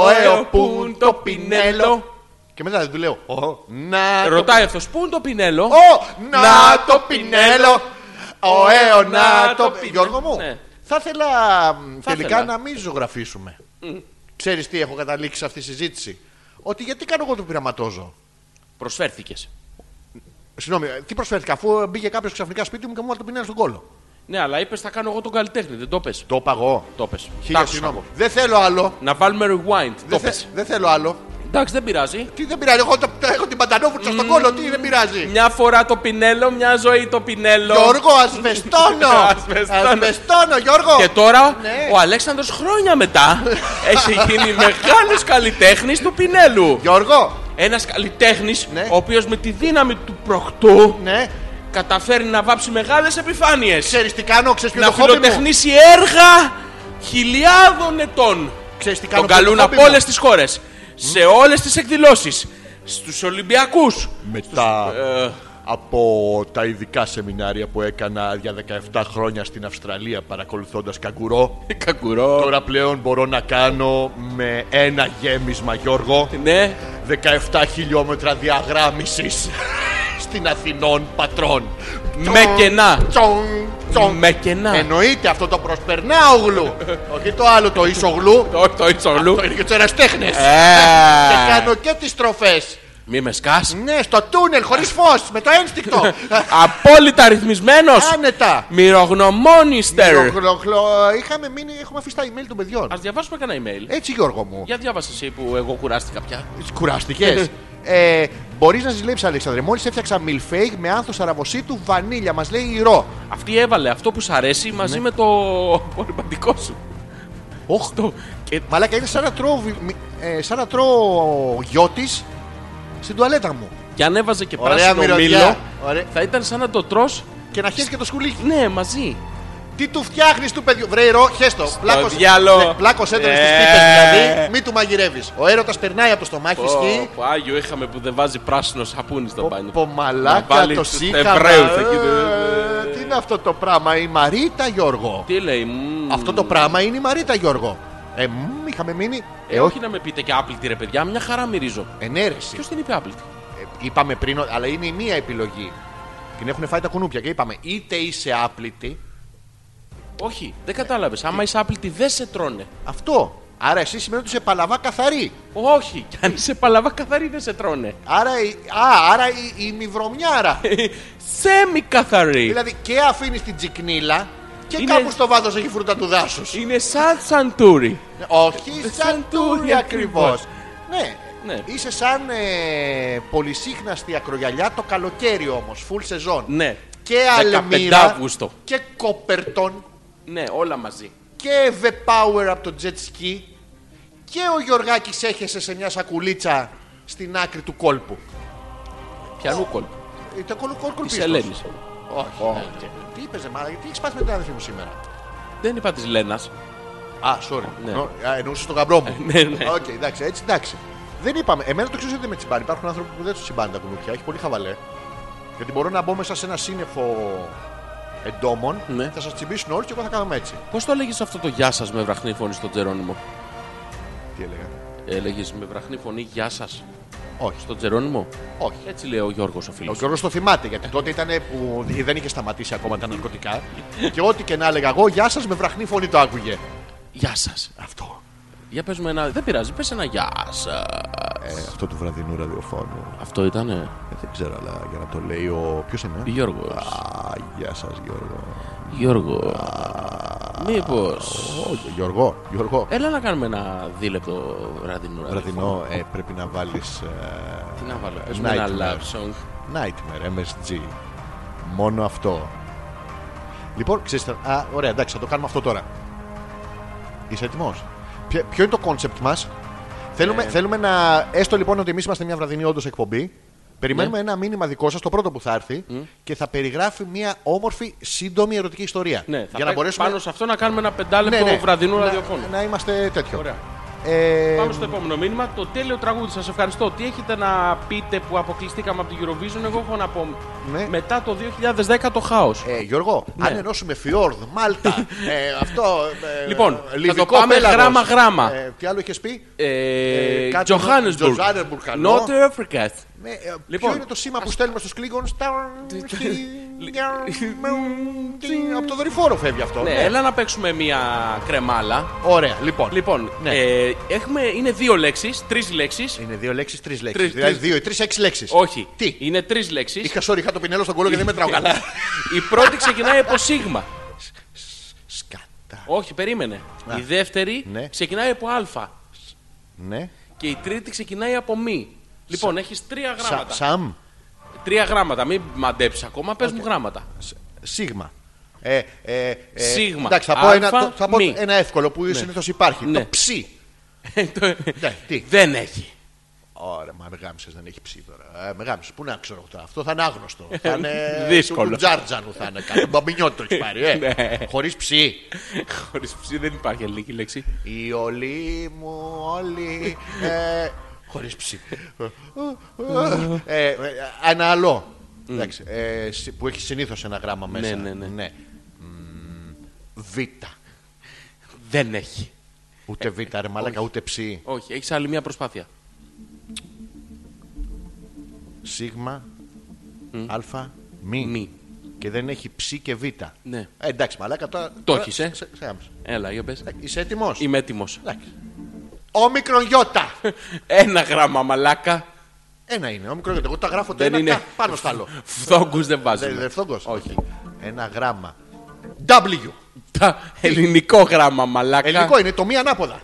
ο εο, πουν, το πινέλο. Και μετά δεν του λέω. «Ω, Να το Ρωτάει αυτός που είναι το πινέλο. Ω, να το πινέλο. Ο αιώ, να το πινέλο. Γιώργο μου, Ναι. θα ήθελα μ, Θα τελικά ήθελα. να μην ζωγραφίσουμε. Ξέρεις τι έχω καταλήξει σε αυτή τη συζήτηση. Ότι γιατί κάνω εγώ το πειραματόζω. Προσφέρθηκες. Συγγνώμη, ε, τι προσφέρθηκα αφού μπήκε κάποιος ξαφνικά σπίτι μου και μου έβαλε το πινέλο στον κόλο. Ναι, αλλά είπες θα κάνω εγώ τον καλλιτέχνη, δεν το πες. Το είπα εγώ. Το πες. Τα Χίλια άκουσα. συγγνώμη. Δεν θέλω άλλο. Να βάλουμε rewind. Το Δεν, θε- πες. δεν θέλω άλλο. Εντάξει, δεν πειράζει. Τι δεν πειράζει. Εγώ το- έχω την παντανόβουρτσα στον κόλο. Τι δεν πειράζει. Μια φορά το πινέλο, μια ζωή το πινέλο. Γιώργο, ασβεστώνω! Ασβεστώνω. ασβεστώνω, Γιώργο! Και τώρα Ναι. ο Αλέξανδρος χρόνια μετά έχει γίνει μεγάλος καλλιτέχνης του πινέλου. Γιώργο, Ένας καλλιτέχνης Ναι. ο οποίος με τη δύναμη του προκτού ναι, καταφέρει να βάψει μεγάλες επιφάνειες. ξέρεις τι κάνω, ξέρεις ποιο Να είναι το χόμπι μου. φιλοτεχνήσει έργα χιλιάδων ετών. Ξέρεις τι κάνω. Τον ποιο είναι καλούν το χόμπι από μου? όλες τις χώρες. σε όλες τις εκδηλώσεις. Στους Ολυμπιακούς. Μετά από τα ειδικά σεμινάρια που έκανα για 17 χρόνια στην Αυστραλία παρακολουθώντας καγκουρό. κακουρό. Τώρα πλέον μπορώ να κάνω με ένα γέμισμα Γιώργο Ναι, 17 χιλιόμετρα διαγράμμισης στην Αθηνών Πατρών. με κενά. Τσον, τσον. Με κενά. Εννοείται αυτό το προσπερνάογλου. Όχι το άλλο το ισογλου. Το, το Ιτσολού. Το είναι και τους εραστέχνες. Ε. Και κάνω και τις τροφές. Μη με σκάς. Ναι, στο τούνελ, χωρίς φως, με το ένστικτο. Απόλυτα ρυθμισμένος. Άνετα. Μυρογνωμόνιστερ. Χλο-χλο-χλο. Είχαμε μείνει, έχουμε αφήσει τα email των παιδιών. Ας διαβάσουμε κανένα email. Έτσι, Γιώργο μου. Για διάβασες εσύ που εγώ κουράστηκα πια. Κουράστηκες. ε, Μπορείς να ζηλέψεις, Αλέξανδρε. Μόλις έφτιαξα μιλφέικ με άνθος αραβοσίτου βανίλια, μας λέει η ρο. Αυτή έβαλε αυτό που σ' αρέσει Ναι. μαζί με το απορριπαντικό σου. Οχ, Το... Και... μαλάκα είναι σαν να τρώω, βι- μι- ε, σαν να τρώω γιώτης στην τουαλέτα μου. και αν έβαζε και Ωραία πράσινο μυρωδιά. μήλο, Ωραία. θα ήταν σαν να το τρως Και να χέσεις και το σκουλίκι. ναι, μαζί. Τι του φτιάχνεις του παιδιού. Βρε, ρο, χέστο. Πλάκος, Ναι, διάλο. πλάκος έντονες στις Ε. πίπες δηλαδή. Μη του μαγειρεύεις. Ο έρωτας περνάει από το στομάχι, σκι. Πω, Άγιο είχαμε που δεν βάζει πράσινο σαπούνι στο μπάνιο. Πω Να μαλάκα βάλει το τους σύγχαμα. Εβραίους εκεί, ναι. Ε, Τι είναι αυτό το πράγμα, η Μαρίτα Γιώργο. Τι λέει, μμμ. Αυτό το πράγμα είναι η Μαρίτα Γιώργο. Ε, μ, είχαμε μείνει. Ε, όχι να με πείτε και άπλητη ρε παιδιά, μια χαρά μυρίζω. Ενέρεση. Ποιος την είπε άπλητη. Ε, είπαμε πριν, ο- αλλά είναι η μία επιλογή. Την έχουν φάει τα κουνούπια και είπαμε είτε είσαι άπλητη, Όχι, δεν κατάλαβες. Άμα είσαι άπλητη, δεν σε τρώνε. αυτό. Άρα εσύ σημαίνει ότι είσαι παλαβά καθαρή. Όχι, κι αν είσαι παλαβά, καθαρή δεν σε τρώνε. Άρα, η- α, άρα η, η μυβρωμιάρα. Σέμι καθαρή. δηλαδή και αφήνεις την τσικνίλα και Είναι- κάπου στο βάθος έχει φρούτα του δάσους. Είναι σαν σαντούρι. Όχι σαν ε, Σαν τούρι τούρι ακριβώς. ακριβώς. Ναι. Ναι. Είσαι σαν ε, πολυσύχναστη ακρογιαλιά το καλοκαίρι όμως, full season. Ναι. Και 15 αλμύρα. Αυγούστου. Και κόπερτον. Ναι, όλα μαζί. Και the power από το jet ski. Και ο Γιωργάκης έχεσαι σε μια σακουλίτσα στην άκρη του κόλπου. Πιανού κόλπο. Ε, Το κόλπο κόλπο Της Ελένης. Όχι. ναι. Τι είπες, Μάρα, γιατί έχεις πάθει με την αδερφή μου σήμερα. Δεν είπα της Λένας. Α, sorry. Ναι. Νο- α, Εννοούσες τον γαμπρό μου. Ναι, ναι. Οκ, εντάξει, έτσι εντάξει. Δεν είπαμε. Εμένα το ξέρω ότι δεν με τσιμπάνε. Υπάρχουν άνθρωποι που δεν τους τσιμπάνε τα κουνούπια. Έχει πολύ χαβαλέ. Γιατί μπορώ να μπω μέσα σε ένα σύννεφο εντόμων. Ναι. Θα σας τσιμπήσουν όλοι και εγώ θα κάναμε έτσι. Πώς το έλεγες αυτό το γεια σας με βραχνή φωνή στον Τζερόνιμο. Τι έλεγα. Έλεγες με βραχνή φωνή γεια σας Όχι. στον Τζερόνιμο. Όχι. Έτσι λέει ο Γιώργος ο φίλος. Ο Γιώργος το θυμάται γιατί τότε ήταν που δεν είχε σταματήσει ακόμα τα ναρκωτικά. και ό,τι και να έλεγα εγώ, γεια σας με βραχνή φωνή το άκουγε. Γεια σας. Αυτό. Για πες μου ένα. Δεν πειράζει, πες ένα γεια σας. Ε, αυτό του βραδινού ραδιοφώνου. Αυτό ήτανε. Ε, δεν ξέρω, αλλά για να το λέει ο. Ποιος είναι. Γιώργος. Α, γεια σας, Γιώργο. Γιώργο. Μήπως. Όχι, Γιώργο, Γιώργο. Έλα να κάνουμε ένα δίλεπτο βραδινό. Βραδινό ε, πρέπει να βάλεις. Ε, Τι να βάλω, πες Nightmare. μου ένα love song. Nightmare, MSG. Μόνο αυτό. Λοιπόν, ξέρεις, θα- α, ωραία, εντάξει, θα το κάνουμε αυτό τώρα. Είσαι έτοιμος. Ποιο είναι το κόνσεπτ μα. Ε. Θέλουμε, θέλουμε να. Έστω λοιπόν ότι εμείς είμαστε μια βραδινή όντως εκπομπή. Περιμένουμε Ναι. ένα μήνυμα δικό σας, το πρώτο που θα έρθει, και θα περιγράφει μια όμορφη, σύντομη ερωτική ιστορία. Ναι, θα για να πρέπει μπορέσουμε. Ναι, πάνω σε αυτό να κάνουμε ένα πεντάλεπτο βραδινού να, ραδιοφώνου. να είμαστε τέτοιο. Ωραία. Ε, Πάμε στο επόμενο μήνυμα. Το τέλειο τραγούδι. Σας ευχαριστώ. Τι έχετε να πείτε που αποκλειστήκαμε από την Eurovision, εγώ έχω να πω. Ναι. Μετά το 2010 το χάος. Ε, Γιώργο, Ναι. αν ενώσουμε Φιόρδ, Μάλτα, ε, αυτό. Ε, Λοιπόν, θα το Λιβικό πάμε πέλαγος. γράμμα-γράμμα. Ε, τι άλλο είχες πει. ε, Ε, κάτι Johannesburg. Johannesburg, καλό. North Africa. Ναι, ε, ποιο Λοιπόν, είναι το σήμα που στέλνουμε στους Κλίγκον. Από το δορυφόρο φεύγει αυτό. Ναι, Ναι. έλα να παίξουμε μία κρεμάλα. Ωραία, λοιπόν. Λοιπόν, Ναι. ε, έχουμε, είναι δύο λέξεις, τρεις λέξεις. Είναι δύο λέξεις, τρεις λέξεις. Τρεις, Δηλαδή τρεις. δύο ή τρεις έξι λέξεις. Όχι, Τι. είναι τρεις λέξεις. Είχα sorry, είχα το πινέλο στον κόλλο και δεν μετράω καλά. Η πρώτη ξεκινάει από σίγμα. Σκάτα. Όχι, περίμενε. Α. Η δεύτερη Ναι. ξεκινάει από α. Ναι. Και η τρίτη ξεκινάει από μη. Λοιπόν, έχεις τρία Σα- γράμματα. Σαμ. Τρία γράμματα, μην μαντέψεις ακόμα, πες μου γράμματα. Σίγμα. Ε, ε, ε, Σίγμα. Εντάξει, θα πω, Αλφα, ένα, το- θα πω μη. ένα εύκολο που συνήθως υπάρχει. Ναι. Το ψι. Το- Ναι, τι. Δεν έχει. Ωραία, μα με γάμισες, δεν έχει ψή τώρα. Ε, με γάμισες, πού να ξέρω τώρα. Αυτό θα είναι άγνωστο. θα είναι Ε, Δύσκολο. Του, του Τζάρτζανου θα είναι κάτι. Μπαμπινιόν το έχει πάρει, ε. Ναι. Χωρίς ψή. Χωρί ψή δεν υπάρχει ελληνική λέξη. Η όλη μου, όλη. Ε, Χωρίς ψή. ε, ε, ένα άλλο. Εντάξει, ε, συ- που έχει συνήθως ένα γράμμα μέσα. ναι, ναι. Μμμ, Β. Δεν έχει. Ούτε Β, ρε μαλάκα, ούτε ψή. Όχι, έχεις άλλη μια προσπάθεια. Σίγμα, Α, μη. Μη. Και δεν έχει ψή και Β. Ναι. Ε, εντάξει, μαλάκα τώρα. Το έχεις, ε. Έλα, για πες. Είσαι έτοιμος. Είμαι έτοιμος. Όμικρον γιώτα. Ένα γραμμα μαλάκα. Ένα είναι, όμικρον γιώτα. Εγώ τα γράφω το Δεν ένα είναι. κα- πάνω στο άλλο. Φθόγκους δεν Δεν είναι βάζουμε. ευθόγκο. Όχι. Ένα γράμμα. W. Τα ελληνικό γράμμα μαλάκα. Ελληνικό είναι το μη ανάποδα.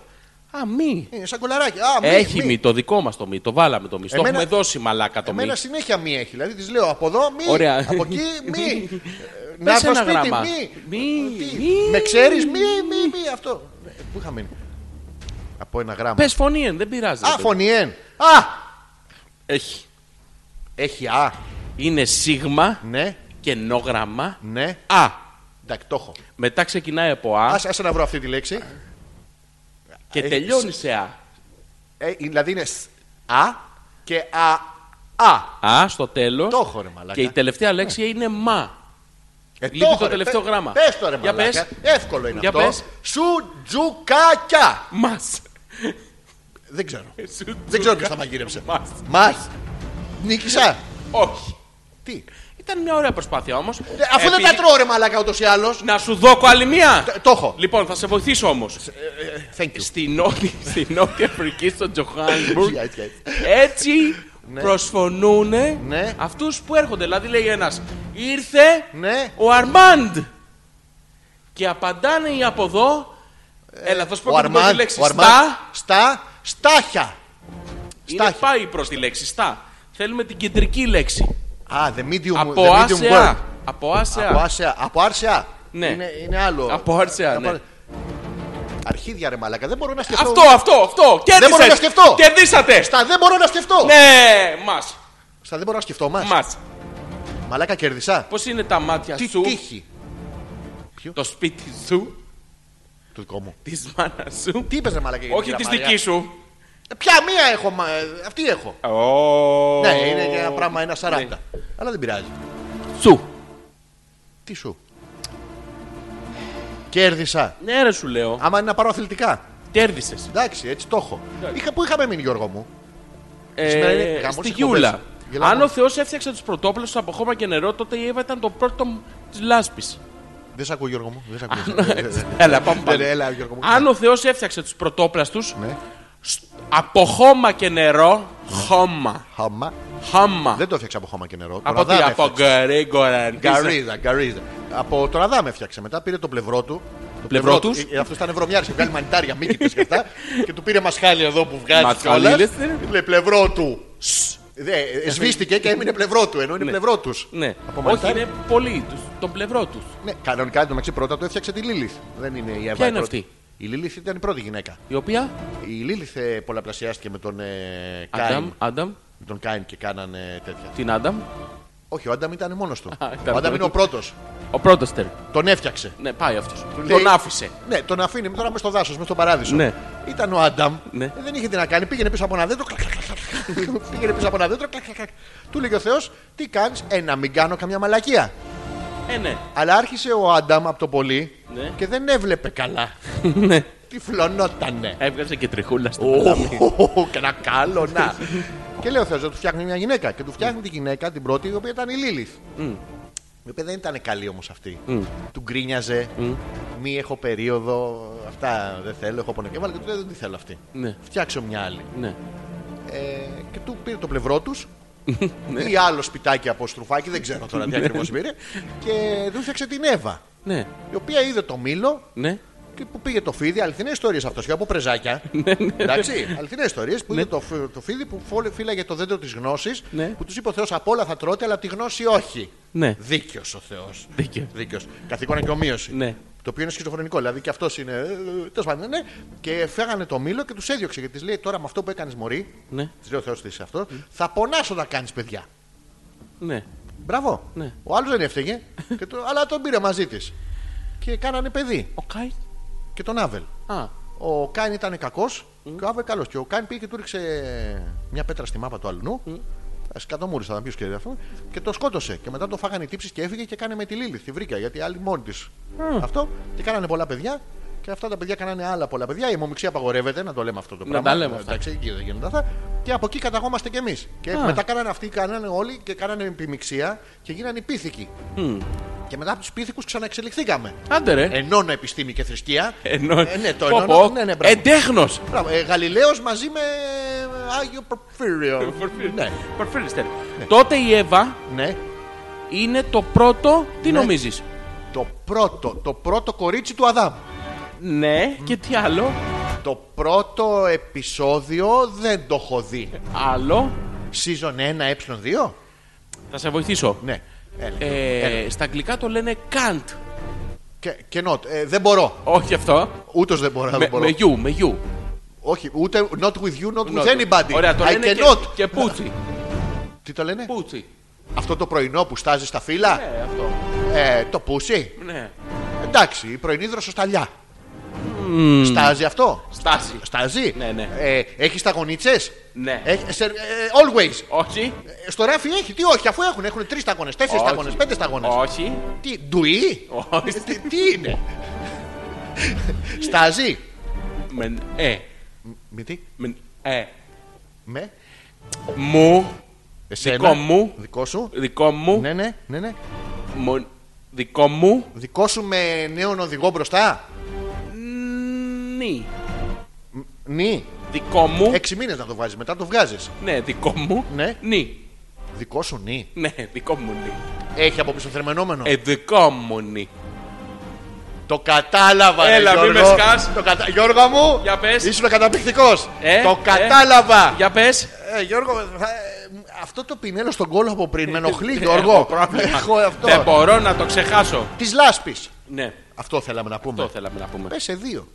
Α, μη. Είναι σαν κολαράκι. Α, μη, Έχει μη το δικό μας το μη. Το βάλαμε το μη. Το Εμένα- έχουμε δώσει μαλάκα το μη. Εμένα συνέχεια μη έχει. Δηλαδή της λέω από εδώ μη. Ωραία. Από εκεί μη. Ε, Να Πες έρθω ένα σπίτι γράμμα. μη. Μη, Τι, μη. Με ξέρεις μη, μη, μη. Αυτό. Ε, Πού είχα μείνει. Από ένα γράμμα. Πες φωνή, εν, δεν πειράζει. ρε Α, παιδί. φωνιέν. Α! Έχει. Έχει α. Είναι σίγμα Ναι, και νόγραμμα. ναι. Α. Εντάξει, το έχω. Μετά ξεκινάει από Α Ας, άσε να βρω αυτή τη λέξη. και έχεις- τελειώνει σε Α. Ε, δηλαδή είναι σ, α και α. Α. Α στο τέλος. Το έχω, ρε μαλάκα. Και η τελευταία λέξη είναι μα. Ε, Λείπει έχω, το ρε. τελευταίο Πε- γράμμα. Πες το ρε Για μαλάκα. πες. Εύκολο είναι Για αυτό. πες. Σουτζουκάκια. Μας. Δεν ξέρω. Δεν ξέρω ποιος θα μαγείρεψε. Μας. Μας. Νίκησα. Όχι. Τι. Ήταν μια ωραία προσπάθεια όμως. Ε, Αφού δεν τα τρώω ρε μαλάκα ούτως ή άλλως. Να σου δώκω άλλη μία. Το- Το έχω. Λοιπόν, θα σε βοηθήσω όμως. Ε, Thank you. Στη νότια, στη νότια Αφρική, στο Τζοχάνσμπουργκ, Yes, yes. έτσι προσφωνούν Ναι. αυτούς που έρχονται. Δηλαδή, λέει ένας, ήρθε Ναι. ο Αρμάντ. Και απαντάνε οι από εδώ. Έλα, θα σου πω Ε, Ο και την πρώτη Αρμάν. λέξη. ο Αρμάν- Στα. Στα. Στάχια. Είναι Στάχια. πάει προ τη λέξη. Στα. Θέλουμε την κεντρική λέξη. Α, the medium, από the Α medium σε word. Α. Από Α σε Από Α. άρσεα. Από άρσεα. Ναι. Είναι, είναι άλλο. Από άρσεα, Από- ναι. Αρχίδια ρε μαλάκα. Δεν μπορώ να σκεφτώ. Αυτό, αυτό, αυτό. Κέρδισες. μπορώ να σκεφτώ. Κερδίσατε. Στα δεν μπορώ να σκεφτώ. Ναι, μας. Στα δεν μπορώ να σκεφτώ. Μας. Μας. Μαλάκα κέρδισα. Πώς είναι τα μάτια Τι σου, τύχη. το σπίτι σου, Το δικό μου. της μάνας σου, Τι είπες ρε μαλάκα. για την όχι τη κυρία Μαριά? δική σου. Ε, Ποια μία έχω. Μα... ε, Αυτή έχω. Ναι, είναι και ένα πράγμα ένα 40. Ναι. Αλλά δεν πειράζει. Σου. Τι σου. Κέρδισα. Ναι, ρε σου λέω. Άμα είναι να πάρω αθλητικά. Κέρδισες. Εντάξει, έτσι το έχω. Εντάξει. Είχα, πού είχαμε μείνει, Γιώργο μου. Σήμερα είναι Ε, γαμός στη εκπομπές. Γιούλα. Γελάμε. Αν ο Θεός έφτιαξε τους πρωτόπλους από χώμα και νερό, τότε η Εύα ήταν το πρώτο της λάσπης. Δεν σ' ακούω, Γιώργο μου. Δεν σ' ακούω. ναι. Έλα, πάμε πάλι. Ε, έλα, Γιώργο μου. Αν ο Θεός έφτιαξε τους πρωτόπλαστους Ναι. από χώμα και νερό, χώμα. Χαμά. Χώμα. Δεν το έφτιαξα από χώμα και νερό. Από τι, από γκαρίγκορα. Γκαρίζα, γκαρίζα. Από τον Αδάμ έφτιαξε μετά, πήρε το πλευρό του. Το Πλευρό του. τους. Αυτό ήταν βρωμιάρη, είχε βγάλει μανιτάρια, μήκητες και αυτά. και του πήρε μασχάλη εδώ που βγάζει κιόλα. Μασχαλίλες, ναι. Λέει πλευρό του. Δε, ε, σβήστηκε και έμεινε πλευρό του, ενώ είναι πλευρό τους. Ναι. Από Όχι, μανιτάρι. είναι πολύ. τους- Τον πλευρό τους. Ναι, κανονικά εντωμεταξύ πρώτα το έφτιαξε τη Λίλιθ. Δεν είναι η Εύα. Ποια η είναι πρώτη. αυτή? Η Λίλιθ ήταν η πρώτη γυναίκα. Η οποία. Η Λίλιθ ε, πολλαπλασιάστηκε με τον ε, Άνταμ, Κάιν. Άνταμ, Με τον Κάιν και κάνανε τέτοια. την Άνταμ. Όχι, ο Άνταμ ήταν μόνος του. Α, ήταν Ο Άνταμ μόνο είναι ο του. πρώτος. Ο πρώτος τέρ. Τον έφτιαξε. Ναι, πάει αυτός. Του λέει- Τον άφησε. Ναι, τον αφήνει τώρα μέσα στο δάσος, μέσα στον παράδεισο. Ε. Ναι. Ήταν ο Άνταμ. Ναι. Ε, Δεν είχε τι να κάνει. Πήγαινε πίσω από ένα δέντρο. κλακ, κλακ, κλακ. πήγαινε πίσω από ένα δέντρο. κλακ, κλακ, κλακ. Του λέει ο Θεός, τι κάνεις, ε, να μην κάνω καμιά μαλακία. Ε, ναι. Αλλά άρχισε ο Άνταμ από το πολύ Ναι. και δεν έβλεπε καλά. ναι. Τυφλωνότανε. Έβγαζε και τριχούλα στο ποτάμι. Ωχ, και ένα καλό να. και λέει ο Θεός να του φτιάχνει μια γυναίκα. Και του φτιάχνει τη γυναίκα την πρώτη, η οποία ήταν η Λίλιθ. Η οποία δεν ήταν καλή όμως αυτή. Του γκρίνιαζε. Μη έχω περίοδο. Αυτά δεν θέλω. Έχω πονοκέφαλα. Και του λέει δεν τη θέλω αυτή. Ναι. Φτιάξω μια άλλη. Ναι. Ε, και του πήρε το πλευρό τους. ή άλλο σπιτάκι από στρουφάκι, δεν ξέρω τώρα τι ακριβώς πήρε. Και του φτιάξε την Εύα. Ναι. Η οποία είδε το μήλο Ναι. και που πήγε το φίδι, αληθινές ιστορίες αυτός και από πρεζάκια. ναι. Εντάξει, αληθινές ιστορίες που είναι το, φι- το φίδι που φόλε- φύλαγε το δέντρο της γνώσης Ναι. που τους είπε ο Θεός από όλα θα τρώτε, αλλά από τη γνώση όχι. Ναι. Δίκαιος ο Θεός. Δίκαιος. Δίκαιος. Καθήκον και ομοίωση. Ναι. Το Το οποίο είναι σχιζοφρενικό, δηλαδή και αυτός είναι. ε, Τέλος πάντων, ναι. Και φέγανε το μήλο και τους έδιωξε. Γιατί της λέει τώρα με αυτό που έκανες Μωρή, Ναι, της λέει ο Θεός τι είσαι αυτό, θα πονάσω να κάνεις παιδιά. ναι. Μπράβο. Ναι. Ο άλλος δεν έφταιγε, και το- αλλά τον πήρε μαζί της. Και κάνανε παιδί. Ο Κάιν. Και τον Άβελ. Α, Ο Κάιν ήταν κακός και ο Άβελ καλός. Και ο Κάιν πήγε και του ρίξε μια πέτρα στη μάπα του αλουνού. Mm. Σκατομούρισα να πει και αυτό. Και το σκότωσε. Και μετά το φάγανε οι τύψεις και έφυγε και κάνε με τη Λίλη. Τη βρήκα γιατί η άλλη μόνη της. Αυτό. Και κάνανε πολλά παιδιά. Και αυτά τα παιδιά κάνανε άλλα πολλά παιδιά. Η αιμομηξία απαγορεύεται, να το λέμε αυτό το Να πράγμα. τα λέμε αυτά. Εντάξει, εκεί δεν γίνονται αυτά. Και από εκεί καταγόμαστε κι εμείς. Και Α. μετά κάνανε αυτοί, κάνανε όλοι και κάνανε επιμηξία και γίνανε οι πίθηκοι. Και μετά από τους πίθηκους ξαναεξελιχθήκαμε. άντε ρε. Ενώνω επιστήμη και θρησκεία. Ενώ... Ε, ναι, το Πω, ενώνω. πω. Ναι, ναι, μπράβο. Εντέχνος. Μπράβο, ε, Γαλιλαίος μαζί με ε, Άγιο Προφύριο. ναι. Πορφύριστερ. Τότε η Εύα ναι. είναι το πρώτο. Τι νομίζεις. Το πρώτο, το πρώτο κορίτσι του Αδάμ. Ναι, και τι άλλο. Το πρώτο επεισόδιο δεν το έχω δει. Άλλο. Season 1, ε2. Θα σε βοηθήσω. Ναι. Έλα. Ε, στα αγγλικά το λένε Kant. Και, και not. Ε, δεν μπορώ. Όχι αυτό. Ούτως δεν μπορώ. Με, δεν μπορώ. με γιου, με γιου. Όχι, ούτε not with you, not with Not. anybody. Ωραία, το I λένε και, cannot. και πούτσι. Τι το λένε? πούτσι. Αυτό το πρωινό που στάζει στα φύλλα. Ναι, αυτό. Ε, το πούσι. Ναι. Εντάξει, η πρωινή δροσοσταλιά. Στάζει αυτό. Στάση. Στάζει. Ναι, ναι. Ε, έχεις τα γονίτσες. Ναι. ε, always. Όχι. Ε, στο ράφι έχει. Τι όχι, αφού έχουν. Έχουν τρεις σταγόνες, τέσσερις Όχι. σταγόνες, πέντε σταγόνες. Όχι. Τι, ντουί. Όχι. τι, τι είναι. Στάζει. Μεν, ε. Με τι, Μεν, ε. με. Μου. Εσένα. Δικό μου. Δικό σου. Δικό μου. Ναι, ναι, ναι, ναι. Μον- δικό μου. Δικό σου με νέον οδηγό μπροστά. Νι. Νι. Δικό μου. Έξι μήνες να το βάζει, μετά το βγάζεις. Ναι, δικό μου. Ε- Ναι. Νι. Δικό σου νι. Ναι, δικό μου νι. Έχει από πίσω θερμενόμενο. Ε, δικό μου νι. Το κατάλαβα, ρε, Έλα, μη Γιώργο. με σκάς. Το κατα... Γιώργο μου, Για πες. ήσουν καταπληκτικός. Ε, το ε. κατάλαβα. Για πες. Ε, Γιώργο, θα- ε, αυτό το πινέλο στον κόλλο από πριν με ενοχλεί, Έχω Γιώργο. Ε, πρόβλημα. Έχω Δεν αυτό. μπορώ να το ξεχάσω. Της λάσπης. Ναι, Αυτό θέλαμε να πούμε. αυτό θέλαμε να πούμε. Πες σε δύο.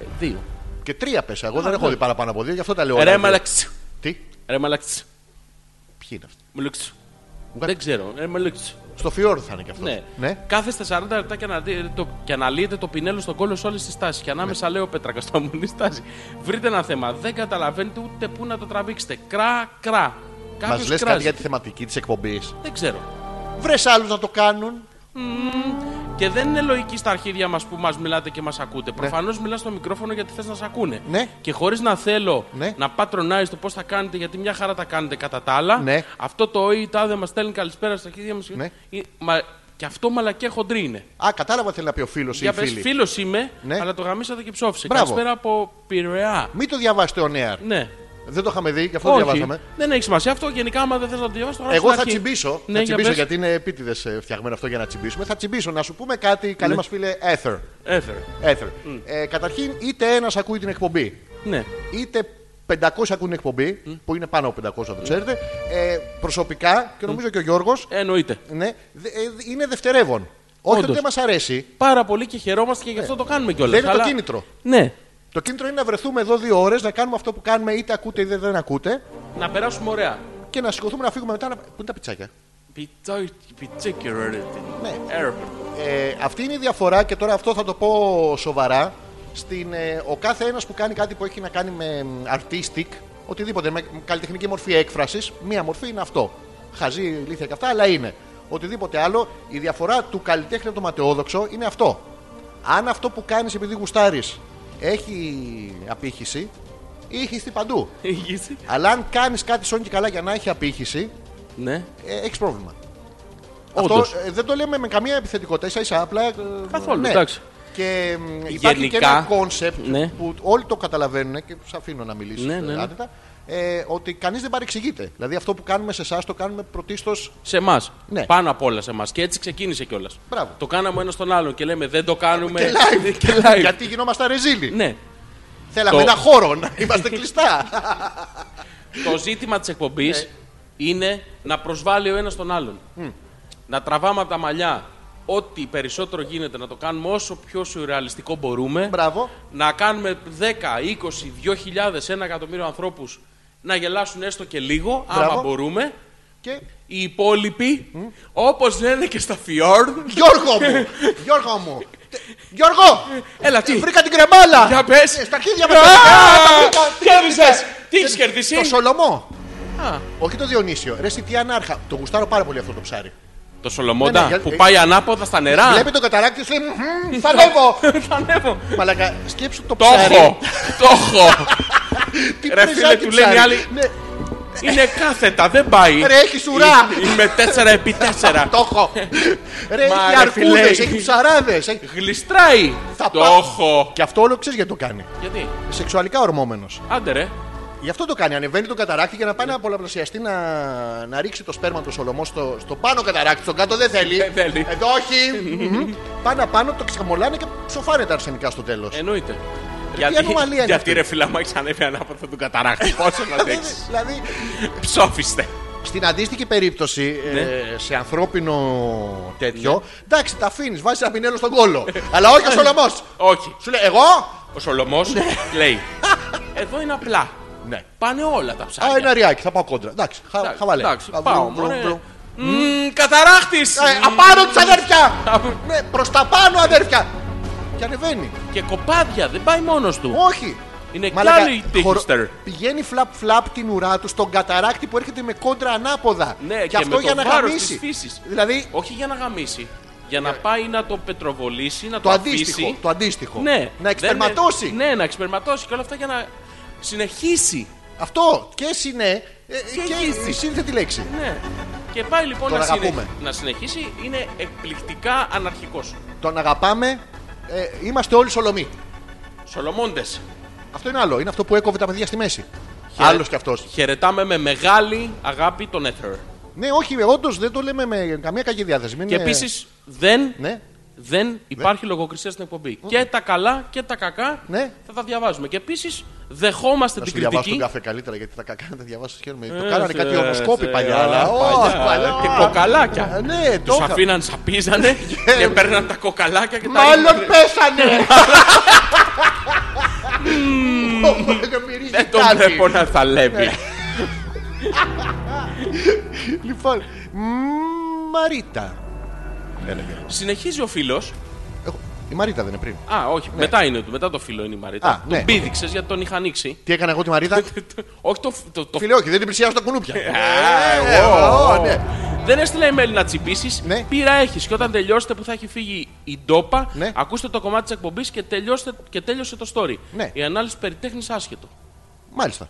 Ε, Δύο. Και τρία πέσα. Εγώ δεν ναι. έχω δει παραπάνω από δύο, γι' αυτό τα λέω. Ρε όλα. μαλαξ. Τι, Ρε μαλαξ. ποιοι είναι αυτοί. Μου λουξ. What? Δεν ξέρω. Ρε μαλαξ. Στο Φιόρ θα είναι κι αυτός. Ναι. Κάθεστε 40 λεπτά και, αναλύετε το, και αναλύετε το πινέλο στον κόλλο σε όλες τις τάσεις. Και ανάμεσα Ναι. λέω πέτρακα στο αμμονή στάση. Βρείτε ένα θέμα. Δεν καταλαβαίνετε ούτε πού να το τραβήξετε. Κρά, κρά. Μας Κάποιος λες κάτι κράζει. για τη θεματική της εκπομπής. Δεν ξέρω. Βρες άλλους να το κάνουν. Και δεν είναι λογική στα αρχίδια μας που μας μιλάτε και μας ακούτε. Προφανώς Προφανώς μιλάς στο μικρόφωνο γιατί θες να σε ακούνε. Ναι. Και χωρίς να θέλω Ναι. να πατρονάει το πώς θα κάνετε, γιατί μια χαρά τα κάνετε κατά τα άλλα. Ναι. Αυτό το ή τάδε μας στέλνει καλησπέρα στα αρχίδια μας». Ναι. Ε, Μα... Και αυτό μαλακέ χοντρή είναι. Α, κατάλαβα τι θέλει να πει ο φίλος ή η Για πες, φίλη. φίλος είμαι, Ναι. αλλά το γαμίσατε και ψόφισε. Μπράβο. Καλησπέρα από Πειραιά. Μην το διαβάσετε ο νέα. Ναι. Δεν το είχαμε δει, γι' αυτό το Όχι. διαβάσαμε. Δεν έχει σημασία αυτό. Γενικά, άμα δεν θες να το διαβάσεις, το γράφεις Εγώ στην θα αρχή. τσιμπήσω. Ναι, θα για τσιμπήσω πες. γιατί είναι επίτηδες φτιαγμένο αυτό για να τσιμπήσουμε. Θα τσιμπήσω να σου πούμε κάτι, καλέ Ναι. μας φίλε Ether. Έφερε. Ether. Ε, καταρχήν, είτε ένας ακούει την εκπομπή, Ναι. είτε 500 ακούνε την εκπομπή, που είναι πάνω από 500, το ξέρετε. Ε, προσωπικά και νομίζω και ο Γιώργος, Εννοείται. ναι, δε- ε, είναι δευτερεύον. Όχι ότι Όντως. δεν μας αρέσει. Πάρα πολύ και χαιρόμαστε και γι' αυτό το κάνουμε κιόλας. Ε, Δεν είναι το κίνητρο. Ναι. Το κίνητρο είναι να βρεθούμε εδώ δύο ώρες, να κάνουμε αυτό που κάνουμε, είτε ακούτε είτε δεν ακούτε, Να περάσουμε ωραία. και να σηκωθούμε να φύγουμε μετά. Να... Πού είναι τα πιτσάκια. Πιτσάκι, πιτσάκι, ρε. ρε, τι. Ναι. Έρε. Ε, αυτή είναι η διαφορά και τώρα αυτό θα το πω σοβαρά. Στην, ε, ο κάθε ένας που κάνει κάτι που έχει να κάνει με μ, artistic, οτιδήποτε, με καλλιτεχνική μορφή έκφρασης, μία μορφή είναι αυτό. Χαζή, ηλίθεια και αυτά, αλλά είναι. Οτιδήποτε άλλο, η διαφορά του καλλιτέχνη από το ματαιόδοξο είναι αυτό. Αν αυτό που κάνεις επειδή γουστάρεις έχει απήχηση, ήχηστη παντού. Ήγηση. Αλλά αν κάνεις κάτι σώνει και καλά για να έχει απήχηση, Ναι. ε, έχεις πρόβλημα. Όντως. Αυτό ε, δεν το λέμε με καμία επιθετικότητα, ίσα ίσα απλά. ε, Καθόλου, εντάξει. Και μ, υπάρχει Γενικά, και ένα κόνσεπτ ναι. που όλοι το καταλαβαίνουν και σα αφήνω να μιλήσει Ναι, ναι, ναι. άνετα. Ε, ότι κανείς δεν παρεξηγείται. Δηλαδή αυτό που κάνουμε σε εσάς το κάνουμε πρωτίστως. Σε εμάς. Ναι. Πάνω απ' όλα σε εμάς. Και έτσι ξεκίνησε κιόλας. Μπράβο. Το κάναμε ένα στον άλλον και λέμε δεν το κάνουμε. Και live. Και live. Γιατί γινόμαστε ρεζίλοι. Ε. Ναι. Θέλαμε Το- ένα χώρο να είμαστε κλειστά. Το ζήτημα της εκπομπής Ναι. είναι να προσβάλλει ο ένας τον άλλον. Να τραβάμε από τα μαλλιά. ό,τι περισσότερο γίνεται να το κάνουμε όσο πιο σουρεαλιστικό μπορούμε. Μπράβο. Να κάνουμε 10, 20, 2.000, 1 εκατομμύριο ανθρώπους να γελάσουν έστω και λίγο, άμα Μπράβο. μπορούμε. Και Οι υπόλοιποι, όπως λένε και στα Φιόρντ. Γιώργο μου! Γιώργο μου! Τε- Γιώργο! Έλα, τι. Βρήκα την κρεμάλα! Για πες. Ε, Στα αρχίδια μου! Α, Α, τα βρήκα. Κέρδισες. Τι έχεις Το κερδίσει. Σολομό! Α. Όχι το Διονύσιο. Ρε εσύ τι ανάρχα. Το γουστάρω πάρα πολύ αυτό το ψάρι. Το Ναι, ναι, Σολομόντα για- που πάει ανάποδα στα νερά. Βλέπει τον καταράκτη και λέει «Μμμ, Θα ανέβω! Θα ανέβω. Μαλακα, σκέψου το Το ψάρι. έχω. Το έχω. Τι Ρε πρεζάκι φίλε, του λένε ψάρι. οι άλλοι. Ναι, Είναι κάθετα, δεν πάει. Ρε, έχεις σουρά. Ε, Είμαι 4 επί 4. Το έχω. Ρε Μα, έχει ρε, αρκούδες, φιλέ. έχει ψαράδε. Γλιστράει. Θα Το πάω. έχω. Και αυτό όλο ξέρεις γιατί το κάνει. Γιατί. Σεξουαλικά ορμόμενος. Άντε ρε. Γι' αυτό το κάνει. Ανεβαίνει τον καταράκτη για να πάει να πολλαπλασιαστεί να, να ρίξει το σπέρμα του Σολομό στο, στο πάνω καταράκτη. Στον κάτω δεν θέλει. Δεν θέλει. Εδώ όχι. Μμμ. Πάνω πάνω το ξαμολάνε και ψοφάνε τα αρσενικά στο τέλος. Εννοείται. ανομαλία είναι γιατί αυτή. ρε φίλα μου έχεις ανέβει ανάποδα του καταράκτη. Πόσο να αντέξεις. δηλαδή Ψόφιστε. στην αντίστοιχη περίπτωση ε, Ναι. σε ανθρώπινο τέτοιο, εντάξει, τα αφήνεις, βάζεις ένα πινέλο στον κόλο. Αλλά Ναι. όχι ο Σολομό. Όχι. Σου λέει, εγώ Ο Σολομός λέει. Εδώ είναι απλά. Ναι. Πάνε όλα τα Α, ψάρια. ένα ριάκι, θα πάω κόντρα. Εντάξει, χα, Εντάξει, χαβαλέ. Εντάξει, Α, πάω. βρου, βρου, μωρέ. βρου. Μμμ, καταράχτης. Ε, Απάνω του αδέρφια! ναι, προς τα πάνω αδέρφια! Και ανεβαίνει. Και κοπάδια, δεν πάει μόνος του. Όχι! Είναι Μαλάκα, καλή η χορο- τύχιστερ. Πηγαίνει φλαπ φλαπ την ουρά του στον καταράκτη που έρχεται με κόντρα ανάποδα. Ναι, και, και αυτό με για το να βάρος γαμίσει. της φύσης. Δηλαδή Όχι για να γαμίσει. Για να πάει να το πετροβολήσει, να το, το αφήσει. αντίστοιχο. Το αντίστοιχο. Ναι. Να εξπερματώσει. Δεν- Ναι, να εξπερματώσει και όλα αυτά για να συνεχίσει. Αυτό και είναι. ε, Και γύστη. και η σύνθετη λέξη. Ναι. Και πάει λοιπόν Τον να, συνε- αγαπούμε. να συνεχίσει, είναι εκπληκτικά αναρχικός. Τον αγαπάμε. ε, είμαστε όλοι σολομοί. Σολομόντες. Αυτό είναι άλλο. Είναι αυτό που έκοβε τα παιδιά στη μέση. Άλλος κι αυτός. Χαιρετάμε με μεγάλη αγάπη τον Έθερ. Ναι, όχι, όντως δεν το λέμε με καμία κακή διάθεση. Μην Και είναι- επίσης δεν, Ναι. δεν υπάρχει λογοκρισία στην εκπομπή. Και τα καλά και τα κακά Ναι. θα τα διαβάζουμε. Και επίσης δεχόμαστε Να την σου διαβάσω τον κριτική. καφέ καλύτερα γιατί τα κακά να τα διαβάσω χαίρομαι. Το Ε, κάνανε σε- κάτι ομοσκόπη σε- παλιά, αλλά. παλιά, Ω, παλιά. Και κοκαλάκια. Ε, Ναι, το Τους είχα. Ε, αφήναν, σαπίζανε και παίρναν τα κοκαλάκια και τα Μάλλον ήπιανε. πέθανε! Δεν τον βλέπω να θα λέπει. Ναι. Λοιπόν, μ, Μαρίτα. Έλεγε. Συνεχίζει ο φίλος. Έχω- Η Μαρίτα δεν είναι πριν. Α, όχι, μετά είναι του. Μετά το φίλο είναι η Μαρίτα. Ναι. Α, ναι. Τον πήδηξε γιατί τον είχα ανοίξει. Τι έκανα εγώ τη Μαρίτα. όχι το. το, το... Φίλε, όχι, δεν την πλησιάζω τα κουνούπια. Α, Ε, ω, ω, ναι. Δεν έστειλα email να τσιμπήσεις. Ναι. Πήρα έχεις. Και όταν τελειώσετε που θα έχει φύγει η ντόπα, Ναι. ακούστε το κομμάτι της εκπομπής και, τελειώστε- και τέλειωσε το story. Ναι. Η ανάλυση περιτέχνης άσχετο. Μάλιστα.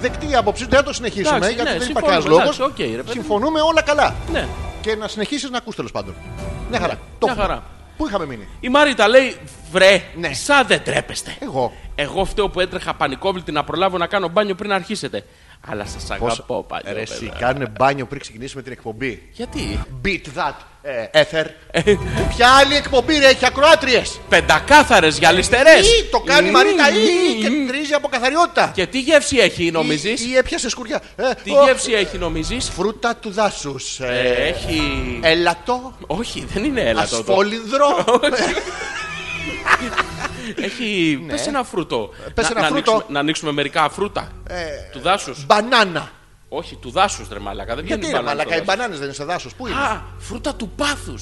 Δεκτή η άποψή του, δεν θα το συνεχίσουμε Εντάξει, γιατί ναι, δεν υπάρχει συμφωνούμε, κανένα λόγος. εντάξει, οκ, ρε παιδί μου. Συμφωνούμε όλα καλά. Ναι. Και να συνεχίσεις να ακούς τέλος πάντων. Μια χαρά. Το μια έχουμε. χαρά. Πού είχαμε μείνει. Η Μαρίτα λέει: Βρε, Ναι. σαν δεν τρέπεστε. Εγώ. Εγώ φταίω που έτρεχα πανικόβλητη να προλάβω να κάνω μπάνιο πριν αρχίσετε. Αλλά σας αγαπώ παλιό Ρε, παιδί. εσύ, κάνουν μπάνιο πριν ξεκινήσουμε την εκπομπή. Γιατί. Beat that, ε, Ether. Ποια άλλη εκπομπή ρε, έχει ακροάτριες. Πεντακάθαρες γυαλιστερέ. Ή το κάνει η Μαρίτα, ή ή, και τρίζει από καθαριότητα. Και τι γεύση έχει, νομίζει. Ή, ή έπιασε σκουριά. Ε, Τι ο, γεύση έχει, νομίζεις. Φρούτα του ε, δάσου. Έχει. Ε, Ελατό. Όχι, δεν είναι έλατο. το. Ασφόλινδρο. Έχει. Πες ένα φρούτο. Ναι. πες Να- ένα να φρούτο. Ε. ανοίξουμε- Να ανοίξουμε μερικά φρούτα. Του δάσους. Μπανάνα. Όχι, του δάσους ρε μαλάκα. Δεν Γιατί βγαίνει είναι μπανάνα μαλακά, οι στο δάσος. μπανάνες δεν είναι σε δάσος. Πού είναι. Α, φρούτα του πάθους.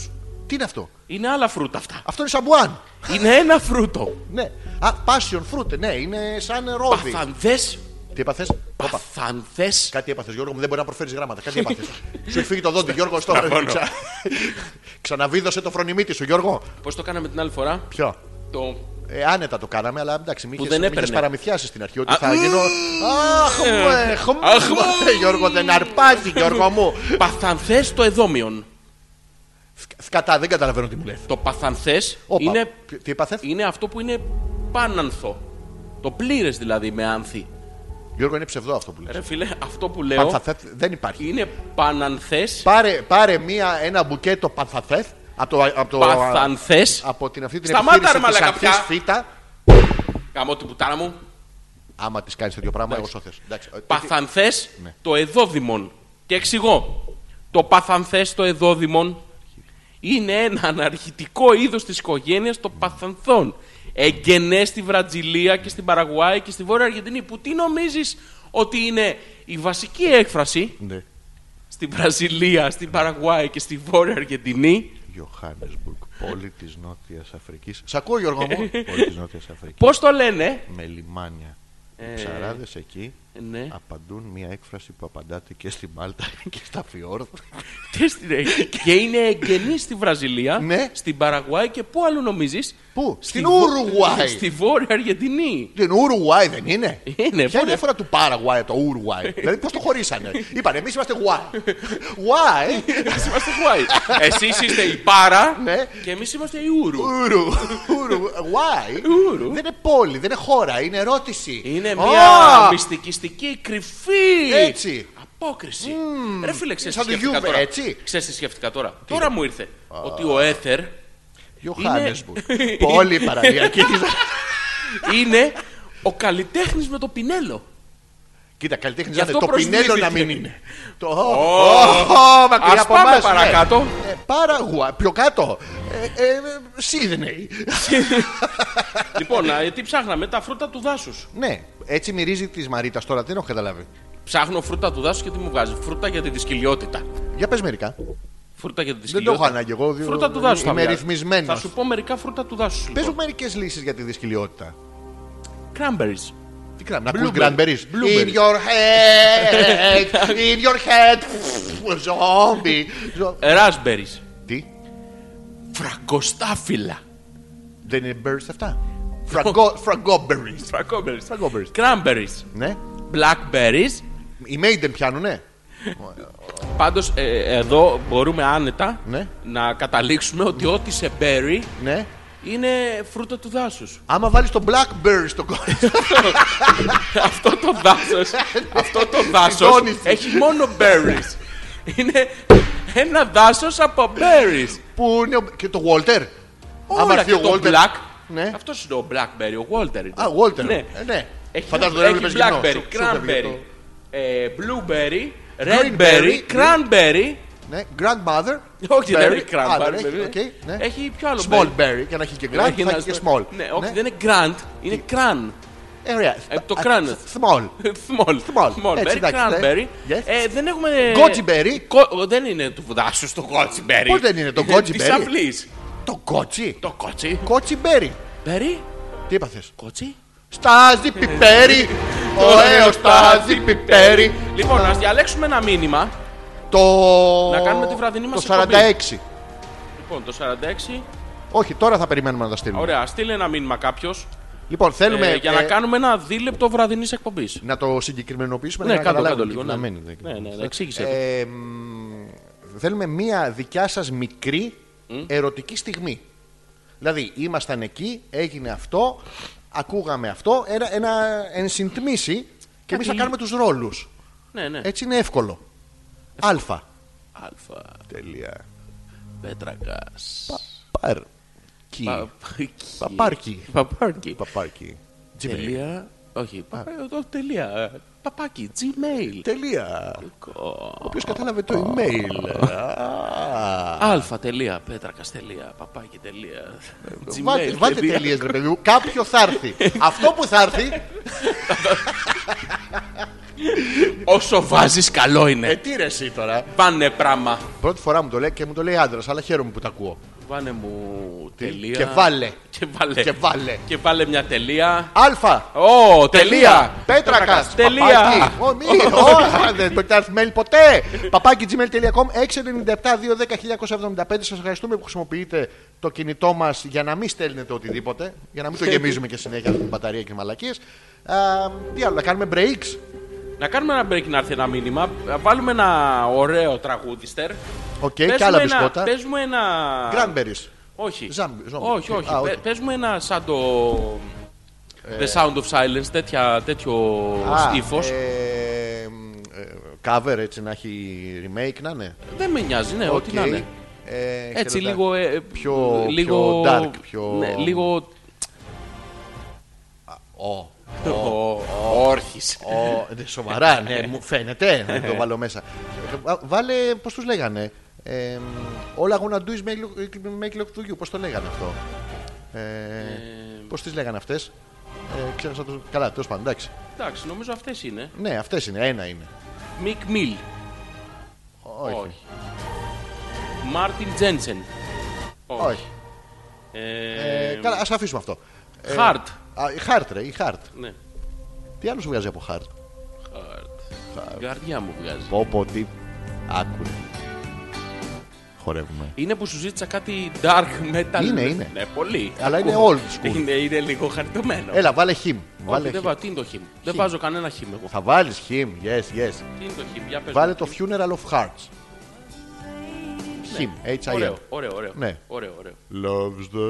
Τι είναι αυτό. Είναι άλλα φρούτα αυτά. Αυτό είναι σαμπουάν. Είναι ένα φρούτο. Ναι. Α, passion fruit, ναι, είναι σαν ρόδι. Παθανδές. Τι έπαθες. Παθανδές. Κάτι έπαθες, Γιώργο μου, δεν μπορεί να προφέρεις γράμματα. Κάτι έπαθες. σου έχει φύγει το δόντι, Γιώργο. Στο... Ξα... Ξαναβίδωσε το φρονιμίτι σου, Γιώργο. Πώς το κάναμε την άλλη φορά. Ποιο. Το. Ε, άνετα το κάναμε, αλλά εντάξει, μην δεν είχες έπαιρνε. παραμυθιάσεις στην αρχή. Ότι Α, θα γίνω. Αχ, μου, ε, χμ, Αχ, μου. ε, Γιώργο, δεν αρπάζει, Γιώργο μου. Παθανθές το εδόμιον. Κατά, δεν καταλαβαίνω τι μου λες. Το παθανθές είναι, Ε- Τι έπαθε. είναι αυτό που είναι πάνανθο. Το πλήρες δηλαδή με άνθη. Γιώργο, είναι ψευδό αυτό που λες. Ρε φίλε, αυτό που λέω Πανθαθέτ δεν υπάρχει. είναι πανανθέ. Πάρε, πάρε μία, ένα μπουκέτο πανθαθέθ από, το, από, το, Παθανθές. από την αυτή την Σταμάτα, ρε επιχείρηση της μαλάκα, ανθής πια. φύτα. Γαμώ την πουτάνα μου. Άμα της κάνεις τέτοιο πράγμα, εγώ σώθες. Εντάξει. ε, Παθανθές το εδόδημον. Και εξηγώ. Το παθανθές το εδόδημον είναι ένα αναρχητικό είδος της οικογένειας των παθανθών. Εγγενές στη Βραζιλία και στην Παραγουάη και στη Βόρεια Αργεντινή. Που τι νομίζεις ότι είναι η βασική έκφραση Ναι. στην Βραζιλία, στην Παραγουάη και στη Βόρεια Αργεντινή. Johannesburg, πόλη της Νότιας Αφρικής. Σ' ακούω, Γιώργο μου. πόλη της Νότιας Αφρικής. Πώς το λένε, Με λιμάνια. Ε. Οι ψαράδες εκεί Ναι. απαντούν μια έκφραση που απαντάτε και στη Μάλτα και στα Φιόρδ. Τι στην- και είναι εγγενή στη Βραζιλία, Ναι. στην Παραγουάη και πού αλλού νομίζεις. Πού? Στην Ουρουάη. Στη Βόρεια Αργεντινή. Την Ουρουάη δεν είναι. Είναι, Ποια είναι πολύ. η διαφορά του Παραγουάη από το Ουρουάη. δηλαδή πώς το χωρίσανε. Είπαν εμείς είμαστε Γουάι. Γουάι. Ας είμαστε Χουάι. Εσείς είστε η Πάρα Ναι. και εμείς είμαστε η Ούρου. Ούρου. Ούρου. Why? Ούρου. Δεν είναι πόλη, δεν είναι χώρα, είναι ερώτηση. Είναι Α, μια μυστικιστική κρυφή Έτσι. απόκριση. Ρε φίλε, ξέρεις τι σαν το σκέφτηκα Juve, τώρα. έτσι. Ξέρεις τι σκέφτηκα τώρα. τώρα μου ήρθε ότι ο Έθερ Johannesburg. Πόλη παραλιακή. είναι ο καλλιτέχνης με το πινέλο. Κοίτα, καλλιτέχνης Γι' να είναι. αυτό Το πινέλο να προσβλήθηκε. μην είναι. Το. Ω, μακριά ας από πάμε εμάς, ναι. παρακάτω. Ε, Παραγουά, πιο κάτω. Ε, ε, Σίδνεϊ. λοιπόν, α, τι ψάχναμε, τα φρούτα του δάσους. Ναι, έτσι μυρίζει της Μαρίτας τώρα, δεν έχω καταλάβει. Ψάχνω φρούτα του δάσους και τι μου βγάζει. Φρούτα για τη δυσκυλιότητα. Για πες μερικά. Φρούτα για Δεν το τη δυσκυλιότητα. έχω ανάγκη εγώ. διότι Φρούτα του δάσου. θα Είμαι βγάλω. ρυθμισμένος. Θα σου πω μερικά φρούτα του δάσου. Πες μου Λοιπόν. μερικές λύσεις για τη δυσκολιότητα. Cranberries. Τι κράμα, να ακούς Blueberry. Γκρανμπερίς. In Blueberry. your head, in your head, zombie. Ζο- Raspberries. Τι, Φραγκοστάφυλλα. δεν είναι birds αυτά. Φραγκο- Φραγκόμπερις. Φραγκόμπερις. Φραγκόμπερις. Cranberries. Ναι, Blackberries. οι Maiden πιάνουνε. Πάντως ε, εδώ μπορούμε άνετα Ναι. να καταλήξουμε ότι ό,τι σε berry Ναι. είναι φρούτα του δάσους. Άμα βάλεις το Blackberry στο κόλλο. αυτό το δάσος, αυτό το δάσος Συντόνιση. έχει μόνο berries. είναι ένα δάσος από berries. Που είναι ο- και το Walter. Άμα Όλα έρθει και ο το Walter- black. Ναι. Αυτός είναι ο blackberry, ο Walter. ήταν. Α, Walter. Ναι. Ε, Ναι. Έχει, Φαντάζομαι έχει δεν έβλεπες γυμνό. blackberry, Σου- σου έβλεπε cranberry, το- ε, blueberry, Greenberry, redberry, cranberry. Ναι, grandmother. Όχι, δεν είναι berry. Α, cranberry. δεν έχει, βέβαια. οκ, ναι. Έχει πιο άλλο Small berry. berry, για να έχει και grand, Έχει θα ένα- έχει και small. Ναι, όχι, δεν είναι grand, είναι cran. Ε, ωραία. Ε, το Α, κράνος. Small. Small. Small. Έτσι, berry, εντάξει, cranberry. ναι. Yes. Ε, δεν έχουμε. Goji berry. Κο- Δεν είναι του δάσου το goji berry. Πώς δεν είναι το goji Της berry? αυλής. Το κότσι. Το κότσι. Κότσι μπέρι. Berry. Τι έπαθες. Κότσι. Στάζει πιπέρι. Ωραίο στάζει πιπέρι. Λοιπόν, ας διαλέξουμε ένα μήνυμα. Το. Να κάνουμε τη βραδινή μας Το εκπομπή. 46. Λοιπόν, το 46. Όχι, τώρα θα περιμένουμε να τα στείλουμε. Ωραία, στείλε ένα μήνυμα κάποιος. Λοιπόν, θέλουμε. για να ε, κάνουμε ένα δίλεπτο βραδινής εκπομπής. να το συγκεκριμενοποιήσουμε. Ναι, να κάτω, καταλάβουμε κάτω και λίγο. τι να Ναι, μένει. ναι, Δεν- ναι, εξήγησε. το. Ε, μ, Θέλουμε μία δικιά σας μικρή ερωτική στιγμή. Δηλαδή, ήμασταν εκεί, έγινε αυτό, ακούγαμε αυτό, ένα, ένα ενσυντμίσει και εμείς θα Κάτι- κάνουμε τους ρόλους. Ναι, ναι. Έτσι είναι εύκολο. Αλφα. Αλφα. Τελεία. Πέτρακας. Παρκι. Παπάρκι. Παπάρκι. Παπάρκι. Gmail. Τελεία. Όχι. παπα- εδώ Τελεία. Παπάκι. Gmail. Τελεία. Όποιος κατάλαβε το email. Α. Αλφα τελεία, πέτρακας τελεία, παπάκι τελεία, Gmail Βάτε, Ε, βάτε τελεία. τελείες ρε παιδί μου. Κάποιο θα έρθει. Αυτό που θα έρθει. Όσο βάζεις καλό Ε, είναι. τι ρε εσύ τώρα. Πάνε πράμα. Πρώτη φορά μου το λέει και μου το λέει άντρας, αλλά χαίρομαι που τα ακούω. Βάνε μου τελεία. Ε. Και βάλε. Και βάλε. Και βάλε. Και βάλε μια τελεία. Αλφα. Ω, τελεία. Πέτρακας. Τελεία. Όχι, δεν το κοιτάξει mail ποτέ. Παπάκι gmail.com 697-210-1975. Σας ευχαριστούμε που χρησιμοποιείτε το κινητό μας για να μην στέλνετε οτιδήποτε. Για να μην το γεμίζουμε και συνέχεια με μπαταρία και μαλακίες. Τι άλλο, να κάνουμε breaks. Να κάνουμε ένα break να έρθει ένα μήνυμα. Να βάλουμε ένα ωραίο τραγούδιστερ. Οκ, Παίζουμε και Ε, άλλα ένα- μπισκότα. Παίζουμε ένα. Cranberries. Όχι. Ζάμπι- ζόμπι. όχι, όχι. Α, Πε- όχι. Ε. Παίζουμε ένα σαν το. The Sound of Silence, τέτοια, τέτοιο Α, στίφος. ε, ε, cover έτσι να έχει remake να είναι. Δεν με νοιάζει, ναι, ό,τι να Οκ. είναι. Ε, Έτσι, χαιρετά- λίγο. ε, ε, Πιο- λίγο πιο dark, πιο- Ναι, λίγο. Ω, Όρχη. Ε, ω, ναι, σοβαρά, ναι, μου φαίνεται. να το βάλω μέσα. Ε, βα- Βάλε, πώς τους λέγανε. Ε, all I wanna do is make, look- make love to you. Πώς το λέγανε αυτό. Ε, Πώς τις λέγανε αυτές. Ε, ξέχασα το... Καλά, τέλος πάντων, εντάξει. Εντάξει, νομίζω αυτές είναι. Ναι, αυτές είναι. Ένα είναι. Μικ Μιλ. Όχι. Μάρτιν Τζένσεν. Όχι. Ε, Ε, καλά, ας αφήσουμε αυτό. Χαρτ. Α, η Χάρτ, ρε, η Χάρτ. Ναι. Τι άλλο σου βγάζει από Χάρτ. Χαρτ. Η Καρδιά μου βγάζει. Πω πω τι. Άκουρε. Χορεύουμε. Είναι που σου ζήτησα κάτι dark metal. Είναι, είναι. Ναι, πολύ. Αλλά είναι Ακούω. old school. Είναι, είναι λίγο χαρτωμένο. Έλα, βάλε χιμ. Ε, Όχι, Βάλε δεν him. βάζω. Τι είναι το χιμ. Δεν βάζω κανένα χιμ εγώ. Θα βάλεις χιμ, yes, yes. Τι είναι το χιμ, για πες Βάλε μου. το Funeral of Hearts. Χιμ, H-I-M. Ωραίο, ωραίο, ωραίο. Ναι. Ωραίο, ωραίο. Loves the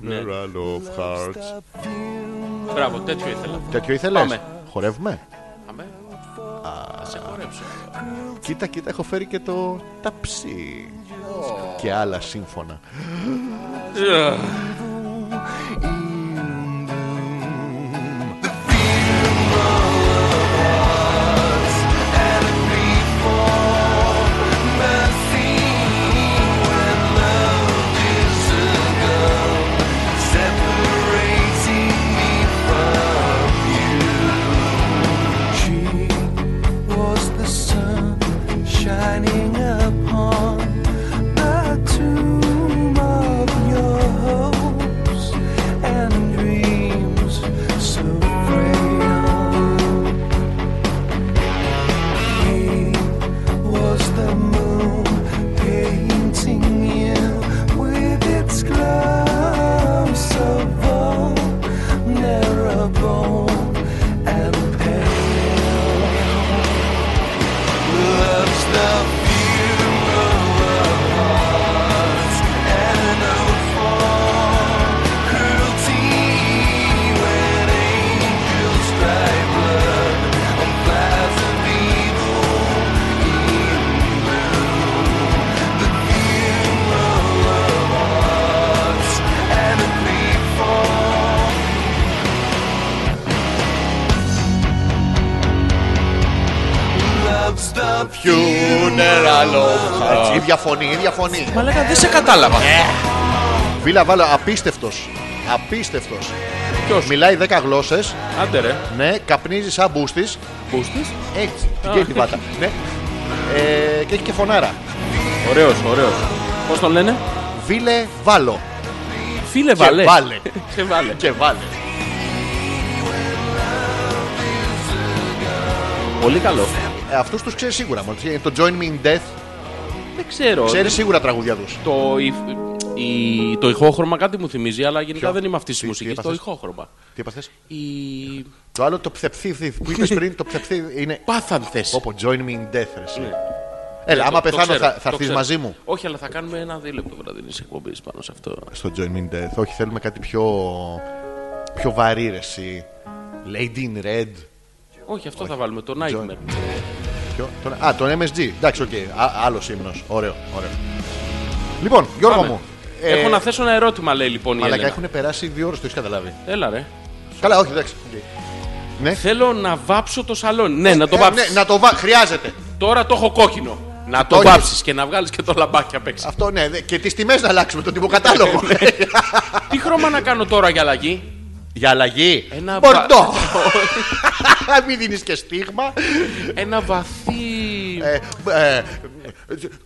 Ναι. funeral of hearts. Μπράβο, τέτοιο ήθελα. Τέτοιο ήθελες. Πάμε. Χορεύουμε. Αμέ. Θα σε χορέψω. Κοίτα, κοίτα, έχω φέρει και το ταψί. Και άλλα σύμφωνα. was the sun shining upon the tomb of your hopes and dreams so frail. He was the moon painting you with its glow so vulnerable and pale. Love's the funeral of hearts and no form cruelty when angels cry blood on clouds of evil in blue. The funeral of hearts and a plea for love's the Funeral of hearts. Ίδια φωνή, ίδια φωνή. Μα λέγα, δεν σε κατάλαβα. Φίλα, Ε. βάλε απίστευτος. Απίστευτος. Ποιος? Μιλάει 10 γλώσσες. Άντε ρε. Ναι, καπνίζει σαν μπούστης. Μπούστης. Έτσι, την καίει τη βάτα. ναι. Ε, και έχει και φωνάρα. Ωραίος, ωραίος. Πώς τον λένε. Βίλε βάλω. Φίλε Και Βαλέ. βάλε. Και βάλε. Και βάλε. Πολύ καλό. Ε, Αυτούς τους ξέρεις σίγουρα. μόλις. Ε, Το Join Me in Death Δεν ξέρω. ξέρεις σίγουρα τραγούδια τους. Το, η, η- το ηχόχρωμα κάτι μου θυμίζει, αλλά γενικά Ποιο? δεν είμαι αυτής της Τι- τι μουσικής. Το έπαθες? ηχόχρωμα. Τι είπα θες? Η Το άλλο το ψευθύθη που είπες πριν, το ψευθύθη είναι. Πάθανθες. Όπω Join Me in Death. ρε, εσύ. Ναι. Έλα, Το- Ε, άμα το πεθάνω ξέρω, θα, θα το έρθεις ξέρω. μαζί μου. Όχι, αλλά θα κάνουμε ένα δίλεπτο βραδινής εκπομπής πάνω σε αυτό. Στο Join Me in Death. Όχι, θέλουμε κάτι πιο. πιο βαρύ, ρε, εσύ. Lady in Red. Όχι, αυτό θα βάλουμε. Το Nightmare. Ποιο, τον, α, τον MSG. Εντάξει, οκ. Άλλος ύμνος. Ωραίο, ωραίο. Λοιπόν, Γιώργο Πάμε. μου. Έχω να θέσω ένα ερώτημα, λέει λοιπόν η Μαλακά, Έλενα. Ε, έχουν περάσει δύο ώρες, το έχεις καταλάβει. Έλα ρε. Καλά, όχι, εντάξει. οκ. Θέλω να βάψω το σαλόνι. Ναι, να το Ε, βάψεις. ναι, να το βα... Χρειάζεται. Τώρα το έχω κόκκινο. Να το Το έχεις. βάψεις και να βγάλεις και το λαμπάκι απ' έξω. Αυτό ναι, δε- και τις τιμές να αλλάξουμε, τον τυποκατάλογο. Τι χρώμα να κάνω τώρα για αλλαγή. Για αλλαγή. Ένα Μπορντό. βα- Μην δίνεις και στίγμα. Ένα βαθύ. Ε, ε,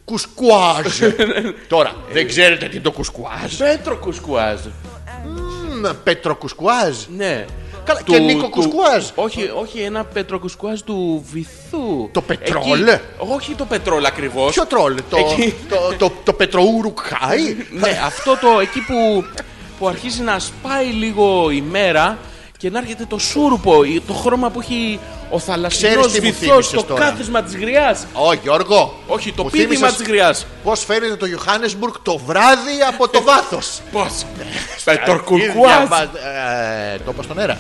Κουσκουάζ. Τώρα, δεν ξέρετε τι είναι το κουσκουάζ. Πέτρο κουσκουάζ. Μμμ, Πέτρο κουσκουάζ. Ναι. Καλά, και Νίκο Κουσκουάζ. Όχι, όχι, ένα πετροκουσκουάζ του βυθού. Το πετρόλ. Εκεί- όχι το πετρόλ ακριβώς. Ποιο τρόλ, το, Εκεί. το, το, το Πετροούρου Χάι. Ναι, αυτό το εκεί που, που αρχίζει να σπάει λίγο η μέρα και να έρχεται το σούρουπο, η- το χρώμα που έχει ο θαλασσινός Ξέρεις τι μου βυθός, το θύμισες τώρα. κάθισμα της γριάς. Ω Γιώργο. Όχι, το πίδημα της γριάς. Πώς φαίνεται το Ιωάννεσμπουργκ το βράδυ από Ε, το βάθος. Πώς. Ίδια Πετροκουσκουάζ. βα- ε, Το είπα στον αέρα.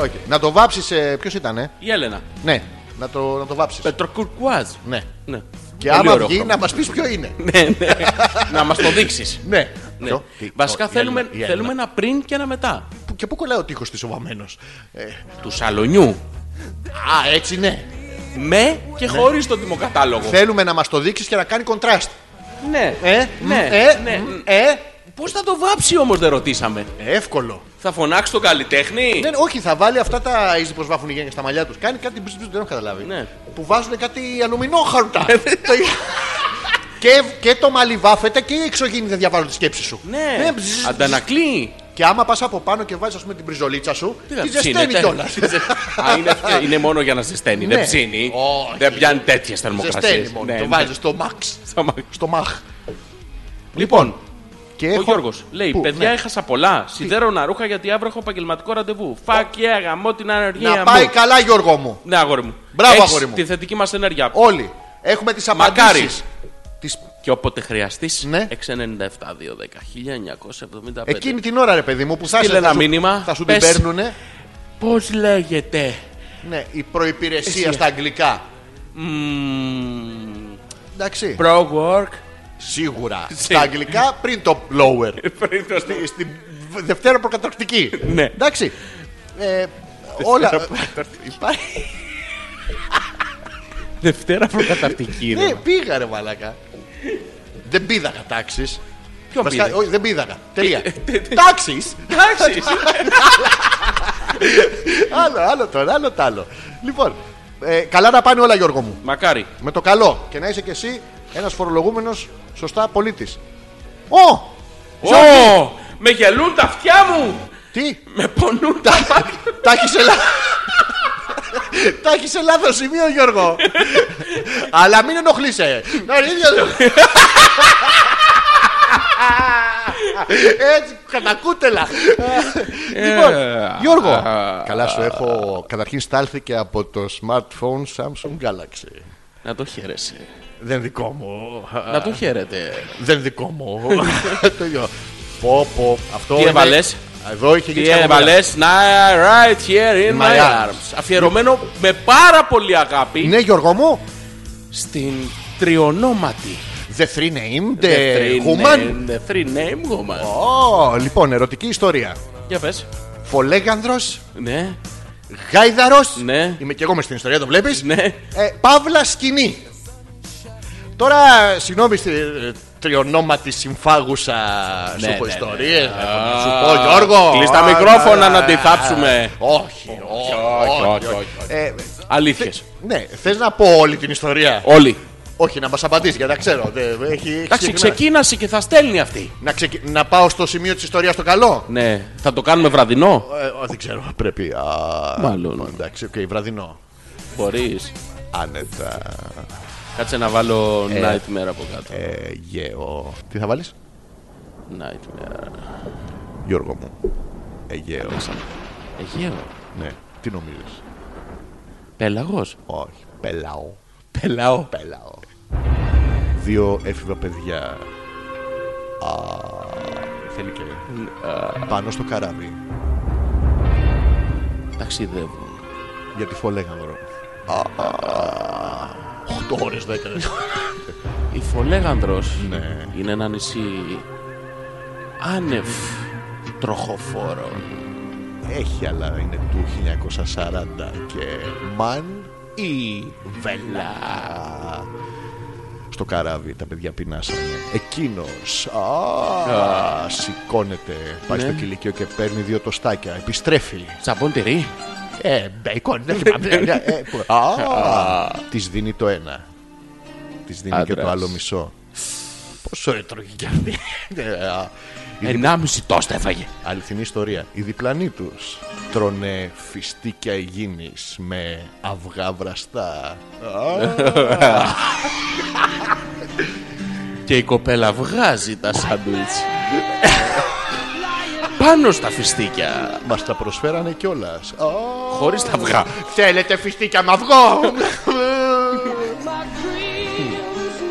Όχι. Να το βάψεις, ε, ποιος ήτανε. Η Έλενα. Ναι, να το, να το βάψεις. Πετροκουσκουάζ. Ναι. Ναι. Και Πολύ άμα ωραίο βγει χρώμα. να μας πεις ποιο είναι. Ναι, ναι. Να μας το δείξεις. Ναι. Ναι. Ποιο? Τι- Βασικά ο- η θέλουμε, Έλληνα, η Έλληνα. θέλουμε ένα πριν και ένα μετά. Που- Και πού κολλάει ο τείχος της ο βαμμένος. Ε, Του σαλονιού. Α, έτσι ναι. με και χωρίς τον τιμοκατάλογο. Θέλουμε να μας το δείξεις και να κάνει κοντράστ. Ναι, Ε, ναι, μ, ε, ναι. μ, ε, Πώς θα το βάψει όμως, δεν ρωτήσαμε. εύκολο. Θα φωνάξει τον καλλιτέχνη. Ναι, όχι, θα βάλει αυτά τα easy πως βάφουν οι γέννε στα μαλλιά τους. Κάνει κάτι μπζ, μπζ, δεν έχω καταλάβει. Ναι. Που βάζουν κάτι αλουμινόχαρτα. Το- και, και το μαλλί βάφεται και οι εξωγήινοι δεν διαβάζουν τη σκέψη σου. Ε, Ναι, μπζ, αντανακλεί. Και άμα πας από πάνω και βάζεις την μπριζολίτσα σου, θα τη ζεσταίνει ψήνεται. κιόλα. Α, είναι, είναι μόνο για να ζεσταίνει, δεν Ναι. ψήνει. Όχι. Δεν πιάνει τέτοιες θερμοκρασίε. Ζεσταίνει μόνο. Ναι, Το βάζεις στο max. Στο μαχ. Λοιπόν, Και Ο Γιώργος λέει: Πού, Παιδιά, ναι. έχασα πολλά. Σιδέρωνα ρούχα γιατί αύριο έχω επαγγελματικό ραντεβού. Φακ και αγαμώ την ανεργία. Να πάει μου. καλά, Γιώργο μου. Ναι, αγόρι μου. Μπράβο, Έχεις αγόρι μου. Τη θετική μας ενέργεια. Όλοι. Έχουμε τις Μακάρι. απαντήσεις. Τις... Και όποτε χρειαστείς, Ναι. 697-210-1975. Εκείνη την ώρα, ρε παιδί μου, που θα, σε- Στείλε θα ένα σου, μήνυμα, θα σου την πες. παίρνουνε. Πώς λέγεται. Ναι, η προπηρεσία Εσύ. στα αγγλικά. Μμμ, Εντάξει. Pro work. Σίγουρα. Σί- Στα αγγλικά πριν το blower. Πριν το- Στη- Στην δευτέρα προκαταρκτική. Ναι. Εντάξει. Ε, όλα. Υπάρχει. Δευτέρα προκαταρτική. Ναι, ρε. πήγα ρε μαλάκα. Δεν πήδαγα τάξεις. Ποιον πήδαγε? Όχι, δεν πήδαγα. Τελεία. Τάξει. Εντάξει. Άλλο, άλλο τώρα, άλλο τ' άλλο. Λοιπόν, ε, καλά να πάνε όλα Γιώργο μου. Μακάρι. Με το καλό. Και να είσαι κι εσύ ένα φορολογούμενο σωστά πολίτης. Ω! Γιώργη, Ω, με γελούν τα αυτιά μου. Τι! Με πονούν τα μάτια. Τα έχεις σε λάθο. Τα έχεις σε λάθος σημείο, Γιώργο. Αλλά μην ενοχλείσαι. Να είναι ίδιος. Έτσι, κατακούτελα. λοιπόν, Ε, Γιώργο. Καλά σου έχω. Καταρχήν στάλθηκε από το smartphone Samsung Galaxy. Να το χαίρεσαι. Δεν δικό μου. Να το χαίρετε. Δεν δικό μου. Το ίδιο. Πω, πω. Αυτό Τι είναι- έβαλες? Εδώ είχε γίνει Τι σκανδαλιά. έβαλε, να right here in my, My arms. arms. Αφιερωμένο με πάρα πολύ αγάπη Ναι, Γιώργο μου. στην τριονόματη. The three named The ε, three woman. name- The three name woman. Ω, λοιπόν, ερωτική ιστορία. Για πες. Φολέγανδρος, Ναι, γάιδαρος. Ναι. Είμαι και εγώ μες στην ιστορία, το βλέπεις. ναι. Ε, παύλα σκηνή. Τώρα, συγγνώμη στη ε, τριονόματη συμφάγουσα Ναι, σου πω ναι, ιστορίες. Ε, Α, Σου πω Γιώργο. κλείς τα Α, μικρόφωνα α, να α, τη θάψουμε. Όχι, όχι, όχι. Ε, Αλήθειες. Ναι, θες να πω όλη την ιστορία. Όλοι. Όχι, να μας απαντήσεις γιατί τα ξέρω. δεν- έχει- έχει Εντάξει, ξεκινάει. ξεκίνασε και θα στέλνει αυτή. Να, ξεκι- να πάω στο σημείο της ιστορίας το καλό. Ναι, θα το κάνουμε βραδινό. Ε, ο, δεν ξέρω, πρέπει. Α, Μάλλον. λοιπόν, Εντάξει, οκ, βραδινό. Μπορείς. Άνετα. Κάτσε να βάλω nightmare από κάτω. Ε, γέο. Τι θα βάλεις, Nightmare. Γιώργο μου. Ε, γέο. Αιγαίο. Ναι, τι νομίζεις. Πέλαγος. Όχι, πελάω. Πελάω. Πελάω. Δύο έφηβα παιδιά. Α, θέλει και. Πάνω στο καράβι. Ταξιδεύουν. Για τη φολέγανδρο. Οχτώ ώρες δέκα. Η Φολέγανδρος Ναι. είναι ένα νησί άνευ τροχοφόρων. Έχει, αλλά είναι του 1940 και μαν ή βελά. Στο καράβι τα παιδιά πεινάσανε. Εκείνος α, σηκώνεται, πάει στο κηλικείο και παίρνει δύο τοστάκια. Επιστρέφει. Τσαμπόν τυρί. Ε, μπέικον, δεν θυμάμαι. Ε, που- α, Της δίνει το ένα. Της δίνει και Άντρας. το άλλο μισό. Πόσο έτρωγε κι αυτή. Ε, α. Η Ενάμιση τόστα έφαγε. Αληθινή ιστορία. Οι διπλανοί τους τρώνε φιστίκια υγιεινή με αυγά βραστά. Και η κοπέλα βγάζει τα σάντουιτς. Πάνω στα φιστίκια. Μας τα προσφέρανε κιόλας. Χωρίς τα αυγά. Θέλετε φιστίκια με αυγό!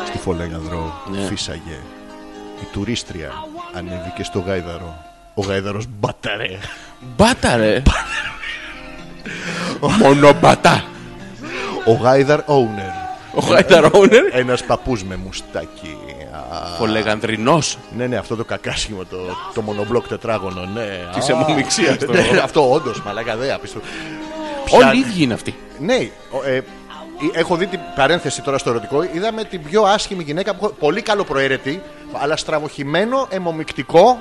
Στη Φολέγανδρο Ναι. φύσαγε. Η τουρίστρια ανέβηκε στο γάιδαρο. Ο γάιδαρος μπαταρέ. Μπάτα ρε. Μόνο μπατά. Ο γάιδαρ owner. Ο Χάιταρ Όουνερ. Ένας παππούς με μουστάκι. Α, Φολεγανδρινός. Ναι, ναι, αυτό το κακάσιμο, το, το μονομπλοκ τετράγωνο, ναι. Της Α, αιμομηξίας το- ναι, αυτό όντως, μαλακαδέα, πιστο. Όλοι ίδιοι είναι αυτοί. Ναι, ο- ε, Έχω δει την παρένθεση τώρα στο ερωτικό. Είδαμε την πιο άσχημη γυναίκα που. Πολύ καλοπροαίρετη, αλλά στραβοχημένο, αιμομικτικό.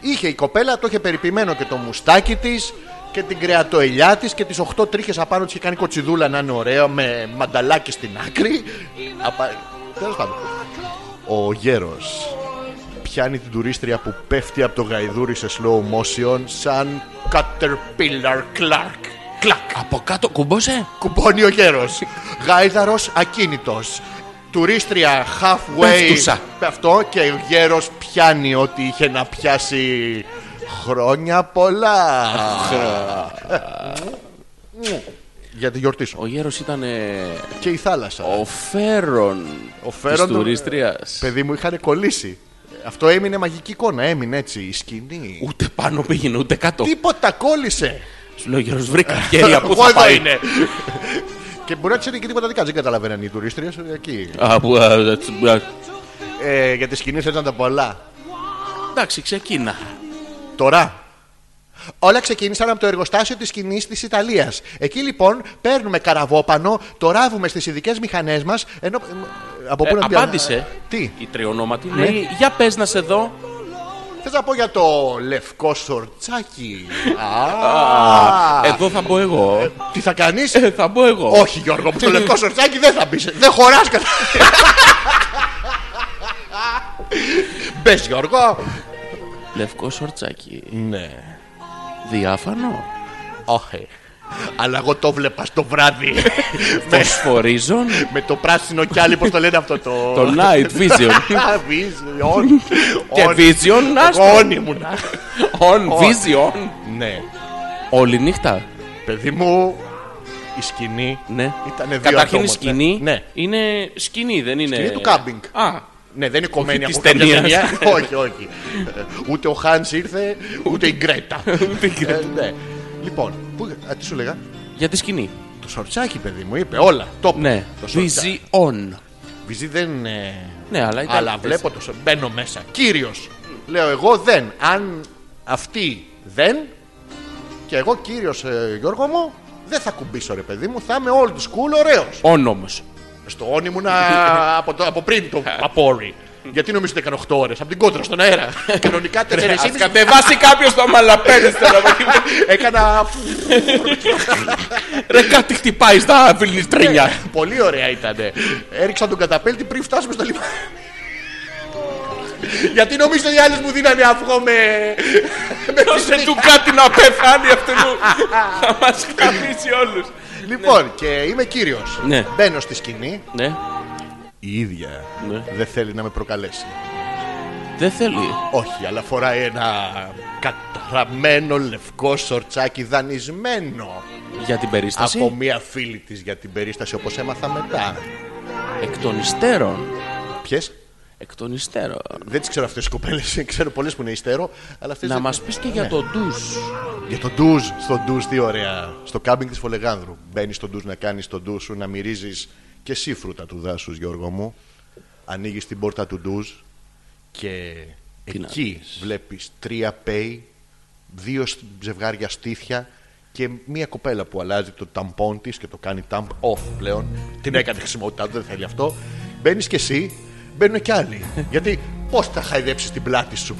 Είχε η κοπέλα, το είχε περιποιημένο και το μουστάκι της και την κρεατοελιά της και τις 8 τρίχες απάνω της είχε κάνει κοτσιδούλα να είναι ωραία με μανταλάκι στην άκρη. Απα... Τέλος πάντων. Ο γέρος πιάνει την τουρίστρια που πέφτει από το γαϊδούρι σε slow motion σαν Caterpillar Clark. Κλακ. Από κάτω, κουμπόσε. Κουμπώνει ο γέρος. Γάιδαρος ακίνητος. Τουρίστρια halfway. Πέφτουσα. Αυτό και ο γέρος πιάνει ό,τι είχε να πιάσει χρόνια πολλά. Για τη γιορτή σου. Ο γέρος ήταν ε, Και η θάλασσα. ο φέρον, Ο φέρον τη του- τουρίστριας. Παιδί μου είχαν κολλήσει. Αυτό έμεινε μαγική εικόνα. Έμεινε έτσι η σκηνή. Ούτε πάνω πήγαινε, ούτε κάτω. Τίποτα κόλλησε. Σου λέει ο γέρος, βρήκα ευκαιρία. Πού Εγώ θα εδώ πάει. είναι. και μπορεί να ξέρει και τίποτα δικά. της. Δεν καταλαβαίνουν οι τουρίστριες. Εκεί. Α, που, α, τσ, α, Ε, για τη σκηνή θέλει να τα πολλά. Εντάξει, ξεκίνα. Τώρα. Όλα ξεκίνησαν από το εργοστάσιο της σκηνής της Ιταλίας. Εκεί λοιπόν παίρνουμε καραβόπανο, το ράβουμε στις ειδικές μηχανές μας. Ενώ... ε, Από Ε, πού να πιάνω- απάντησε. Τι. Ναι. Η τριονόματη λέει, για πες να σε δω. Θες να πω για το λευκό σορτσάκι. Α. Εδώ θα μπω εγώ. Τι θα κάνεις. Ε, θα μπω εγώ. Όχι Γιώργο, μου στο λευκό σορτσάκι δεν θα μπεις. Δεν χωράς κατά. Μπες Γιώργο. Λευκό σορτσάκι. Ναι. Διάφανο. Όχι. Αλλά εγώ το βλέπα στο βράδυ. με, Φωσφορίζον. με το πράσινο κιάλι, πώς το λένε αυτό το. Το night vision. Α, vision. Και On. vision, άστο. Εγώ on ήμουνα. On vision. Ναι. Όλη νύχτα. Παιδί μου, η σκηνή. Ναι. Ήτανε δύο Καταρχήν η ατόμων, σκηνή ε, ναι. είναι σκηνή, δεν είναι. Σκηνή του κάμπινγκ. Α, Ναι, δεν είναι κομμένη της από κάποια ταινίας. ταινία. όχι, όχι. Ε, ούτε ο Χάν ήρθε, ούτε η Γκρέτα. Ούτε η Γκρέτα. Ε, ναι. Λοιπόν, πού, α, τι σου λέγα. για τη σκηνή. Το σορτσάκι, παιδί μου, είπε όλα. Το είπε. Ναι. Το σορτσάκι. Busy on. Βυζί δεν ε, είναι. Ναι, αλλά ήταν. Αλλά βλέπω το σορτσάκι. Μπαίνω μέσα. Κύριος. Λέω εγώ δεν. Αν αυτή δεν. Και εγώ κύριος Γιώργο μου, δεν θα κουμπίσω ρε παιδί μου. Θα είμαι old school ωραίος. On όμω. Στο όνει ήμουνα από, το, από πριν το απόρρι. Γιατί νομίζετε έκανε 8 ώρες από την κόντρα στον αέρα. Κανονικά 4,5 Ας κατεβάσει κάποιος το μαλαπέδι θέλω να πω. Έκανα. Ρε κάτι χτυπάει στα Ναι. βιλνιστρίνια. Πολύ ωραία ήταν. Έριξα τον καταπέλτη πριν φτάσουμε στο λιμάνι. Γιατί νομίζετε οι άλλες μου δίνανε αυγό με. με Δώσε φυσικά. του κάτι να πεθάνει αυτού. Θα μας χτυπήσει όλους. Λοιπόν, και είμαι κύριος. Ναι. Μπαίνω στη σκηνή. Ναι, Η ίδια Ναι. δεν θέλει να με προκαλέσει. δεν θέλει. Όχι, αλλά φοράει ένα καταραμένο λευκό σορτσάκι δανεισμένο. Για την περίσταση. από μία φίλη της για την περίσταση όπως έμαθα μετά. Εκ των υστέρων. Ποιες? Εκ των υστέρων. Δεν τις ξέρω αυτές τις κοπέλες, ξέρω πολλές που είναι υστέρο, αλλά αυτές Να δεν- μας πεις και Ναι. για το ντουζ. Για το ντουζ, στο ντουζ τι ωραία. Στο κάμπινγκ της Φολεγάνδρου. Μπαίνεις στο ντουζ να κάνεις το ντουζ σου, να μυρίζεις και εσύ φρούτα του δάσους Γιώργο μου. Ανοίγεις την πόρτα του ντουζ και Τι να εκεί βλέπεις τρία πέι, δύο σ- ζευγάρια στήθια και μία κοπέλα που αλλάζει το ταμπόν της και το κάνει tamp off πλέον. Την Ναι. έκανε χρησιμότητά του, δεν θέλει αυτό. Μπαίνεις και εσύ, μπαίνουν και άλλοι. Γιατί πώς θα χαϊδέψεις την πλάτη σου,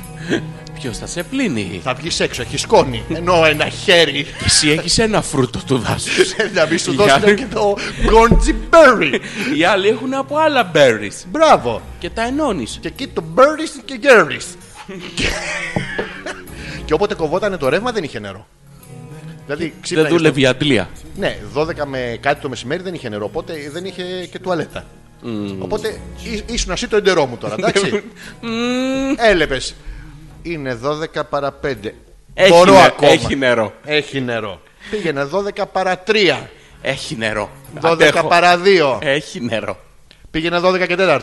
Ποιος θα σε πλύνει. Θα βγεις έξω, έχεις σκόνη. Ενώ ένα χέρι Εσύ έχεις ένα φρούτο του δάσους. να μην σου Οι δώσει άλλοι- και το Γκόντζι Berry. Οι άλλοι έχουν από άλλα berries. Μπράβο. Και τα ενώνεις. Και εκεί το Berries και Gerries. Και- Και όποτε κοβότανε το ρεύμα δεν είχε νερό. Δηλαδή Δεν ξύπναγες το- δούλευε η αντλία. Ναι, 12 με κάτι το μεσημέρι δεν είχε νερό, οπότε δεν είχε και τουαλέτα. Οπότε ή- ήσουν εσύ το εντερό μου τώρα, εντάξει. Έλεπες. Είναι 12 παρα 5. Έχει Μπορώ νε- ακόμα. έχει νερό. Έχει νερό. Πήγαινε 12 παρα 3. Έχει νερό. 12 Αντέχω. παρα 2. Έχει νερό. Πήγαινε 12 και 4.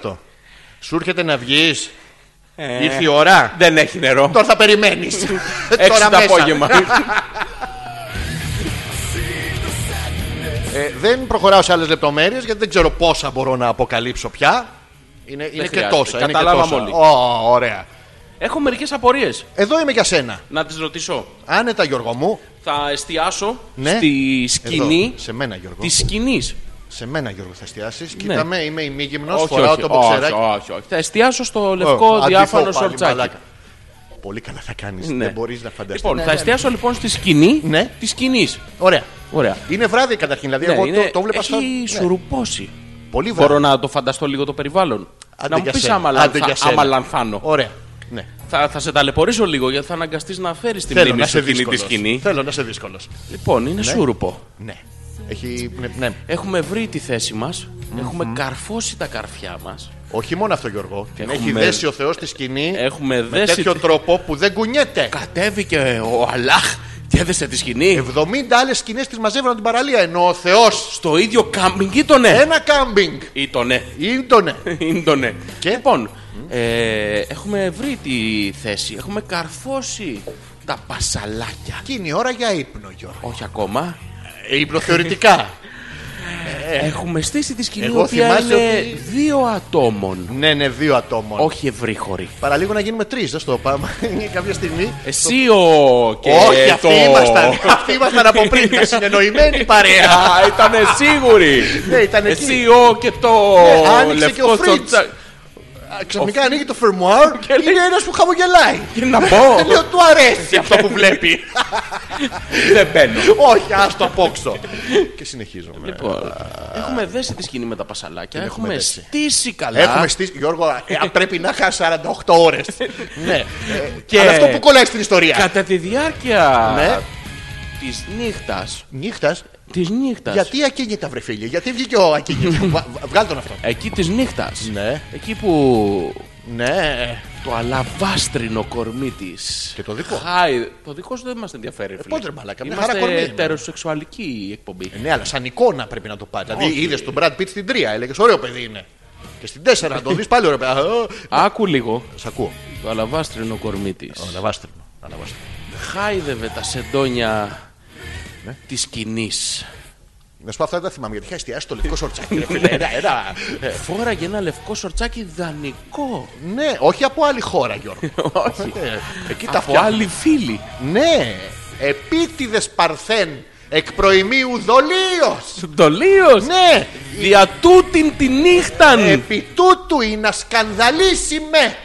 Σου έρχεται να βγεις. Ε, Ήρθε η ώρα. Δεν έχει νερό. Τώρα θα περιμένεις. Έξι το απόγευμα. Ε, δεν προχωράω σε άλλες λεπτομέρειες γιατί δεν ξέρω πόσα μπορώ να αποκαλύψω πια. Είναι, είναι και χρειάζεται. τόσα. είναι και Καταλάβαμε τόσα. όλοι. Ω, ωραία. Έχω μερικές απορίες Εδώ είμαι για σένα. να τις ρωτήσω. Άνετα, Γιώργο μου. Θα εστιάσω Ναι. στη Εδώ. σκηνή Σε μένα, Γιώργο. της σκηνής. Σε μένα, Γιώργο, θα εστιάσεις. Ναι. Κοίτα με, είμαι ημίγυμνο, φοράω το όχι, μποξεράκι. όχι, όχι. Θα εστιάσω στο λευκό αντιφώ διάφανο πάλι, σορτσάκι. μαλάκα. Πολύ καλά θα κάνεις. Ναι. Δεν μπορείς να φανταστείς. Λοιπόν, θα εστιάσω λοιπόν στη σκηνή Ναι. της σκηνής. Ωραία. Ωραία. Είναι βράδυ καταρχήν. Δηλαδή, Ναι, εγώ είναι- το, το βλέπα στο. έχει ναι, σουρουπώσει. Πολύ βράδυ. Μπορώ να το φανταστώ λίγο το περιβάλλον. Άντε να μου για πεις σένα. άμα, Άντε λανθα- για σένα. άμα λανθάνω. Ωραία. Ναι. Θα, θα σε ταλαιπωρήσω λίγο γιατί θα αναγκαστείς να φέρεις τη Θέλω μνήμη να, σου σε εκείνη τη δύσκολος. σκηνή. Θέλω να είσαι δύσκολος. Λοιπόν, είναι σούρουπο. Ναι. Έχει. Ναι, ναι. Έχουμε βρει τη θέση μας. Έχουμε καρφώσει τα καρφιά μας. Όχι μόνο αυτό, Γιώργο. Την έχει Έχουμε- δέσει ο Θεός τη σκηνή Έχουμε με δέσει. τέτοιο τρόπο που δεν κουνιέται. Κατέβηκε ο Αλάχ και έδεσε τη σκηνή. 70 άλλες σκηνές τις μαζεύουν την παραλία. Ενώ ο Θεός Στο ίδιο κάμπινγκ ήτονε. ένα κάμπινγκ. Ήτονε. Ήτονε. Ήτονε. Και? Λοιπόν, ε, έχουμε βρει τη θέση. Έχουμε καρφώσει τα πασαλάκια. Και είναι η ώρα για ύπνο, Γιώργο. Όχι ακόμα. Ε, ύπνο θεωρητικά. Έχουμε στήσει τη σκηνή η Ε. Εγώ οποία θυμάσαι είναι ότι- δύο ατόμων. ναι, ναι, δύο ατόμων. Όχι ευρύχωροι. Παραλίγο να γίνουμε τρεις, δεν στο πάμε. Κάποια στιγμή. Εσύ ο. Και Όχι, αυτοί το... ήμασταν. Αυτοί ήμασταν από πριν. Τα συνεννοημένη παρέα. Α, ήτανε σίγουροι. Ναι, ήταν εκεί. Εσύ ο και το. Ναι, άνοιξε και ο λευκό Φρίτς. τσοτσα- Α, Ξαφνικά ανοίγει το φερμουάρ και λέει- είναι ένας που χαμογελάει. Και να πω. Λέω του αρέσει αυτό που βλέπει. Δεν μπαίνω. Όχι, ας το απόξω. Και συνεχίζουμε. Λοιπόν, έχουμε δέσει τη σκηνή με τα πασαλάκια. Έχουμε, δέσει. στήσει καλά. Έχουμε στήσει. Γιώργο, ε, α, πρέπει να χάσει 48 ώρες. Ναι. Και- Και... Αλλά αυτό που κολλάει στην ιστορία. Κατά τη διάρκεια Ναι. της νύχτας, Νύχτας. της νύχτας, Γιατί ακίνητα, βρε φίλε, γιατί βγήκε ο ακίνητο. Βγάλ τον αυτό. εκεί της νύχτας, Ναι. εκεί που Ναι. το αλαβάστρινο κορμί της... Και το δικό. Χάει, το δικό σου δεν μας ενδιαφέρει, φίλε. πότε, ρε μαλάκα, μια χαρά κορμί Είμαστε είναι. ετεροσεξουαλική η εκπομπή. Ναι, αλλά σαν εικόνα πρέπει να το πάει. Δηλαδή είδες τον Brad Pitt στην 3, έλεγες ωραίο παιδί είναι. Και στην 4 να το δεις πάλι ωραίο παιδί. Α, ε, Άκου λίγο Σ' ακούω. το αλαβάστρινο κορμί της. Αναβάστρινο. αναβάστρινο. Χάιδευε τα σεντόνια Ναι. της σκηνής. Να σου πω αυτά δεν τα θυμάμαι γιατί είχα εστιάσει το λευκό σορτσάκι. ρε φίλε. Ένα- ένα- ε, Φόραγε ένα λευκό σορτσάκι δανεικό. Ναι, όχι από άλλη χώρα, Γιώργο. Όχι. Ε, Εκεί τα Από φτιάχνω. άλλη φίλη. Ναι, επίτηδες παρθέν εκ προημίου δολίως. Ντολίω! Ναι, Ε. Δια τούτην τη νύχταν! επί τούτου ή να σκανδαλίσει με.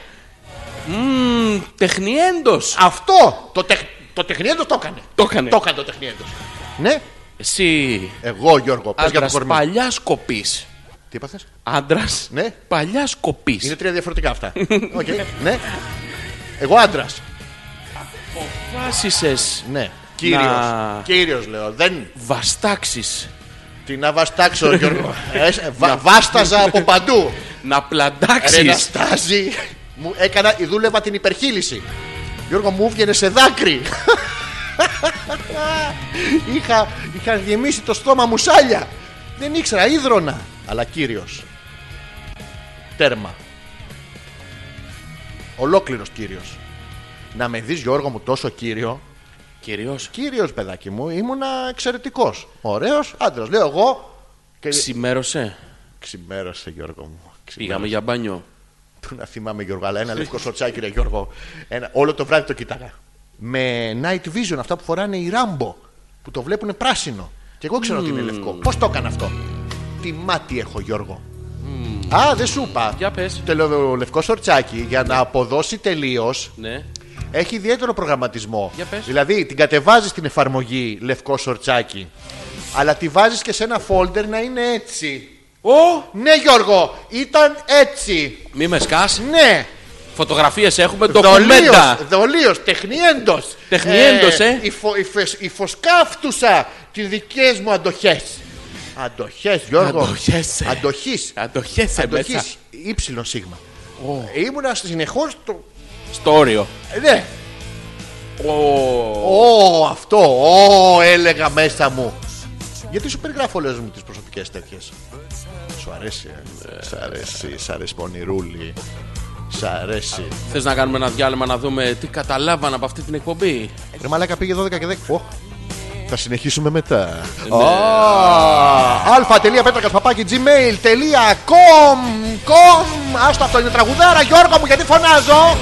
Μμμ, τεχνιέντος! Αυτό το, τεχ... το τεχνιέντος το έκανε. Το έκανε. Το έκανε το τεχνιέντος. Ναι, Εσύ, εγώ Γιώργο, πες για άντρα το κορμί. παλιά κοπή. Τι είπατε, Άντρας Ναι. παλιά κοπή. Είναι τρία διαφορετικά αυτά. Οκ, ναι. Εγώ άντρας. Αποφάσισες Ναι. Κύριος. Κύριος λέω. Δεν βαστάξεις την να βαστάξω, Γιώργο. Ε, σ- βα- Βάσταζα από παντού. να Ρε να πλαντάξει. στάζει. Μου έκανα, δούλευα την υπερχείληση. Γιώργο μου έβγαινε σε δάκρυ. είχα, είχα γεμίσει το στόμα μου σάλια. Δεν ήξερα, ίδρωνα. Αλλά κύριος. Τέρμα. Ολόκληρος κύριος. Να με δεις Γιώργο μου τόσο κύριο. Κυρίω Κύριος παιδάκι μου, ήμουνα εξαιρετικός. Ωραίος άντρας. Λέω εγώ. Και... ξημέρωσε. Ξημέρωσε Γιώργο μου. Πήγαμε για μπάνιο. Του να θυμάμαι Γιώργο, αλλά ένα λευκό σοτσάκι ρε Γιώργο. Ένα, όλο το βράδυ το κοίταγα. Με night vision, αυτά που φοράνε οι Ράμπο, που το βλέπουν πράσινο. Και εγώ ξέρω ότι είναι λευκό. Πώς το έκανα αυτό. Τι μάτι έχω Γιώργο. Α, δεν σου είπα. Για πες. Το λε- λευκό σορτσάκι για να αποδώσει τελείως Ναι. έχει ιδιαίτερο προγραμματισμό. Για πες. Δηλαδή την κατεβάζεις την εφαρμογή λευκό σορτσάκι, αλλά τη βάζεις και σε ένα folder να είναι έτσι. Ω! Ναι, Γιώργο, ήταν έτσι. Μη με σκάς. Ναι, Φωτογραφίες έχουμε, Δολίος, ντοκουμέντα. δολίος, τεχνιέντος. Τεχνιέντος, ε. Η, φω, η, φεσ- η φωσκάφτουσα τις δικές μου αντοχές. Αντοχές, Γιώργο. Αντοχές, ε. Αντοχής. Αντοχέσαι μέσα. Αντοχής, ύψιλον σίγμα. Ε, Ήμουνα συνεχώς το... Στο όριο. Ναι. Ω. Ω, αυτό. Ω, έλεγα μέσα μου. Γιατί σου περιγράφω όλες μου τις προσωπικές τέτοιες. Σου αρέσει, ε. Σ' αρέσει, σ' αρέσει πονηρούλη. Σ' αρέσει. Θες να κάνουμε ένα διάλειμμα να δούμε τι καταλάβανε από αυτή την εκπομπή. Ρε μαλάκα πήγε 12 και 10. Ω, Θα συνεχίσουμε μετά. αλφα.πέτρακα.gmail.com Κομ! Άστο αυτό είναι τραγουδάρα Γιώργο μου γιατί φωνάζω!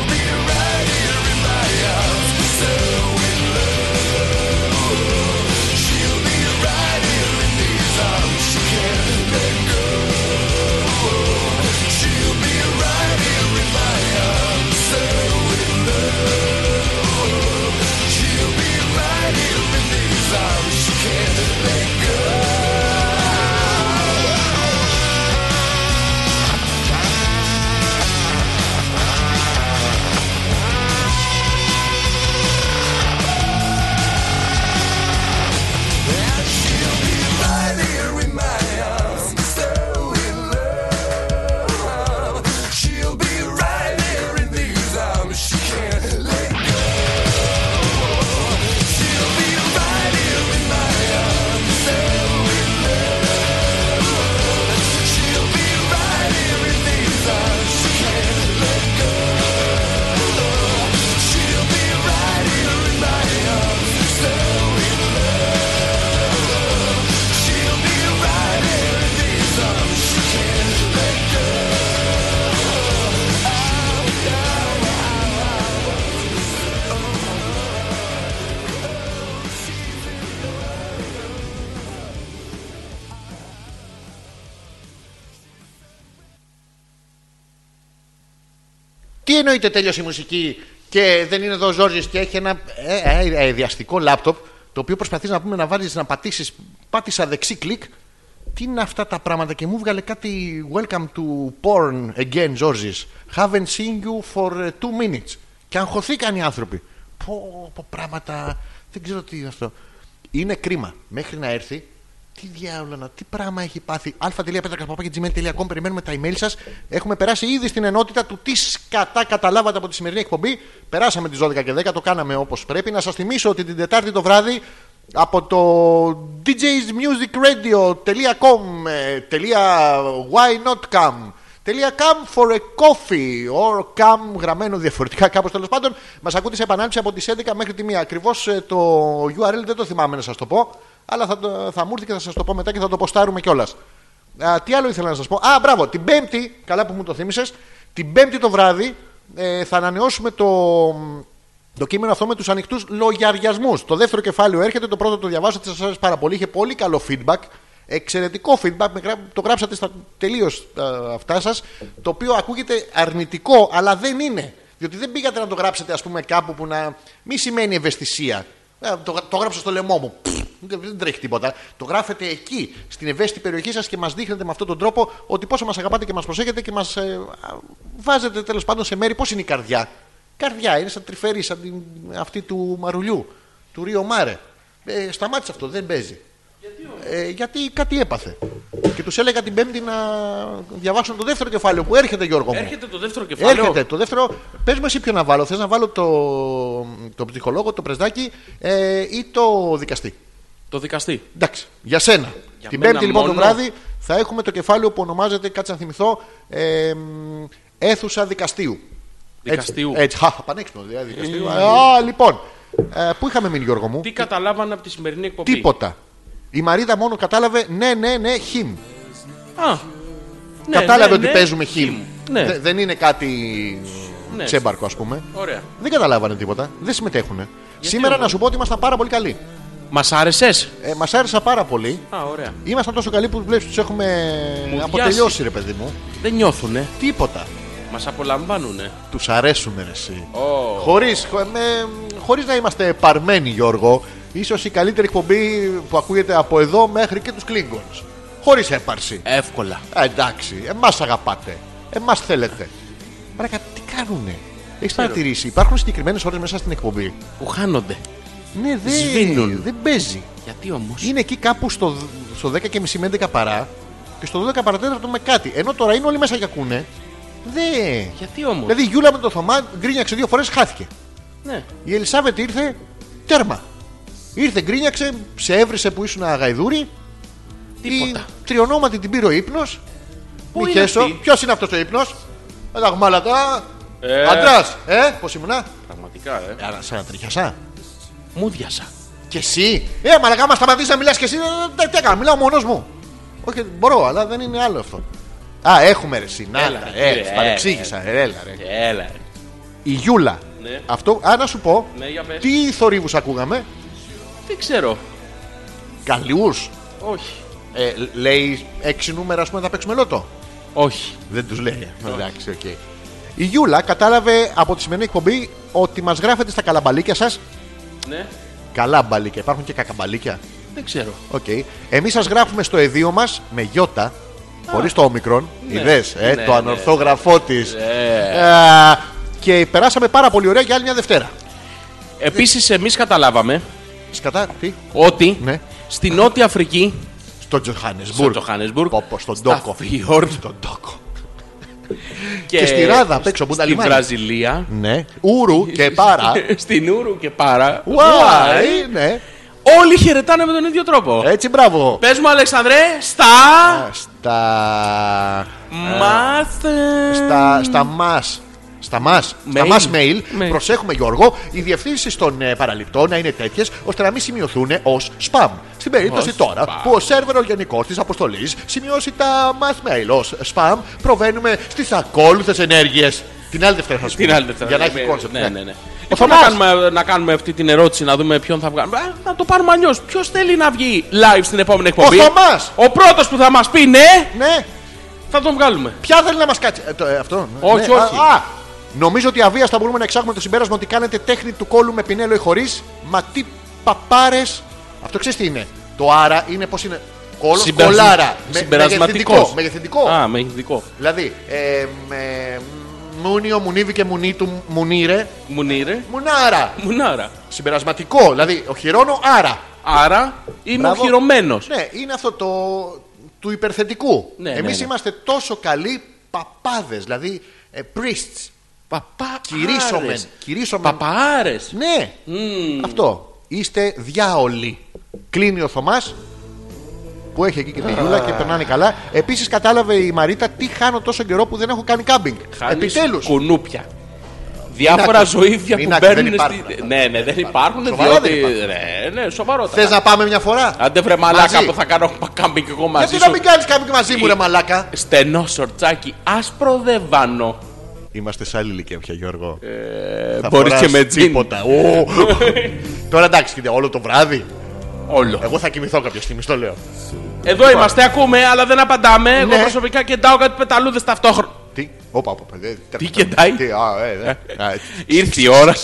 Τι εννοείται τέλειωσε η μουσική και δεν είναι εδώ ο Ζόρζης και έχει ένα ε, ε, αειδιαστικό λάπτοπ το οποίο προσπαθείς να πούμε να βάλεις να πατήσεις. Πάτησα δεξί κλικ. Τι είναι αυτά τα πράγματα και μου βγάλε κάτι Welcome to porn again, Georges. Haven't seen you for ε, two minutes. Και αγχωθήκαν οι άνθρωποι. Πω, πω πράγματα. Δεν ξέρω τι είναι αυτό. Είναι κρίμα. Μέχρι να έρθει, τι διάολο να, τι πράγμα έχει πάθει. α.πέτρακα.gmail.com Περιμένουμε τα email σας. Έχουμε περάσει ήδη στην ενότητα του τι σκατά καταλάβατε από τη σημερινή εκπομπή. Περάσαμε τις 12 και 10, το κάναμε όπως πρέπει. Να σας θυμίσω ότι την Τετάρτη το βράδυ από το djsmusicradio.com ε, τελεία why not come .com for a coffee or come γραμμένο διαφορετικά κάπως τέλος πάντων μας ακούτε σε επανάληψη από τις 11 μέχρι τη 1 ακριβώς ε, το URL δεν το θυμάμαι να σας το πω αλλά θα, το- θα μου έρθει και θα σας το πω μετά και θα το ποστάρουμε κιόλας Α, τι άλλο ήθελα να σας πω α μπράβο την πέμπτη καλά που μου το θύμισες την πέμπτη το βράδυ ε, θα ανανεώσουμε το, το κείμενο αυτό με τους ανοιχτούς λογαριασμούς. Το δεύτερο κεφάλαιο έρχεται, το πρώτο το διαβάσατε, σας άρεσε πάρα πολύ. Είχε πολύ καλό feedback. Εξαιρετικό feedback. με γρά- Το γράψατε στα τελείως αυτά σας. Το οποίο ακούγεται αρνητικό, αλλά δεν είναι. Διότι δεν πήγατε να το γράψετε, ας πούμε, κάπου που να. Μη σημαίνει ευαισθησία. Ε, το, το γράψα στο λαιμό μου. Πφ, δεν- Δεν τρέχει τίποτα. Το γράφετε εκεί, στην ευαίσθητη περιοχή σας και μας δείχνετε με αυτόν τον τρόπο ότι πόσο μας αγαπάτε και μας προσέχετε και μας βάζετε τέλος πάντων σε μέρη. Πώς είναι η καρδιά. Καρδιά, είναι σαν τρυφερή, σαν την, αυτή του Μαρουλιού, του Ρίο Μάρε. Ε, σταμάτησε αυτό, δεν παίζει. Ε, γιατί κάτι έπαθε. Και τους έλεγα την Πέμπτη να διαβάσουν το δεύτερο κεφάλαιο που έρχεται, Γιώργο. Μου. Έρχεται το δεύτερο κεφάλαιο. Έρχεται το δεύτερο. Πες μου εσύ ποιο να βάλω. Θες να βάλω το, το ψυχολόγο, το πρεσδάκι ε, ή το δικαστή. Το δικαστή. Εντάξει, για σένα. Για Την μένα Πέμπτη λοιπόν το μόνο. βράδυ θα έχουμε το κεφάλαιο που ονομάζεται, κάτσε να θυμηθώ, ε, μ, αίθουσα δικαστήου. Δικαστήου. Έτσι, έτσι χα, πανέξυπνο, δηλαδή, δικαστήου. Α, λοιπόν, ε, πού είχαμε μείνει Γιώργο μου, Τι καταλάβανε από τη σημερινή εκπομπή. τίποτα. Η Μαρίδα μόνο κατάλαβε, ναι, ναι, ναι, him. Α. Ναι, κατάλαβε ναι, ότι ναι. παίζουμε him. Ναι. Δε- δεν είναι κάτι Ναι. τσέμπαρκο, ας πούμε. Ωραία. Δεν καταλάβανε τίποτα. Δεν συμμετέχουν. Σήμερα όμως? να σου πω ότι ήμασταν πάρα πολύ καλοί. Μας άρεσες. Ε, Μας άρεσα πάρα πολύ. Α, ωραία. Ήμασταν τόσο καλοί που βλέπεις τους έχουμε Μου αποτελειώσει, ρε παιδί μου. Δεν νιώθουνε. Τίποτα. Μας απολαμβάνουνε. Τους αρέσουμε, ρε, εσύ. Ω. Χωρίς χωρίς να είμαστε παρμένοι, Γιώργο, ίσως η καλύτερη εκπομπή που ακούγεται από εδώ μέχρι και τους Klingons. Χωρίς έπαρση. Εύκολα. Ε, εντάξει, εμάς αγαπάτε. Εμάς θέλετε. Μαρακα, τι κάνουνε. Έχεις παρατηρήσει, υπάρχουν συγκεκριμένες ώρες μέσα στην εκπομπή. Που χάνονται. Ναι, δεν Σβήνουν. δεν παίζει. Γιατί όμως. Είναι εκεί κάπου στο, στο 10 και μισή με 11 παρά και στο 12 παρατέταρτο με κάτι. Ενώ τώρα είναι όλοι μέσα και ακούνε. Δε. Γιατί όμως. Δηλαδή η Γιούλα με το Θωμά γκρίνιαξε δύο φορές, χάθηκε. Ναι. Η Ελισάβετ ήρθε τέρμα. Ήρθε, γκρίνιαξε, σε έβρισε που ήσουν αγαϊδούρη. Τίποτα. Η τριονόματη την πήρε ο ύπνος. Πού Μη είναι χέσω. αυτή? Ποιος είναι αυτός ο ύπνος. Ένα γμάλατα. Ε. Αντράς, ε, πώς ήμουνα. Πραγματικά, ε. Άρα, σαν τριχιασά. Μούδιασα. Και εσύ. Ε, μαλακά, μα σταματήσεις να μιλάς και εσύ. Ε, Τι τι έκανα, μιλάω μόνος μου. Όχι, μπορώ, αλλά δεν είναι άλλο αυτό. Α, έχουμε ρε, Έλα, συνάλλα. ρε, Ε, κύριε, τους παρεξήγησα. ε, Έλα, ρε. Έλα. Η Γιούλα. Ναι. Αυτό, α, να σου πω. Ναι, για πες. Τι θορύβους ακούγαμε. Δεν ξέρω. Καλιούς. Όχι. Ε, λέει έξι νούμερα, ας πούμε, θα παίξουμε λότο. Όχι. Δεν τους λέει. Εντάξει, οκ. Η Γιούλα κατάλαβε από τη σημερινή εκπομπή ότι μας γράφετε στα καλαμπαλίκια σας. Ναι. Καλά μπαλίκια, υπάρχουν και κακαμπαλίκια. Δεν ξέρω. Οκ. Εμείς σας γράφουμε στο εδίο μας με γιώτα. Χωρί το όμικρον. Ναι. Είδες, ε, Ναι, το ναι. ανορθόγραφό τη. και περάσαμε πάρα πολύ ωραία για άλλη μια Δευτέρα. Επίσης, εμείς καταλάβαμε Σκατά, τι, ότι Ναι. στη Νότια Αφρική, στο Τζοχάνεσμπουργκ. στο Τζοχάνεσμπουργκ, Πω, πω, στον στα τόκο. Φιόρντ Στον τόκο. και ε, στη Ράδα, απ' έξω, που τα Στη λιμάνια. Βραζιλία, Ναι. Ούρου και πάρα. στην Ούρου και Πάρα, Why, Ε. ναι. όλοι χαιρετάνε με τον ίδιο τρόπο. Έτσι, μπράβο. Πες μου, Αλεξανδρέ, στα Στα. μάθε. Ε. στα, στα μας. Στα μα. Στα Mm. Mail. μας mail. Mail. Προσέχουμε, Γιώργο, οι διευθύνσεις των ε, παραληπτών να είναι τέτοιες ώστε να μην σημειωθούν ως spam. Στην περίπτωση Ως τώρα spam. που ο σερβερ ο γενικός της αποστολής σημειώσει τα mass mail ως spam, προβαίνουμε στις ακόλουθες ενέργειες. Την άλλη Δευτέρα θα σου Την πω, άλλη Δευτέρα. Για να Ναι, έχει κόνσεπτ. Ναι, ναι, ναι. Θωμάς. Λοιπόν, να, κάνουμε, να κάνουμε αυτή την ερώτηση, να δούμε ποιον θα βγάλουμε. Α, Να το πάρουμε αλλιώς. Ποιος θέλει να βγει live στην επόμενη εκπομπή. Ο Θωμάς. Ο πρώτος που θα μας πει ναι, Ναι, θα τον βγάλουμε. ποια θέλει να μας κάτσει. Ε, το- ε, αυτό. ναι. Όχι, Ναι, α, όχι. α, Νομίζω ότι αβίαστα μπορούμε να εξάγουμε το συμπέρασμα ότι κάνετε τέχνη του κόλου με πινέλο ή χωρίς. Μα τι παπάρες. Αυτό ξέρεις τι είναι. Το άρα είναι πώς είναι. Κόλος, Συμπερασμα- κολάρα. συμπερασματικός. Μεγεθυντικό. μεγεθυντικό. Α, μεγεθυντικό. Δηλαδή, ε, ε, μούνιο, μουνίβι και μουνί του μουνίρε. Μουνίρε. Μουνάρα. Μουνάρα. Συμπερασματικό. Δηλαδή, οχυρώνω άρα. Άρα είμαι Μπράβο. οχυρωμένος. Ναι, είναι αυτό το του υπερθετικού. Ναι, Εμείς ναι, ναι. είμαστε τόσο καλοί παπάδες, δηλαδή ε, priests. Παπά. Κηρύσσομεν. Κηρύσσομεν. Παπαάρε. Ναι, αυτό. Είστε διάολοι. Κλείνει ο Θωμάς που έχει εκεί και τη Γιούλα και περνάνε καλά. Επίσης κατάλαβε η Μαρίτα τι χάνω τόσο καιρό που δεν έχω κάνει κάμπινγκ. Επιτέλους. Κουνούπια. Διάφορα άκου- ζωήφια μην που άκου, δεν μπαίνουν υπάρχουν στη. αυτά. Ναι, ναι, δεν υπάρχουν Σοβαρά διότι. δεν υπάρχουν. Ναι, ναι, σοβαρότατα. Θες να πάμε μια φορά. Άντε βρε μαλάκα Μαζί. που θα κάνω κάμπινγκ και εγώ μαζί Γιατί να σου. μην κάνεις κάμπινγκ μαζί μου, ρε μαλάκα. Στενό σορτσάκι, άσπρο δεν βάνω. Είμαστε σε άλλη ηλικία πια, Γιώργο. Θα Ε, Μπορείς φοράς και με τζιν. Τίποτα. Ω. Τώρα εντάξει, κοίτα, όλο το βράδυ. Όλο. Εγώ θα κοιμηθώ κάποια στιγμή, στο λέω. Εδώ είμαστε, ακούμε, αλλά δεν απαντάμε. Εγώ Ναι. προσωπικά κεντάω κάτι πεταλούδες ταυτόχρονα. Τι, όπα, όπα, όπα, ε, Τι κεντάει? Τι, α, ε, ε, α, ε. Ήρθε η ώρα.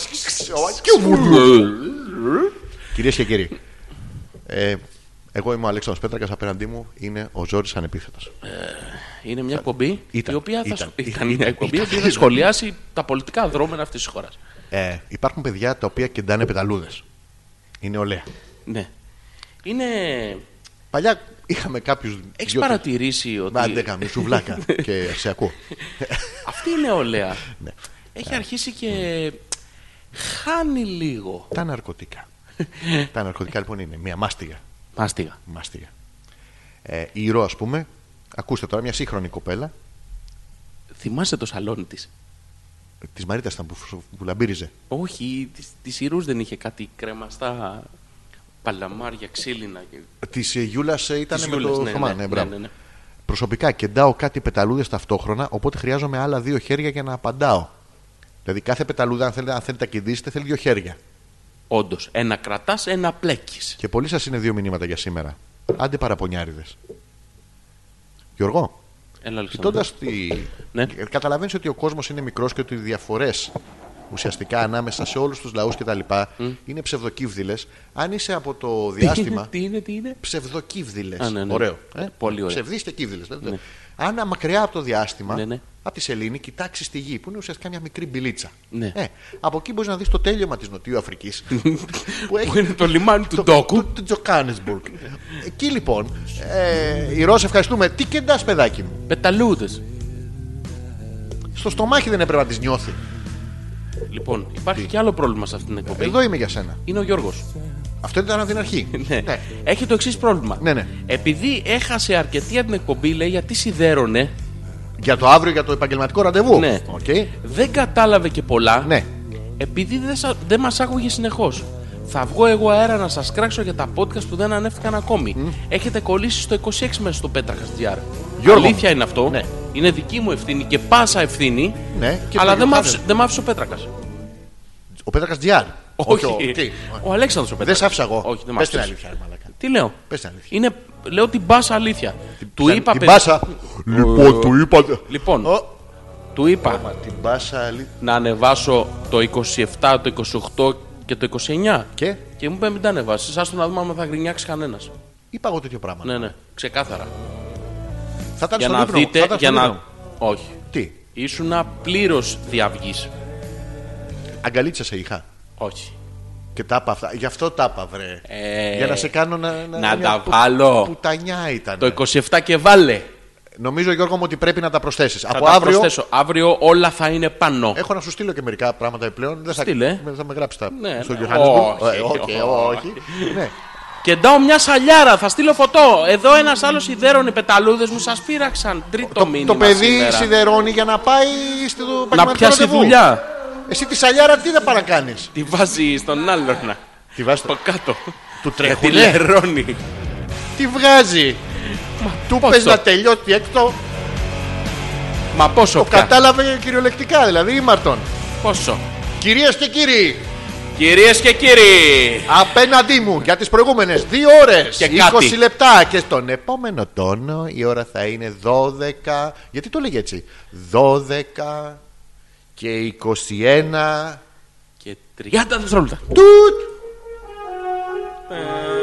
Κυρίες και κύριοι, ε, εγώ είμαι ο Αλέξανδρος Πέτρακας, απέναντί μου είναι ο Ζόρις Ανεπίθετος. Είναι μια εκπομπή Ήταν, η οποία θα, ήταν, σχ- ήταν, ήταν μια ήταν, εκπομπή η ήταν. οποία θα σχολιάσει τα πολιτικά δρόμενα αυτής της χώρας. Ε, υπάρχουν παιδιά τα οποία κεντάνε πεταλούδες. Είναι ολέα. Ναι. Είναι. Παλιά είχαμε κάποιους... Έχεις δυο- παρατηρήσει ότι. Μα δεν κάνω, σουβλάκα και σε ακούω. Αυτή η νεολαία Ναι. έχει αρχίσει και. χάνει λίγο. Τα ναρκωτικά. Τα ναρκωτικά λοιπόν είναι μια μάστιγα. Μάστιγα. μάστιγα. Ε, η Ρο, ας πούμε, ακούστε τώρα μια σύγχρονη κοπέλα Θυμάσαι το σαλόνι της. της Μαρίτας ήταν που, φου- που λαμπύριζε. Όχι, της Ιρούς δεν είχε κάτι κρεμαστά παλαμάρια ξύλινα. Και... Τη Γιούλα ήταν Της ε, με Γιούλας, το ναι, Θωμά. ναι, Ναι, ναι, μπράβο. ναι, ναι. Προσωπικά κεντάω κάτι πεταλούδες ταυτόχρονα, οπότε χρειάζομαι άλλα δύο χέρια για να απαντάω. Δηλαδή κάθε πεταλούδα, αν θέλετε, αν θέλετε να κινδύσετε, θέλει δύο χέρια. Όντως, ένα κρατάς, ένα πλέκεις. Και πολλοί σας είναι δύο μηνύματα για σήμερα. Άντε παραπονιάριδες. Γιώργο, Έλα, Αλεξάνδρε. κοιτώντας τη. Ναι. Καταλαβαίνεις ότι ο κόσμος είναι μικρός και ότι οι διαφορές ουσιαστικά ανάμεσα σε όλους τους λαούς κτλ. είναι ψευδοκύβδηλες. Αν είσαι από το διάστημα. Τι είναι, τι είναι. ψευδοκύβδηλες. Α, ναι, ναι. Ωραίο. Πολύ ωραίο. Ψευδείς και κύβδηλες. Αν μακριά από το διάστημα, Ναι, ναι. από τη Σελήνη, κοιτάξεις τη γη, που είναι ουσιαστικά μια μικρή μπιλίτσα. Ναι. Ε, από εκεί μπορείς να δεις το τέλειωμα της Νοτιού Αφρικής. Που είναι το λιμάνι του Ντόκου. Του Τζοκάνεσμπουργκ. Εκεί λοιπόν, ε, η Ρώση, ευχαριστούμε. Τι κεντάς, παιδάκι μου. Πεταλούδες. Στο στομάχι δεν έπρεπε να τις νιώθει. Λοιπόν, υπάρχει και άλλο πρόβλημα σε αυτήν την εκπομπή. Εδώ είμαι για σένα. Είναι ο Γιώργος. Αυτό ήταν από την αρχή. Ναι. Έχει το εξής πρόβλημα. Ναι, ναι. Επειδή έχασε αρκετή από την εκπομπή, λέει γιατί σιδέρωνε, Για το αύριο, για το επαγγελματικό ραντεβού. Ναι. Οκ. δεν κατάλαβε και πολλά. Ναι. Επειδή δεν, σα- δεν μας άκουγε συνεχώς. Θα βγω εγώ αέρα να σας κράξω για τα podcast που δεν ανέβηκαν ακόμη. Έχετε κολλήσει στο 26 μέσα στο Πέτρακα.gr. Γιώργο. Αλήθεια είναι αυτό. Ναι. Είναι δική μου ευθύνη και πάσα ευθύνη. Ναι, και αλλά το δεν μ' Ιωάννη. άφησε, δεν μ' άφησε ο Πέτρακα. Ο Πέτρακα Τζιάρ. Όχι. Ο, τι. Ο Αλέξανδρος ο Δεν Πέτρακας. σ' άφησα εγώ. Όχι, δεν μ' Πες την άφησες. αλήθεια, ρε μαλάκα. Τι λέω. Πες την αλήθεια. Είναι, λέω την πάσα αλήθεια. του Την- είπα, Ε. την παιδί- μπάσα. Λοιπόν, του είπα. Λοιπόν, Ω, του είπα μα, Την μπάσα. λι- να ανεβάσω το 27, το 28 και το 29. Και Και μου είπε μην τα ανεβάσεις. Άστο να δούμε αν θα γκρινιάξει κανένας. είπα εγώ τέτοιο πράγμα. Ναι, ναι, ξεκάθαρα. Θα ήταν για στον να ύπνο μου, θα δείτε. ήταν για στον να... ύπνο μου. Όχι. Τι. Ήσουνα πλήρως διαυγής. Αγκαλίτσα σε είχα. Όχι. Και τα είπα αυτά. Γι' αυτό τα είπα, βρε. Ε, Για να σε κάνω να. να μια τα που- βάλω. Πουτανιά ήταν. Το 27 και βάλε. Νομίζω, Γιώργο μου, ότι πρέπει να τα προσθέσεις. Θα Από τα αύριο Ε- προσθέσω. Αύριο όλα θα είναι πάνω. Έχω να σου στείλω και μερικά πράγματα επιπλέον. Δεν θα, Στείλε. με- θα με γράψεις τα Ναι, στο ναι. Johannesburg. Όχι, Ε, όχι, όχι. ναι. Και ντάω μια σαλιάρα, θα στείλω φωτό. Εδώ ένας άλλος ιδέρων, οι πεταλούδες μου σας πήραξαν. Τρίτο Το, μήνυμα. το παιδί σήμερα. σιδερώνει για να πάει στο Να επαγγελματικό πιάσει ραντεβού. δουλειά. Εσύ τη σαλιάρα τι θα παρακάνεις. Τη βάζει στον άλλον. να- Τη βάζει Από κάτω. Του Γιατί τρέχουνε. λερώνει. Τι βγάζει. Του πόσο. πες να τελειώσει έκτο. Μα πόσο Το πια. κατάλαβε κυριολεκτικά δηλαδή ήμαρτον. Πόσο. Κυρίες και κύριοι, Κυρίες και κύριοι. απέναντί μου για τις προηγούμενες δύο ώρες Και 20 κάτι. λεπτά και στον επόμενο τόνο η ώρα θα είναι 12. Γιατί το λέγει έτσι. 12. και 21. Και 30 δευτερόλεπτα. Τουτ! Ε.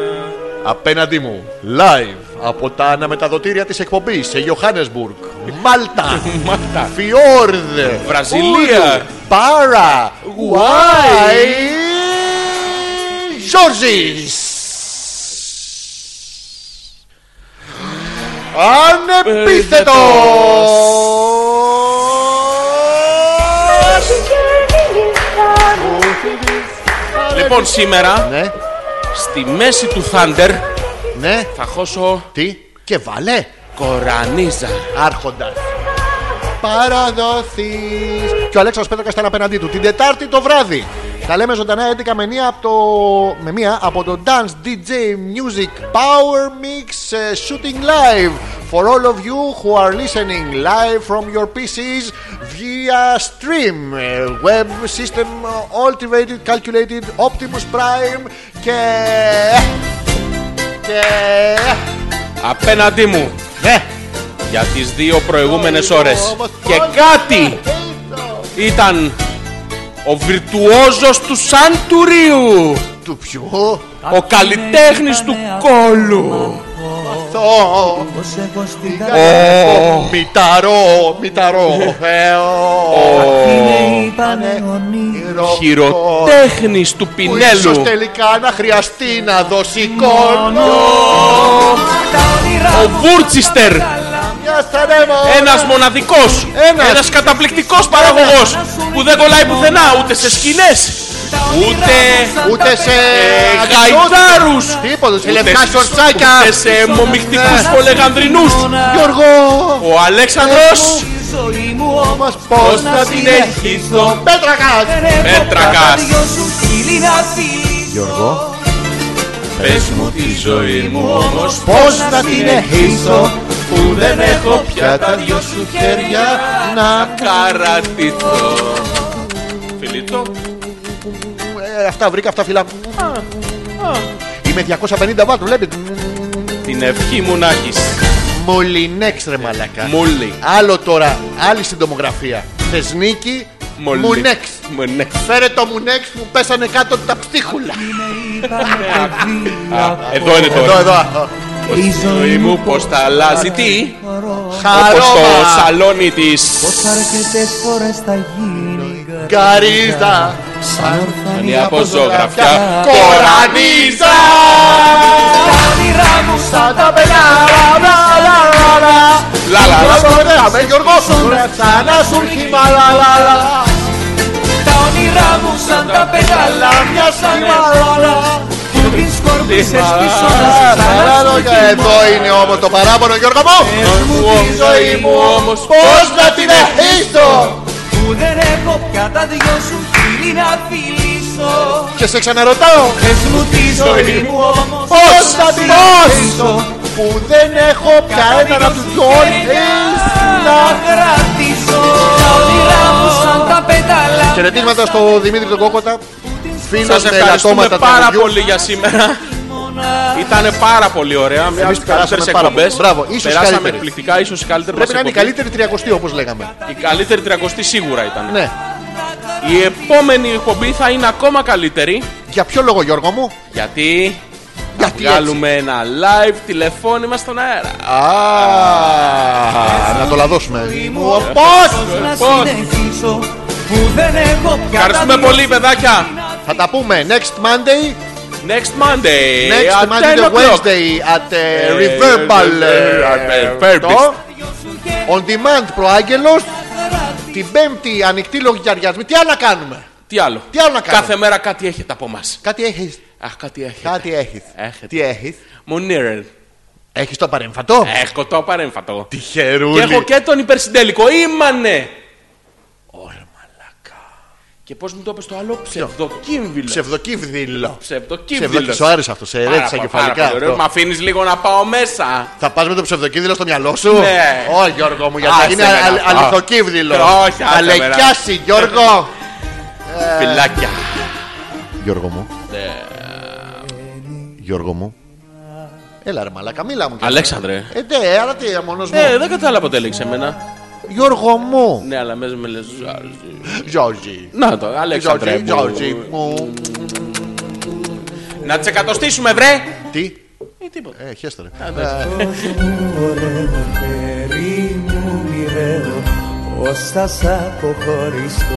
Απέναντί μου, live από τα αναμεταδοτήρια της εκπομπής σε Johannesburg, Μάλτα, Μάλτα. Φιόρδ, Βραζιλία. Πάρα, Γουάι, Ζόρζης. Ανεπίθετος! Λοιπόν, σήμερα Ναι, στη μέση του Thunder ναι, θα χώσω τι, και βάλε. κορανίζα. Άρχοντας. Παραδοθεί. Και ο Αλέξανδρος Πέτρακας ήταν απέναντί του. Την Τετάρτη το βράδυ. Τα λέμε ζωντανά 11 με μία από το, με μία από το Dance DJ Music Power Mix ε, Shooting Live. For all of you who are listening live from your PCs via stream, ε, web system, ε, alterated, calculated, Optimus Prime και... και... Απέναντί μου Ναι, για τις δύο προηγούμενες ώρες. Και κάτι ήταν ο βιρτουόζος του Σαντουρίου. του ποιου... Ο καλλιτέχνης του κόλου. Το Ο μηταρό, μηταρό, ε, χειροτέχνης του Ίσως Πινέλου. τελικά να χρειαστεί να δώσει κόνο Ο Βούρτσιστερ. Μια στανεύω Ένας μοναδικός. Ένας. Ένας καταπληκτικός παραγωγός. Που δεν κολλάει πουθενά ούτε σε σκηνές. Ούτε Ούτε σε ε, ανεκδότες, γαϊδάρους. Τίποτα, σε ούτε λευκά στις- σορτσάκια Ναι. Ούτε σε μομιχτικούς πολεγανδρινούς. Γιώργο Ο Αλέξανδρος Μας πως να την έχει δω Πέτρακας Πέτρακας Γιώργο Πες μου τη ζωή μου όμως Πως να την έχεις Που δεν έχω πια τα δυο σου χέρια να καρατηθώ Φιλίτο Ε, Αυτά βρήκα, αυτά φίλα μου. Είμαι 250 βάτ, βλέπετε. Την ευχή μου να έχεις Μολυνέξ ρε μαλακά. Μούλι Άλλο τώρα, άλλη συντομογραφία. Θες νίκη, Μολύ. μουνέξ. Μουνέξ Φέρε το μουνέξ που πέσανε κάτω τα ψίχουλα. Εδώ είναι Εδώ, τώρα εδώ. Η ζωή μου πως θα αλλάζει Τι Όπως το Χαρόμα, σαλόνι της γκαρίζα, Κάνει από ζωγραφιά κορανίζα. Σαν τα πελάρα, λα, λα, λα, λα. Λα, λα, λα. Κορανίζα, με Γιώργο σου, ρε, σαν να σου χυμά, λα, λα, λα. Μια σχημαλάρα. Εδώ είναι όμω το παράπονο Γιώργο μου Η ζωή μου όμως πως να την εχείσω Που δεν έχω πια τα δυο σου χείλη να φιλήσω Και σε ξαναρωτάω Πες μου τη ζωή μου όμως Πως να την εχείσω φιλήσω Που δεν έχω πια έναν από τους δυο Να να κρατήσω Τα όνειρά μου σαν τα πέταλα Χαιρετίσματα στο Δημήτρη τον Κόκοτα Φίλος Σας με ευχαριστούμε ελαττώματα πάρα τραγουδιού. πολύ για σήμερα Ήτανε πάρα πολύ ωραία. Μια από τις περάσαμε καλύτερες πάρα εκπομπές. πολύ. Μπράβο, ίσως Περάσαμε καλύτερη. εκπληκτικά, ίσως η καλύτερη Πρέπει να μας είναι η εκπομπή. καλύτερη 300 όπως λέγαμε Η καλύτερη 300 σίγουρα ήταν. Ναι Η επόμενη εκπομπή θα είναι ακόμα καλύτερη. Για ποιο λόγο Γιώργο μου Γιατί θα Γιατί έτσι βγάλουμε ένα live τηλεφώνημα στον αέρα. Α, Να το λαδώσουμε Πως Να Πώς? συνεχίσω Που δεν έχω πια τα Ευχαριστούμε δυο πολύ, σου παιδάκια. Θα τα πούμε next Monday Next Monday. Next at Monday 10 the o'clock. Wednesday at uh, Reverbal ε, uh, Reverbist. το On Demand Προάγγελος Την πέμπτη ανοιχτή λογαριασμή Τι άλλο να κάνουμε Τι άλλο. Τι άλλο να κάνουμε? Κάθε μέρα κάτι έχετε από εμάς. Κάτι έχεις Αχ, κάτι έχετε. Κάτι έχεις Έχετε. Τι έχεις Μονίρεν. Έχεις το παρεμφατό Έχω το Ε, παρέμφατο. Και Τυχερούλη έχω και τον υπερσυντέλικο. Ήμανε! Ωραία, μαλακά. Και πώς μου το είπες το άλλο, ψευδοκύμβιλο. Ψευδοκύβδηλο Ψευδοκύμβιλο. Ψευδοκύβδηλο Σου άρεσε αυτός Σε ρέτησα ε, κεφαλικά αυτό. Μ' αφήνεις λίγο να πάω μέσα. Θα πας με το ψευδοκύβδηλο στο μυαλό σου Ναι. Όχι Γιώργο μου γιατί θα Άσε γίνει με να αλ- πάω. αληθοκύβδηλο Όχι, άσε με να- Αλεκιάσει Γιώργο Ε. Φιλάκια. Γιώργο μου. Ναι. Γιώργο μου. Έλα ρε μαλάκα, μίλα μου. κι εσύ. Αλέξανδρε. Ε, ναι, αλλά τι, μόνος μου. Ε, δεν κατάλαβα το έλεγε εμένα. Γιώργο μου. Ναι, αλλά μέσα με λε. Γιώργη. Να το, Αλέξανδρε. Γιώργη, μου. Γιώργη μου. Να τι εκατοστήσουμε, βρε! Τι. Ε, τίποτα. Ε, χέστο ρε. Ωραίο, περί μου μοιραίο, πώς θα σ' αποχωρήσω